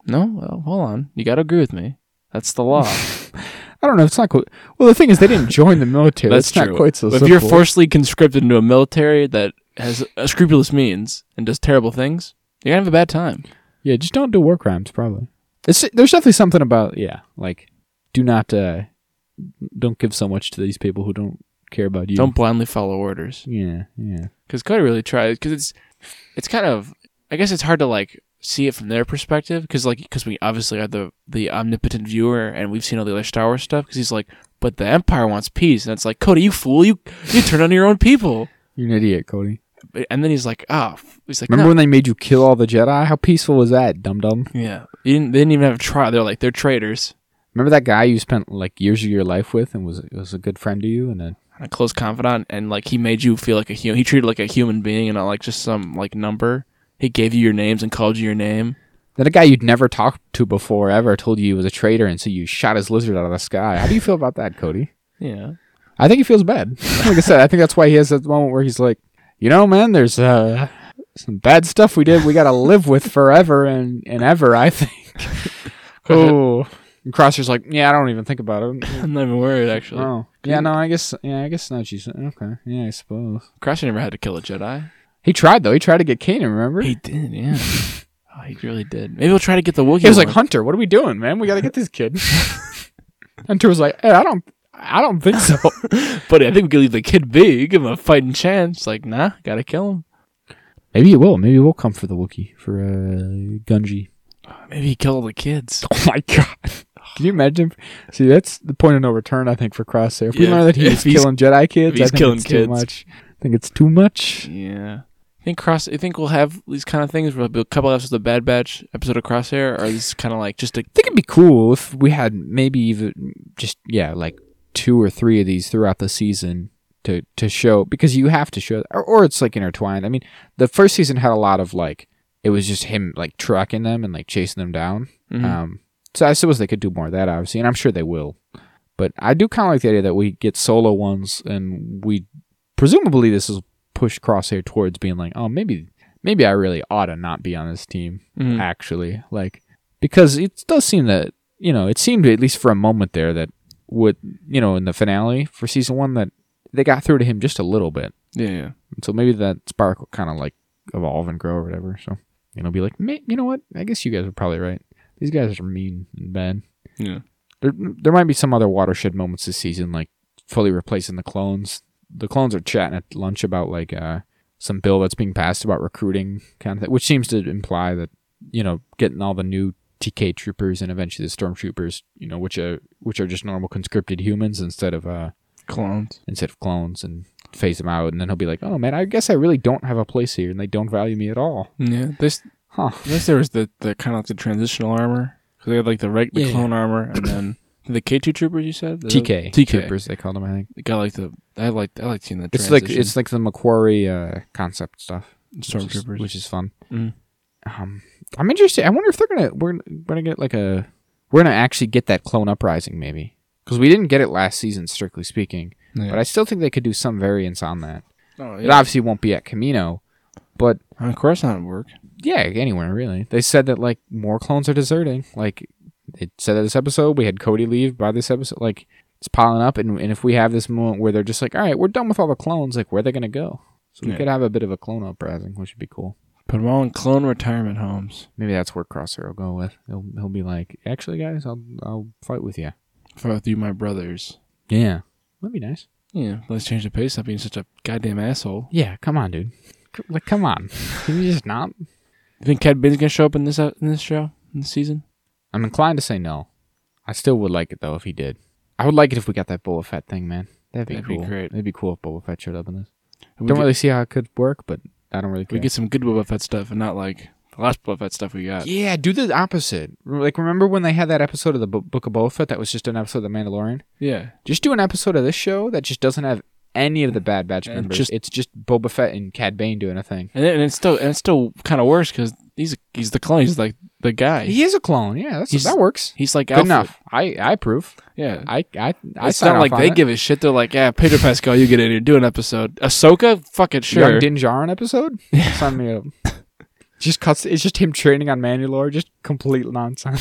[SPEAKER 1] No, well, hold on. You gotta agree with me. That's the law.
[SPEAKER 2] I don't know. It's not quite. Well, the thing is, they didn't join the military.
[SPEAKER 1] That's
[SPEAKER 2] That's
[SPEAKER 1] true.
[SPEAKER 2] not quite so.
[SPEAKER 1] if you're
[SPEAKER 2] simple.
[SPEAKER 1] forcibly conscripted into a military that has scrupulous means and does terrible things, you're gonna have a bad time.
[SPEAKER 2] Yeah, just don't do war crimes. Probably. It's there's definitely something about yeah, like do not uh, don't give so much to these people who don't care about you.
[SPEAKER 1] Don't blindly follow orders.
[SPEAKER 2] Yeah, yeah.
[SPEAKER 1] Because Cody really tries. Because it's it's kind of I guess it's hard to like see it from their perspective. Because like because we obviously are the the omnipotent viewer and we've seen all the other Star Wars stuff. Because he's like, but the Empire wants peace, and it's like Cody, you fool, you you turn on your own people.
[SPEAKER 2] You're an idiot, Cody.
[SPEAKER 1] But- And then he's like, oh, f-" he's like,
[SPEAKER 2] Remember
[SPEAKER 1] no.
[SPEAKER 2] when they made you kill all the Jedi? How peaceful was that, dum dum?
[SPEAKER 1] yeah, you didn't, they didn't even have a trial. They're like they're traitors.
[SPEAKER 2] Remember that guy you spent like years of your life with and was was a good friend to you and a
[SPEAKER 1] and A close confidant, and like he made you feel like a human. He treated like a human being, and not like just some like number. He gave you your names and called you your name.
[SPEAKER 2] then a guy you'd never talked to before ever told you he was a traitor and so you shot his lizard out of the sky. How do you feel about that, Cody?
[SPEAKER 1] Yeah,
[SPEAKER 2] I think he feels bad. Like I said, I think that's why he has that moment where he's like, you know, man, there's uh, some bad stuff we did. We got to live with forever and, and ever, I think. oh. And Crosser's like, yeah, I don't even think about it.
[SPEAKER 1] I'm not even worried actually.
[SPEAKER 2] Oh. Yeah, no, I guess, yeah, I guess not. She's okay. Yeah, I suppose.
[SPEAKER 1] Crusher never had to kill a Jedi.
[SPEAKER 2] He tried, though. He tried to get Kanan, remember? He,
[SPEAKER 1] He did, yeah. oh, he really did. Maybe we'll try to get the Wookiee.
[SPEAKER 2] was like,
[SPEAKER 1] one.
[SPEAKER 2] Hunter, what are we doing, man? We got to get this kid. Hunter was like, hey, I don't. I don't think so.
[SPEAKER 1] buddy, I think we could leave the kid be. Give him a fighting chance. Like, nah, gotta kill him.
[SPEAKER 2] Maybe it will. Maybe it will come for the Wookiee, for uh, Gunji.
[SPEAKER 1] Maybe he killed all the kids.
[SPEAKER 2] Oh my god! Can you imagine? See, that's the point of no return. I think for Crosshair, if we
[SPEAKER 1] Yeah,
[SPEAKER 2] learn that
[SPEAKER 1] if
[SPEAKER 2] he's
[SPEAKER 1] he's-
[SPEAKER 2] killing Jedi kids,
[SPEAKER 1] he's
[SPEAKER 2] I think
[SPEAKER 1] killing
[SPEAKER 2] it's
[SPEAKER 1] kids. Mm.
[SPEAKER 2] too much. I think it's too much.
[SPEAKER 1] Yeah. I think cross. I think we'll have these kind of things. We'll have a couple episodes of Bad Batch, episode of Crosshair, or this kind of like just a
[SPEAKER 2] I think it'd be cool if we had maybe even just yeah, like two or three of these throughout the season to to show because you have to show, or, or it's like intertwined. I mean, the first season had a lot of like it was just him like tracking them and like chasing them down.
[SPEAKER 1] mhm.
[SPEAKER 2] Um, so I suppose they could do more of that, obviously, and I'm sure they will. But I do kind of like the idea that we get solo ones, and we presumably this is push Crosshair towards being like, oh, maybe maybe I really ought to not be on this team
[SPEAKER 1] mhm.
[SPEAKER 2] actually, like because it does seem that you know it seemed at least for a moment there that would you know in the finale for season one that they got through to him just a little bit,
[SPEAKER 1] yeah, yeah.
[SPEAKER 2] and so maybe that spark will kind of like evolve and grow or whatever. So you know, be like, "Ma- you know what? I guess you guys are probably right. These guys are mean and bad.
[SPEAKER 1] Yeah.
[SPEAKER 2] There, there might be some other watershed moments this season, like fully replacing the clones. The clones are chatting at lunch about like uh, some bill that's being passed about recruiting kind of thing, which seems to imply that you know getting all the new TK troopers and eventually the stormtroopers, you know, which are which are just normal conscripted humans instead of uh,
[SPEAKER 1] Clones.
[SPEAKER 2] instead of clones and phase them out and then he'll be like oh man i guess i really don't have a place here and they don't value me at all
[SPEAKER 1] Yeah. This.
[SPEAKER 2] huh
[SPEAKER 1] Unless there was the the kind of like the transitional armor because they had like the reg, the
[SPEAKER 2] Yeah.
[SPEAKER 1] clone armor, and then The K two troopers you said The-
[SPEAKER 2] TK
[SPEAKER 1] TK
[SPEAKER 2] troopers they called them. I think
[SPEAKER 1] I like the I like I like seeing that.
[SPEAKER 2] it's like
[SPEAKER 1] transition.
[SPEAKER 2] it's like the Macquarie uh, concept stuff, which is,
[SPEAKER 1] stormtroopers.
[SPEAKER 2] which is fun.
[SPEAKER 1] Mhm.
[SPEAKER 2] Um, I'm interested. I wonder if they're gonna we're gonna get like a we're gonna actually get that clone uprising maybe because we didn't get it last season strictly speaking,
[SPEAKER 1] Yeah.
[SPEAKER 2] but I still think they could do some variants on that.
[SPEAKER 1] oh,
[SPEAKER 2] It obviously won't be at Camino, but
[SPEAKER 1] Of course, not work.
[SPEAKER 2] yeah, anywhere really. They said that like more clones are deserting. Like they said that this episode, we had Cody leave by this episode. Like it's piling up, and, and if we have this moment where they're just like, all right, we're done with all the clones, like where are they gonna go? So we
[SPEAKER 1] Yeah.
[SPEAKER 2] could have a bit of a clone uprising, which would be cool.
[SPEAKER 1] Put them all in clone retirement homes
[SPEAKER 2] Maybe that's where Crosshair will go with. He'll he'll be like, actually, guys, I'll I'll fight with you.
[SPEAKER 1] for with you, my brothers.
[SPEAKER 2] Yeah, that'd be nice.
[SPEAKER 1] Yeah, let's change the pace. Stop being such a goddamn asshole.
[SPEAKER 2] Yeah, come on, dude. C- Like, come on. Can you just not?
[SPEAKER 1] You think Cad Bane's gonna show up in this uh, in this show in this season?
[SPEAKER 2] I'm inclined to say no. I still would like it though if he did. I would like it if we got that Boba Fett thing, man. That'd be
[SPEAKER 1] That'd be
[SPEAKER 2] cool.
[SPEAKER 1] great.
[SPEAKER 2] It'd be cool if Boba Fett showed up in this.
[SPEAKER 1] And we
[SPEAKER 2] don't
[SPEAKER 1] get,
[SPEAKER 2] really see how it could work, but I don't really
[SPEAKER 1] we
[SPEAKER 2] care.
[SPEAKER 1] get some good Boba Fett stuff and not like the last Boba Fett stuff we got.
[SPEAKER 2] yeah, do the opposite. Re- Like, remember when they had that episode of the Bo- Book of Boba Fett that was just an episode of The Mandalorian?
[SPEAKER 1] Yeah,
[SPEAKER 2] Just do an episode of this show that just doesn't have any of the Bad Batch
[SPEAKER 1] And
[SPEAKER 2] members.
[SPEAKER 1] just-
[SPEAKER 2] it's just Boba Fett and Cad Bane doing a thing.
[SPEAKER 1] and, it, and it's still and it's still kind of worse because he's he's the clone. He's like the guy.
[SPEAKER 2] He is a clone. Yeah, that's,
[SPEAKER 1] He's-
[SPEAKER 2] that works.
[SPEAKER 1] he's like
[SPEAKER 2] Good
[SPEAKER 1] Alfred.
[SPEAKER 2] enough. I, I approve.
[SPEAKER 1] Yeah.
[SPEAKER 2] I I, I
[SPEAKER 1] it's
[SPEAKER 2] sign
[SPEAKER 1] not
[SPEAKER 2] off
[SPEAKER 1] like
[SPEAKER 2] on
[SPEAKER 1] they
[SPEAKER 2] it.
[SPEAKER 1] give a shit. They're like, yeah, Peter Pascal, you get in here, do an episode. Ahsoka, fuck it, sure.
[SPEAKER 2] Young Din Djarin episode? Sign me up. Just cuts. It's just him training on Mandalore. Just complete nonsense.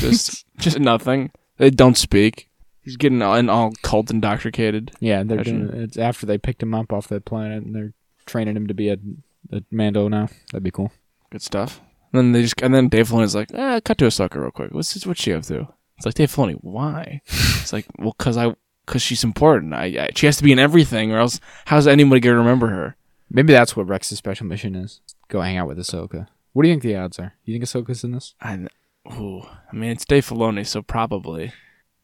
[SPEAKER 1] just just nothing. They don't speak. He's getting all, and all cult indoctrinated.
[SPEAKER 2] yeah, they're
[SPEAKER 1] Gotcha.
[SPEAKER 2] doing, it's after they picked him up off the planet and they're training him to be a, a Mando now. That'd be cool.
[SPEAKER 1] Good stuff. And then they just and then Dave Filoni's like, eh, cut to Ahsoka real quick. What's this, what's she up to? It's like Dave Filoni, why? it's like, well, cause I, cause she's important. I, I she has to be in everything, or else how's anybody gonna remember her?
[SPEAKER 2] Maybe that's what Rex's special mission is. Go hang out with Ahsoka. What do you think the odds are? You think Ahsoka's in this?
[SPEAKER 1] I, ooh, I mean, it's Dave Filoni, so probably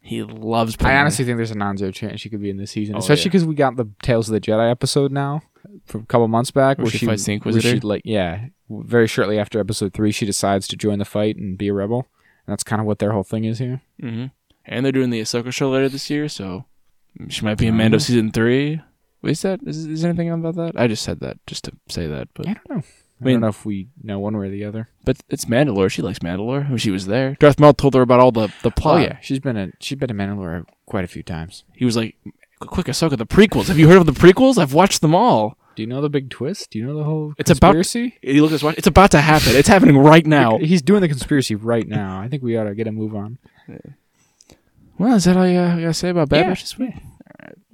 [SPEAKER 1] he loves.
[SPEAKER 2] I
[SPEAKER 1] putting-
[SPEAKER 2] honestly think there's a non-zero chance she could be in this season,
[SPEAKER 1] Oh,
[SPEAKER 2] especially
[SPEAKER 1] yeah.
[SPEAKER 2] because we got the Tales of the Jedi episode now from a couple months back,
[SPEAKER 1] Where she fights the
[SPEAKER 2] Where
[SPEAKER 1] Inquisitor?
[SPEAKER 2] she, like, yeah, very shortly after episode three, she decides to join the fight and be a rebel, and that's kind of what their whole thing is here.
[SPEAKER 1] Mm-hmm. And they're doing the Ahsoka show later this year, so she might be in
[SPEAKER 2] Oh.
[SPEAKER 1] Mando season three. Is that is, is there anything about that? I just said that just to say that, but
[SPEAKER 2] I don't know. I,
[SPEAKER 1] mean-
[SPEAKER 2] don't know if we know one way or the other.
[SPEAKER 1] but it's Mandalore. She likes Mandalore. I mean, she was there. Darth Maul told her about all the the plot.
[SPEAKER 2] Oh yeah, she's been a she's been a Mandalore quite a few times.
[SPEAKER 1] he was like, "Quick, Ahsoka, the prequels. Have you heard of the prequels? I've watched them all.
[SPEAKER 2] Do you know the big twist? Do you know the whole
[SPEAKER 1] It's about-
[SPEAKER 2] conspiracy?
[SPEAKER 1] He looked at his watch. It's about to happen. It's happening right now.
[SPEAKER 2] He's doing the conspiracy right now. I think we ought to get a move on.
[SPEAKER 1] Well, is that all you uh, gotta say about Bad
[SPEAKER 2] Yeah,
[SPEAKER 1] Batch this week?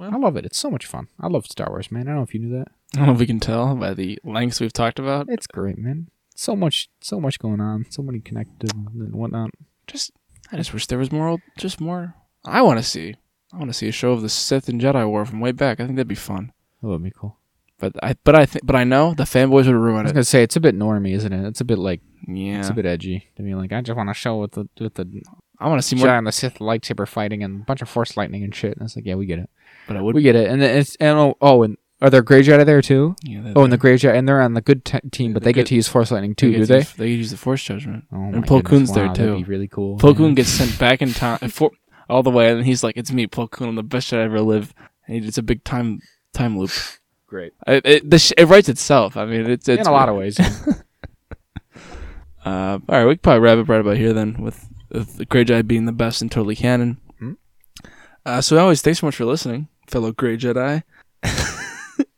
[SPEAKER 2] I love it. It's so much fun. I love Star Wars, man. I don't know if you knew that.
[SPEAKER 1] I don't know if we can tell by the lengths we've talked about.
[SPEAKER 2] It's great, man. So much, so much going on. So many connected and whatnot.
[SPEAKER 1] just I just wish there was more old, just more I want to see I want to see a show of the Sith and Jedi War from way back. I think that'd be fun.
[SPEAKER 2] That would be cool.
[SPEAKER 1] But I but I think but I know the fanboys would
[SPEAKER 2] I
[SPEAKER 1] ruin
[SPEAKER 2] was
[SPEAKER 1] it.
[SPEAKER 2] gonna say it's a bit normy, isn't it? It's a bit like
[SPEAKER 1] Yeah.
[SPEAKER 2] it's a bit edgy. I mean, like I just want to show with the with the
[SPEAKER 1] I want to see more
[SPEAKER 2] Jedi and the Sith lightsaber fighting and a bunch of Force lightning and shit. And it's like, yeah, we get it.
[SPEAKER 1] but I would
[SPEAKER 2] We get it. And then it's and oh, oh and are there Grey Jedi there too?
[SPEAKER 1] yeah, they-
[SPEAKER 2] Oh, and the Grey Jedi and they're on the good te- team, but
[SPEAKER 1] The
[SPEAKER 2] they get
[SPEAKER 1] good-
[SPEAKER 2] to use Force lightning too,
[SPEAKER 1] get
[SPEAKER 2] do
[SPEAKER 1] to
[SPEAKER 2] they?
[SPEAKER 1] use- They use the Force judgment.
[SPEAKER 2] Oh,
[SPEAKER 1] and
[SPEAKER 2] my
[SPEAKER 1] Ploe
[SPEAKER 2] goodness,
[SPEAKER 1] Koon's there,
[SPEAKER 2] wow, that'd
[SPEAKER 1] too.
[SPEAKER 2] be really cool.
[SPEAKER 1] Plo
[SPEAKER 2] man.
[SPEAKER 1] Koon gets sent back in time uh, for, all the way and he's like it's me Plo Koon, I'm the best Jedi I ever live. And it's a big time time loop.
[SPEAKER 2] great
[SPEAKER 1] It it, the sh- it writes itself. I mean, it's, it's
[SPEAKER 2] in a lot of ways.
[SPEAKER 1] Uh, all right, we could probably wrap it right about here then, with, with the Grey Jedi being the best and totally canon.
[SPEAKER 2] Hmm.
[SPEAKER 1] Uh, so, always, thanks so much for listening, fellow Grey Jedi.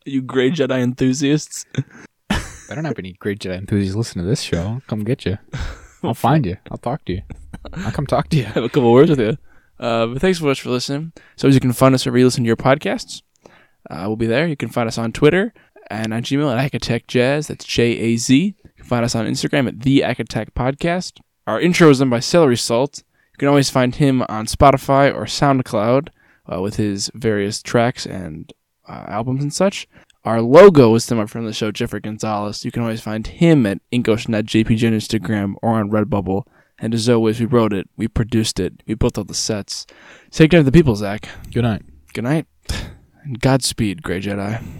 [SPEAKER 1] you Grey Jedi enthusiasts.
[SPEAKER 2] Better not be any Grey Jedi enthusiasts listening to this show. I'll come get you. I'll find you. I'll talk to you. I'll come talk to you.
[SPEAKER 1] I have a couple words with you. Uh, but thanks so much for listening. So, as you can find us wherever you listen to your podcasts, uh, we'll be there. You can find us on Twitter and on Gmail at Acatech Jazz. That's J A Z. You can find us on Instagram at The Acatech Podcast. Our intro is done by Celery Salt. You can always find him on Spotify or SoundCloud uh, with his various tracks and uh, albums and such. Our logo was done by friend of the show, Jeffrey Gonzalez. You can always find him at Inkocean.jpg on Instagram or on Redbubble. And as always, we wrote it, we produced it, we built all the sets. Take care of the people, Zach.
[SPEAKER 2] Good night.
[SPEAKER 1] Good night, and Godspeed, Grey Jedi.